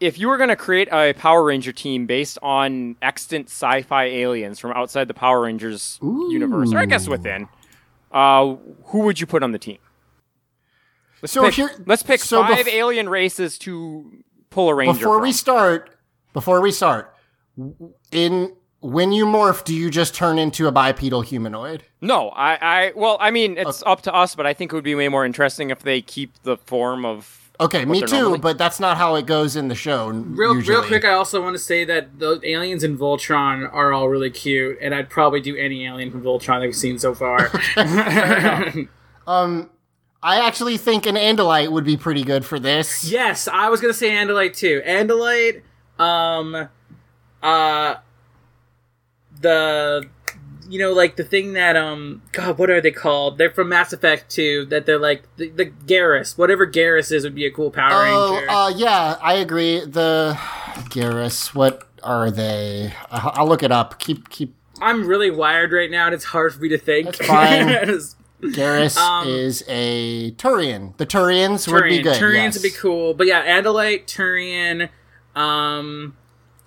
[SPEAKER 4] if you were going to create a Power Ranger team based on extant sci-fi aliens from outside the Power Rangers universe, or I guess within, uh, who would you put on the team? Let's
[SPEAKER 5] So
[SPEAKER 4] pick,
[SPEAKER 5] here-
[SPEAKER 4] let's pick
[SPEAKER 5] so
[SPEAKER 4] five
[SPEAKER 5] bef-
[SPEAKER 4] alien races to pull a ranger.
[SPEAKER 5] before
[SPEAKER 4] from.
[SPEAKER 5] we start, before we start, w- in when you morph, do you just turn into a bipedal humanoid?
[SPEAKER 4] No, I, I, well, I mean, it's up to us, but I think it would be way more interesting if they keep the form of.
[SPEAKER 5] Okay, me
[SPEAKER 4] they're
[SPEAKER 5] too,
[SPEAKER 4] normally-
[SPEAKER 5] but that's not how it goes in the show. n-
[SPEAKER 7] Real,
[SPEAKER 5] usually.
[SPEAKER 7] real quick, I also want to say that the aliens in Voltron are all really cute, and I'd probably do any alien from Voltron that we've seen so far.
[SPEAKER 5] Um, I actually think an Andalite would be pretty good for this.
[SPEAKER 7] yes, I was gonna say Andalite too. Andalite, um, uh, the, you know, like the thing that, um, God, what are they called? They're from Mass Effect 2, that they're like, the, the Garrus, whatever Garrus is would be a cool Power
[SPEAKER 5] Oh,
[SPEAKER 7] Ranger.
[SPEAKER 5] uh, yeah, I agree. The Garrus, what are they? I- I'll look it up. Keep keep.
[SPEAKER 7] I'm really wired right now, and it's hard for me to think.
[SPEAKER 5] That's fine.
[SPEAKER 7] It's-
[SPEAKER 5] Garrus
[SPEAKER 7] Um,
[SPEAKER 5] is a Turian. The Turians would be
[SPEAKER 7] Turian.
[SPEAKER 5] good.
[SPEAKER 7] Turians
[SPEAKER 5] yes.
[SPEAKER 7] would be cool. But yeah, Andalite, Turian, um,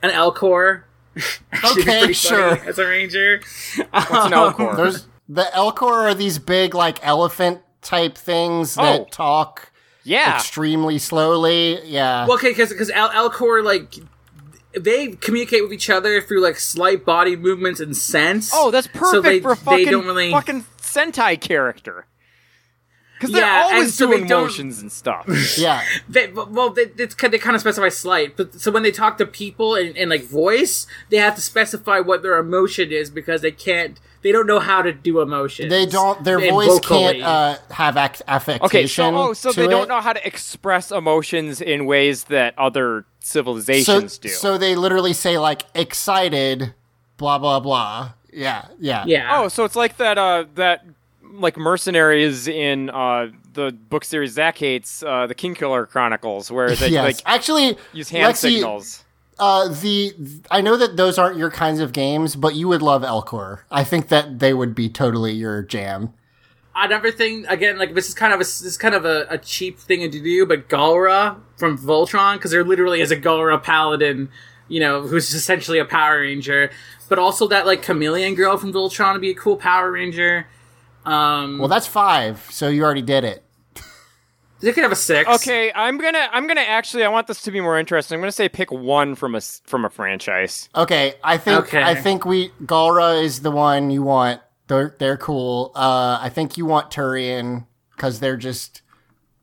[SPEAKER 7] an Elcor. She'd be
[SPEAKER 5] Okay,
[SPEAKER 7] pretty funny
[SPEAKER 5] sure.
[SPEAKER 7] As a ranger.
[SPEAKER 4] What's an Elcor?
[SPEAKER 5] There's the Elcor are these big like elephant type things that
[SPEAKER 4] Oh.
[SPEAKER 5] talk
[SPEAKER 4] yeah.
[SPEAKER 5] extremely slowly. Yeah.
[SPEAKER 7] Well, okay, because El- Elcor, like, they communicate with each other through, like, slight body movements and sense.
[SPEAKER 4] Oh, that's perfect
[SPEAKER 7] so they,
[SPEAKER 4] for a fucking,
[SPEAKER 7] they don't really...
[SPEAKER 4] fucking Sentai character. Because they're
[SPEAKER 7] Yeah, and
[SPEAKER 4] always
[SPEAKER 7] so they
[SPEAKER 4] doing
[SPEAKER 7] don't-
[SPEAKER 4] motions and stuff.
[SPEAKER 5] yeah.
[SPEAKER 7] They, well, they, it's, they kind of specify slight, but so when they talk to people and, and like voice, they have to specify what their emotion is because they can't, they don't know how to do emotion.
[SPEAKER 5] They don't. Their voice can't uh, have ac- affectation.
[SPEAKER 4] okay, so, oh, so
[SPEAKER 5] to
[SPEAKER 4] they
[SPEAKER 5] it.
[SPEAKER 4] don't know how to express emotions in ways that other
[SPEAKER 5] So,
[SPEAKER 4] civilizations do.
[SPEAKER 5] so they literally say like excited, blah blah blah. Yeah, yeah,
[SPEAKER 7] yeah.
[SPEAKER 4] oh, so it's like that, uh, that, like, mercenaries in, uh, the book series Zach hates, uh, the King Killer Chronicles, where they,
[SPEAKER 5] yes.
[SPEAKER 4] like,
[SPEAKER 5] Actually,
[SPEAKER 4] use hand
[SPEAKER 5] Lexi,
[SPEAKER 4] signals.
[SPEAKER 5] Uh, the I know that those aren't your kinds of games, but you would love Elcor. I think that they would be totally your jam.
[SPEAKER 7] another thing again like this is kind of a this is kind of a, a cheap thing to do but galra from voltron because there literally is a galra paladin you know who's essentially a power ranger but also that like chameleon girl from voltron would be a cool power ranger um
[SPEAKER 5] Well, that's five, so you already did it.
[SPEAKER 7] They could have a six.
[SPEAKER 4] Okay, I'm gonna I'm gonna actually I want this to be more interesting. I'm gonna say pick one from a s- from a franchise.
[SPEAKER 5] Okay, I think
[SPEAKER 7] Okay.
[SPEAKER 5] I think we Galra is the one you want. They're they're cool. Uh, I think you want Turian because they're just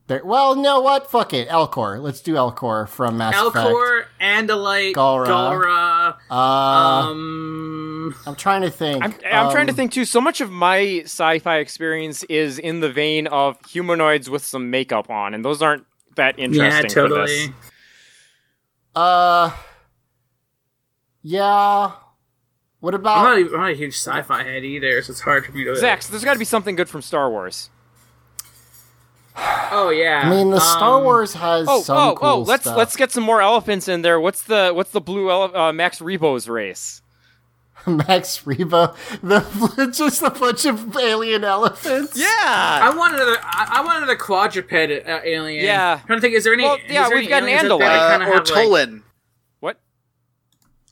[SPEAKER 5] they're well. No, what? Fuck it, Elcor. Let's do Elcor from Mass Effect.
[SPEAKER 7] Alcor, Andalite,
[SPEAKER 5] Galra.
[SPEAKER 7] Galra.
[SPEAKER 5] Uh,
[SPEAKER 7] um,
[SPEAKER 5] I'm trying to think.
[SPEAKER 4] I'm, I'm trying to
[SPEAKER 5] Um,
[SPEAKER 4] think too. So much of my sci-fi experience is in the vein of humanoids with some makeup on, and those aren't that
[SPEAKER 7] yeah,
[SPEAKER 4] interesting. For this.
[SPEAKER 7] totally.
[SPEAKER 5] Uh, yeah. What
[SPEAKER 7] I'm
[SPEAKER 5] about
[SPEAKER 7] not, even, I'm not a huge sci-fi head either, so it's hard for me to.
[SPEAKER 4] Zach, so there's got to be something good from Star Wars.
[SPEAKER 7] Oh yeah.
[SPEAKER 5] I mean, the Star
[SPEAKER 7] um,
[SPEAKER 5] Wars has
[SPEAKER 4] Oh,
[SPEAKER 5] some
[SPEAKER 4] oh,
[SPEAKER 5] cool
[SPEAKER 4] oh! Let's
[SPEAKER 5] stuff.
[SPEAKER 4] let's get some more elephants in there. What's the what's the blue ele- uh, Max Rebo's race?
[SPEAKER 5] Max Reba, the just a bunch of alien elephants.
[SPEAKER 4] Yeah.
[SPEAKER 7] I want another. I, I want another quadruped uh, alien.
[SPEAKER 4] Yeah.
[SPEAKER 7] I'm trying to think. Is there any?
[SPEAKER 4] Well,
[SPEAKER 7] is
[SPEAKER 4] yeah,
[SPEAKER 7] there
[SPEAKER 4] we've
[SPEAKER 7] any
[SPEAKER 4] got an
[SPEAKER 7] aliens out
[SPEAKER 4] Andalite.
[SPEAKER 7] there that
[SPEAKER 6] Uh,
[SPEAKER 7] kinda have, like-
[SPEAKER 6] Ortolan.
[SPEAKER 4] What?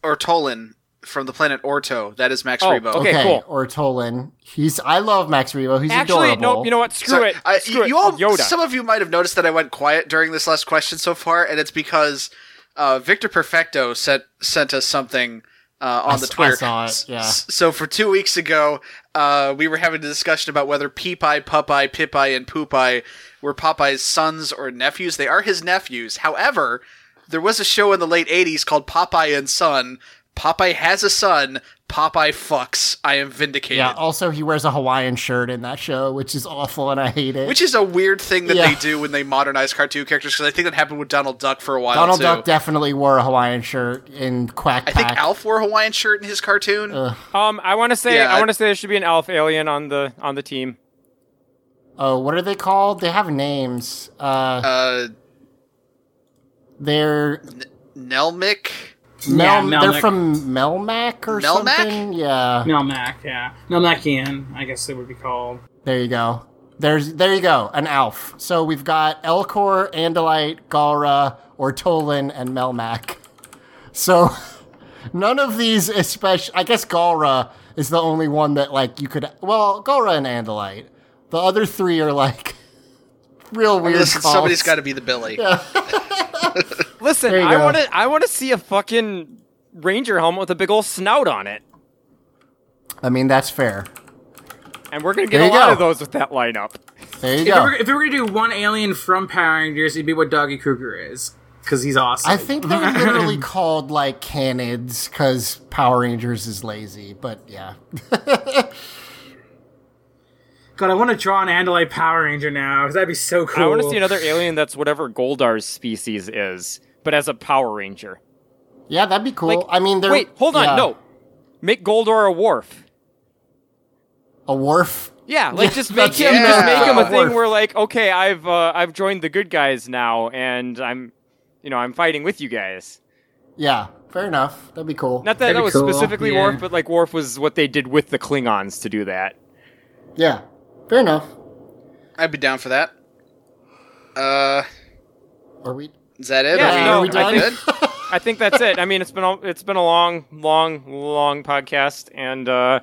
[SPEAKER 6] Ortolan from the planet Orto. That is Max
[SPEAKER 4] Oh,
[SPEAKER 6] Rebo.
[SPEAKER 4] okay. cool.
[SPEAKER 5] Or Tolan. He's I love Max Rebo. He's
[SPEAKER 4] Actually,
[SPEAKER 5] adorable.
[SPEAKER 4] nope. You know what? Screw
[SPEAKER 6] Sorry,
[SPEAKER 4] it.
[SPEAKER 6] I-
[SPEAKER 4] Screw
[SPEAKER 6] you,
[SPEAKER 4] it.
[SPEAKER 6] you all,
[SPEAKER 4] Yoda.
[SPEAKER 6] some of you might have noticed that I went quiet during this last question so far, and it's because uh, Victor Perfecto sent sent us something uh, on
[SPEAKER 5] I
[SPEAKER 6] the
[SPEAKER 5] s- I
[SPEAKER 6] Twitter.
[SPEAKER 5] saw it,
[SPEAKER 6] S-
[SPEAKER 5] yeah.
[SPEAKER 6] s- So for two weeks ago, uh, we were having a discussion about whether Peepeye, Popeye, Pipeye, and Poopeye were Popeye's sons or nephews. They are his nephews. However, there was a show in the late '80s called Popeye and Son. Popeye has a son. Popeye fucks. I am vindicated.
[SPEAKER 5] yeah. Also, he wears a Hawaiian shirt in that show, which is awful, and I hate it.
[SPEAKER 6] Which is a weird thing that
[SPEAKER 5] Yeah.
[SPEAKER 6] they do when they modernize cartoon characters because I think that happened with Donald Duck for a while
[SPEAKER 5] Donald
[SPEAKER 6] too.
[SPEAKER 5] Duck definitely wore a Hawaiian shirt in Quack
[SPEAKER 6] I think
[SPEAKER 5] Pack.
[SPEAKER 6] Alf wore a Hawaiian shirt in his cartoon.
[SPEAKER 4] Um, I want to say
[SPEAKER 6] Yeah,
[SPEAKER 4] I
[SPEAKER 6] I-
[SPEAKER 4] want to say there should be an elf alien on the on the team.
[SPEAKER 5] oh, what are they called? They have names. Uh,
[SPEAKER 6] Uh,
[SPEAKER 5] they're
[SPEAKER 6] Nelmic.
[SPEAKER 5] Mel.
[SPEAKER 7] Melmac.
[SPEAKER 5] they're from Melmac or
[SPEAKER 6] Melmac?
[SPEAKER 5] something. Yeah.
[SPEAKER 7] Melmac, yeah. Melmacian, I guess they would be called.
[SPEAKER 5] There you go. There's there you go. An Alf. So we've got Elcor, Andalite, Galra, Ortolan, and Melmac. So none of these, especially I guess Galra is the only one that like you could. Well, Galra and Andalite. The other three are like real weird.
[SPEAKER 6] Listen,
[SPEAKER 5] calls.
[SPEAKER 6] somebody's got to be the Billy.
[SPEAKER 4] Listen,
[SPEAKER 5] There you
[SPEAKER 4] I
[SPEAKER 5] go.
[SPEAKER 4] want to I want to see a fucking ranger helmet with a big old snout on it,
[SPEAKER 5] I mean, that's fair.
[SPEAKER 4] and we're gonna get
[SPEAKER 5] There
[SPEAKER 4] a
[SPEAKER 5] you
[SPEAKER 4] lot
[SPEAKER 5] go.
[SPEAKER 4] of those with that lineup.
[SPEAKER 5] There you
[SPEAKER 7] If, we
[SPEAKER 5] go.
[SPEAKER 7] were, if we were gonna do one alien from Power Rangers, it'd be what Doggy Kruger is. Because he's awesome.
[SPEAKER 5] I think they're literally called like canids because Power Rangers is lazy. But yeah,
[SPEAKER 7] God, I want to draw an Andalite Power Ranger now, because that'd be so cool.
[SPEAKER 4] I want to see another alien that's whatever Goldar's species is, but as a Power Ranger.
[SPEAKER 5] yeah, that'd be cool. I mean, they're
[SPEAKER 4] Wait, hold on,
[SPEAKER 5] yeah.
[SPEAKER 4] no, make Goldar a wharf.
[SPEAKER 5] a wharf.
[SPEAKER 4] Yeah, like just make him
[SPEAKER 5] that's-
[SPEAKER 4] just make him a
[SPEAKER 5] yeah.
[SPEAKER 4] thing
[SPEAKER 5] Wharf.
[SPEAKER 4] where like, okay, I've uh, I've joined the good guys now, and I'm, you know, I'm fighting with you guys.
[SPEAKER 5] Yeah, fair enough. That'd be cool.
[SPEAKER 4] Not that
[SPEAKER 7] That'd
[SPEAKER 4] that
[SPEAKER 7] be
[SPEAKER 4] was
[SPEAKER 7] cool,
[SPEAKER 4] specifically
[SPEAKER 7] yeah.
[SPEAKER 4] Worf, but like Worf was what they did with the Klingons to do that.
[SPEAKER 5] yeah, fair enough.
[SPEAKER 6] I'd be down for that. Uh,
[SPEAKER 5] Are we?
[SPEAKER 6] is that it?
[SPEAKER 4] Yeah,
[SPEAKER 5] no,
[SPEAKER 6] are we,
[SPEAKER 5] I
[SPEAKER 6] are we
[SPEAKER 5] think-
[SPEAKER 6] good?
[SPEAKER 4] I think that's it. I mean, it's been a, it's been a long, long, long podcast, and uh,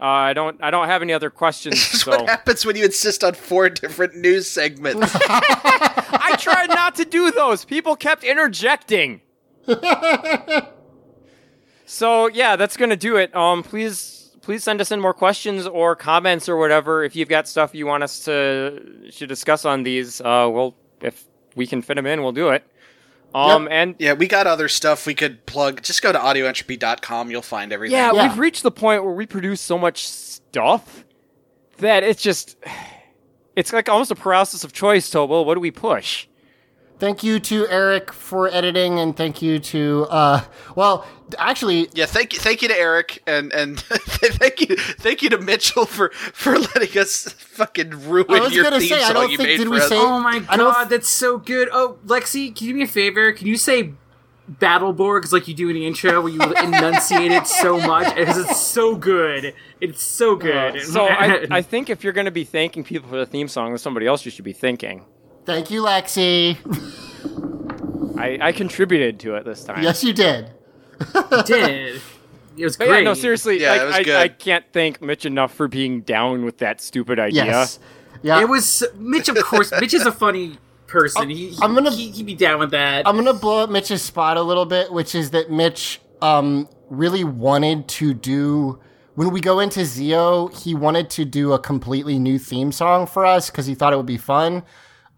[SPEAKER 4] uh, I don't I don't have any other questions.
[SPEAKER 6] This is
[SPEAKER 4] So
[SPEAKER 6] what happens when you insist on four different news segments.
[SPEAKER 4] I tried not to do those. People kept interjecting. so yeah, that's gonna do it. Um, please please send us in more questions or comments or whatever if you've got stuff you want us to to discuss on these. Uh, we'll if we can fit them in, we'll do it. Um, and
[SPEAKER 6] yeah, we got other stuff we could plug. Just go to audioentropy.com. You'll find everything.
[SPEAKER 4] Yeah,
[SPEAKER 5] Yeah.
[SPEAKER 4] we've reached the point where we produce so much stuff that it's just it's like almost a paralysis of choice, Tobo. What do we push?
[SPEAKER 5] Thank you to Eric for editing, and thank you to uh, well, actually,
[SPEAKER 6] Yeah, thank you, thank you to Eric, and and thank you, thank you to Mitchell for for letting us fucking ruin
[SPEAKER 5] I was
[SPEAKER 6] your
[SPEAKER 5] gonna
[SPEAKER 6] theme
[SPEAKER 5] say, I
[SPEAKER 6] song
[SPEAKER 5] don't
[SPEAKER 6] you
[SPEAKER 5] think-
[SPEAKER 6] made
[SPEAKER 5] did
[SPEAKER 6] for
[SPEAKER 5] we
[SPEAKER 6] us.
[SPEAKER 5] say-
[SPEAKER 7] Oh my
[SPEAKER 5] I don't
[SPEAKER 7] god,
[SPEAKER 5] f-
[SPEAKER 7] that's so good. Oh, Lexi, can you do me a favor? Can you say Battleborgs like you do in the intro where you enunciate it so much? Because it's so good. It's so good.
[SPEAKER 4] Oh, So I, I think if you're going to be thanking people for the theme song, there's somebody else you should be thanking.
[SPEAKER 5] thank you, Lexi.
[SPEAKER 4] I, I contributed to it this time.
[SPEAKER 5] yes, you did.
[SPEAKER 7] did. It was
[SPEAKER 4] But
[SPEAKER 7] great.
[SPEAKER 4] yeah, no, seriously,
[SPEAKER 6] Yeah,
[SPEAKER 4] like,
[SPEAKER 6] it was
[SPEAKER 4] I,
[SPEAKER 6] good.
[SPEAKER 4] I can't thank Mitch enough for being down with that stupid idea.
[SPEAKER 5] Yes. Yeah.
[SPEAKER 7] It was Mitch. Of course, Mitch is a funny person. He, he,
[SPEAKER 5] I'm gonna-
[SPEAKER 7] he, he'd be down with that.
[SPEAKER 5] I'm gonna blow up Mitch's spot a little bit, which is that Mitch um, really wanted to do when we go into Zio, he wanted to do a completely new theme song for us because he thought it would be fun.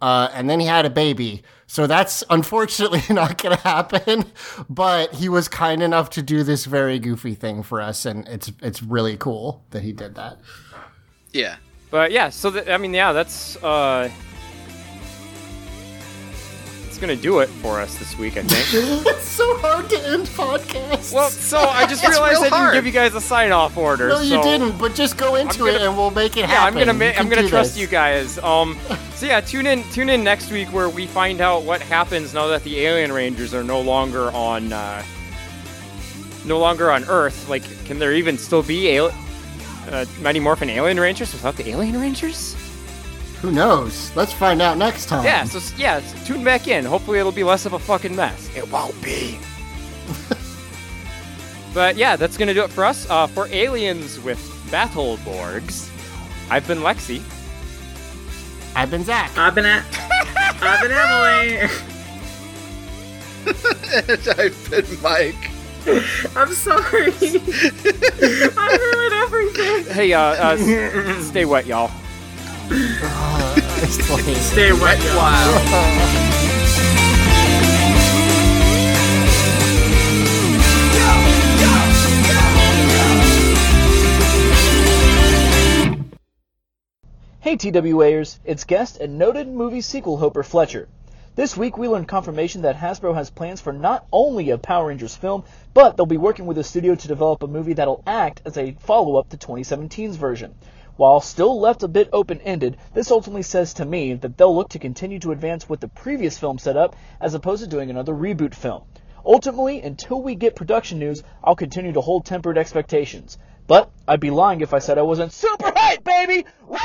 [SPEAKER 5] Uh, and then he had a baby, so that's unfortunately not gonna happen. But he was kind enough to do this very goofy thing for us, and it's it's really cool that he did that.
[SPEAKER 6] Yeah.
[SPEAKER 4] But yeah, so th- I mean, yeah, that's uh, it's gonna do it for us this week, I think.
[SPEAKER 5] it's so hard to end podcasts.
[SPEAKER 4] well, so I just
[SPEAKER 6] It's
[SPEAKER 4] realized
[SPEAKER 6] real
[SPEAKER 4] I didn't
[SPEAKER 6] hard.
[SPEAKER 4] give you guys a sign-off order.
[SPEAKER 5] no, you
[SPEAKER 4] so-
[SPEAKER 5] didn't. But just go into it,
[SPEAKER 4] gonna-
[SPEAKER 5] and we'll make it
[SPEAKER 4] Yeah, I'm
[SPEAKER 5] happen.
[SPEAKER 4] gonna
[SPEAKER 5] You
[SPEAKER 4] ma-
[SPEAKER 5] can
[SPEAKER 4] I'm gonna
[SPEAKER 5] do
[SPEAKER 4] trust
[SPEAKER 5] this.
[SPEAKER 4] you guys. Um, so yeah, tune in tune in next week where we find out what happens now that the alien rangers are no longer on uh, no longer on Earth. Like, can there even still be al- uh, many morphin alien rangers without the alien rangers?
[SPEAKER 5] Who knows? Let's find out next time.
[SPEAKER 4] Yeah, so s- yeah, s- tune back in. Hopefully, it'll be less of a fucking mess. It won't be. but yeah, that's gonna do it for us. Uh, for aliens with battle borgs, I've been Lexi.
[SPEAKER 5] I've been Zach.
[SPEAKER 7] I've been at. I've been Emily.
[SPEAKER 6] and I've been Mike.
[SPEAKER 7] I'm sorry. I ruined everything.
[SPEAKER 4] Hey, uh, uh s- stay wet, y'all.
[SPEAKER 7] Stay wet, wild.
[SPEAKER 12] Hey TWAers, it's guest and noted movie sequel hoper Fletcher. This week we learned confirmation that Hasbro has plans for not only a Power Rangers film, but they'll be working with a studio to develop a movie that'll act as a follow-up to 2017's version. While still left a bit open-ended, this ultimately says to me that they'll look to continue to advance what the previous film set up as opposed to doing another reboot film. Ultimately, until we get production news, I'll continue to hold tempered expectations. But I'd be lying if I said I wasn't super hyped, baby! Woo!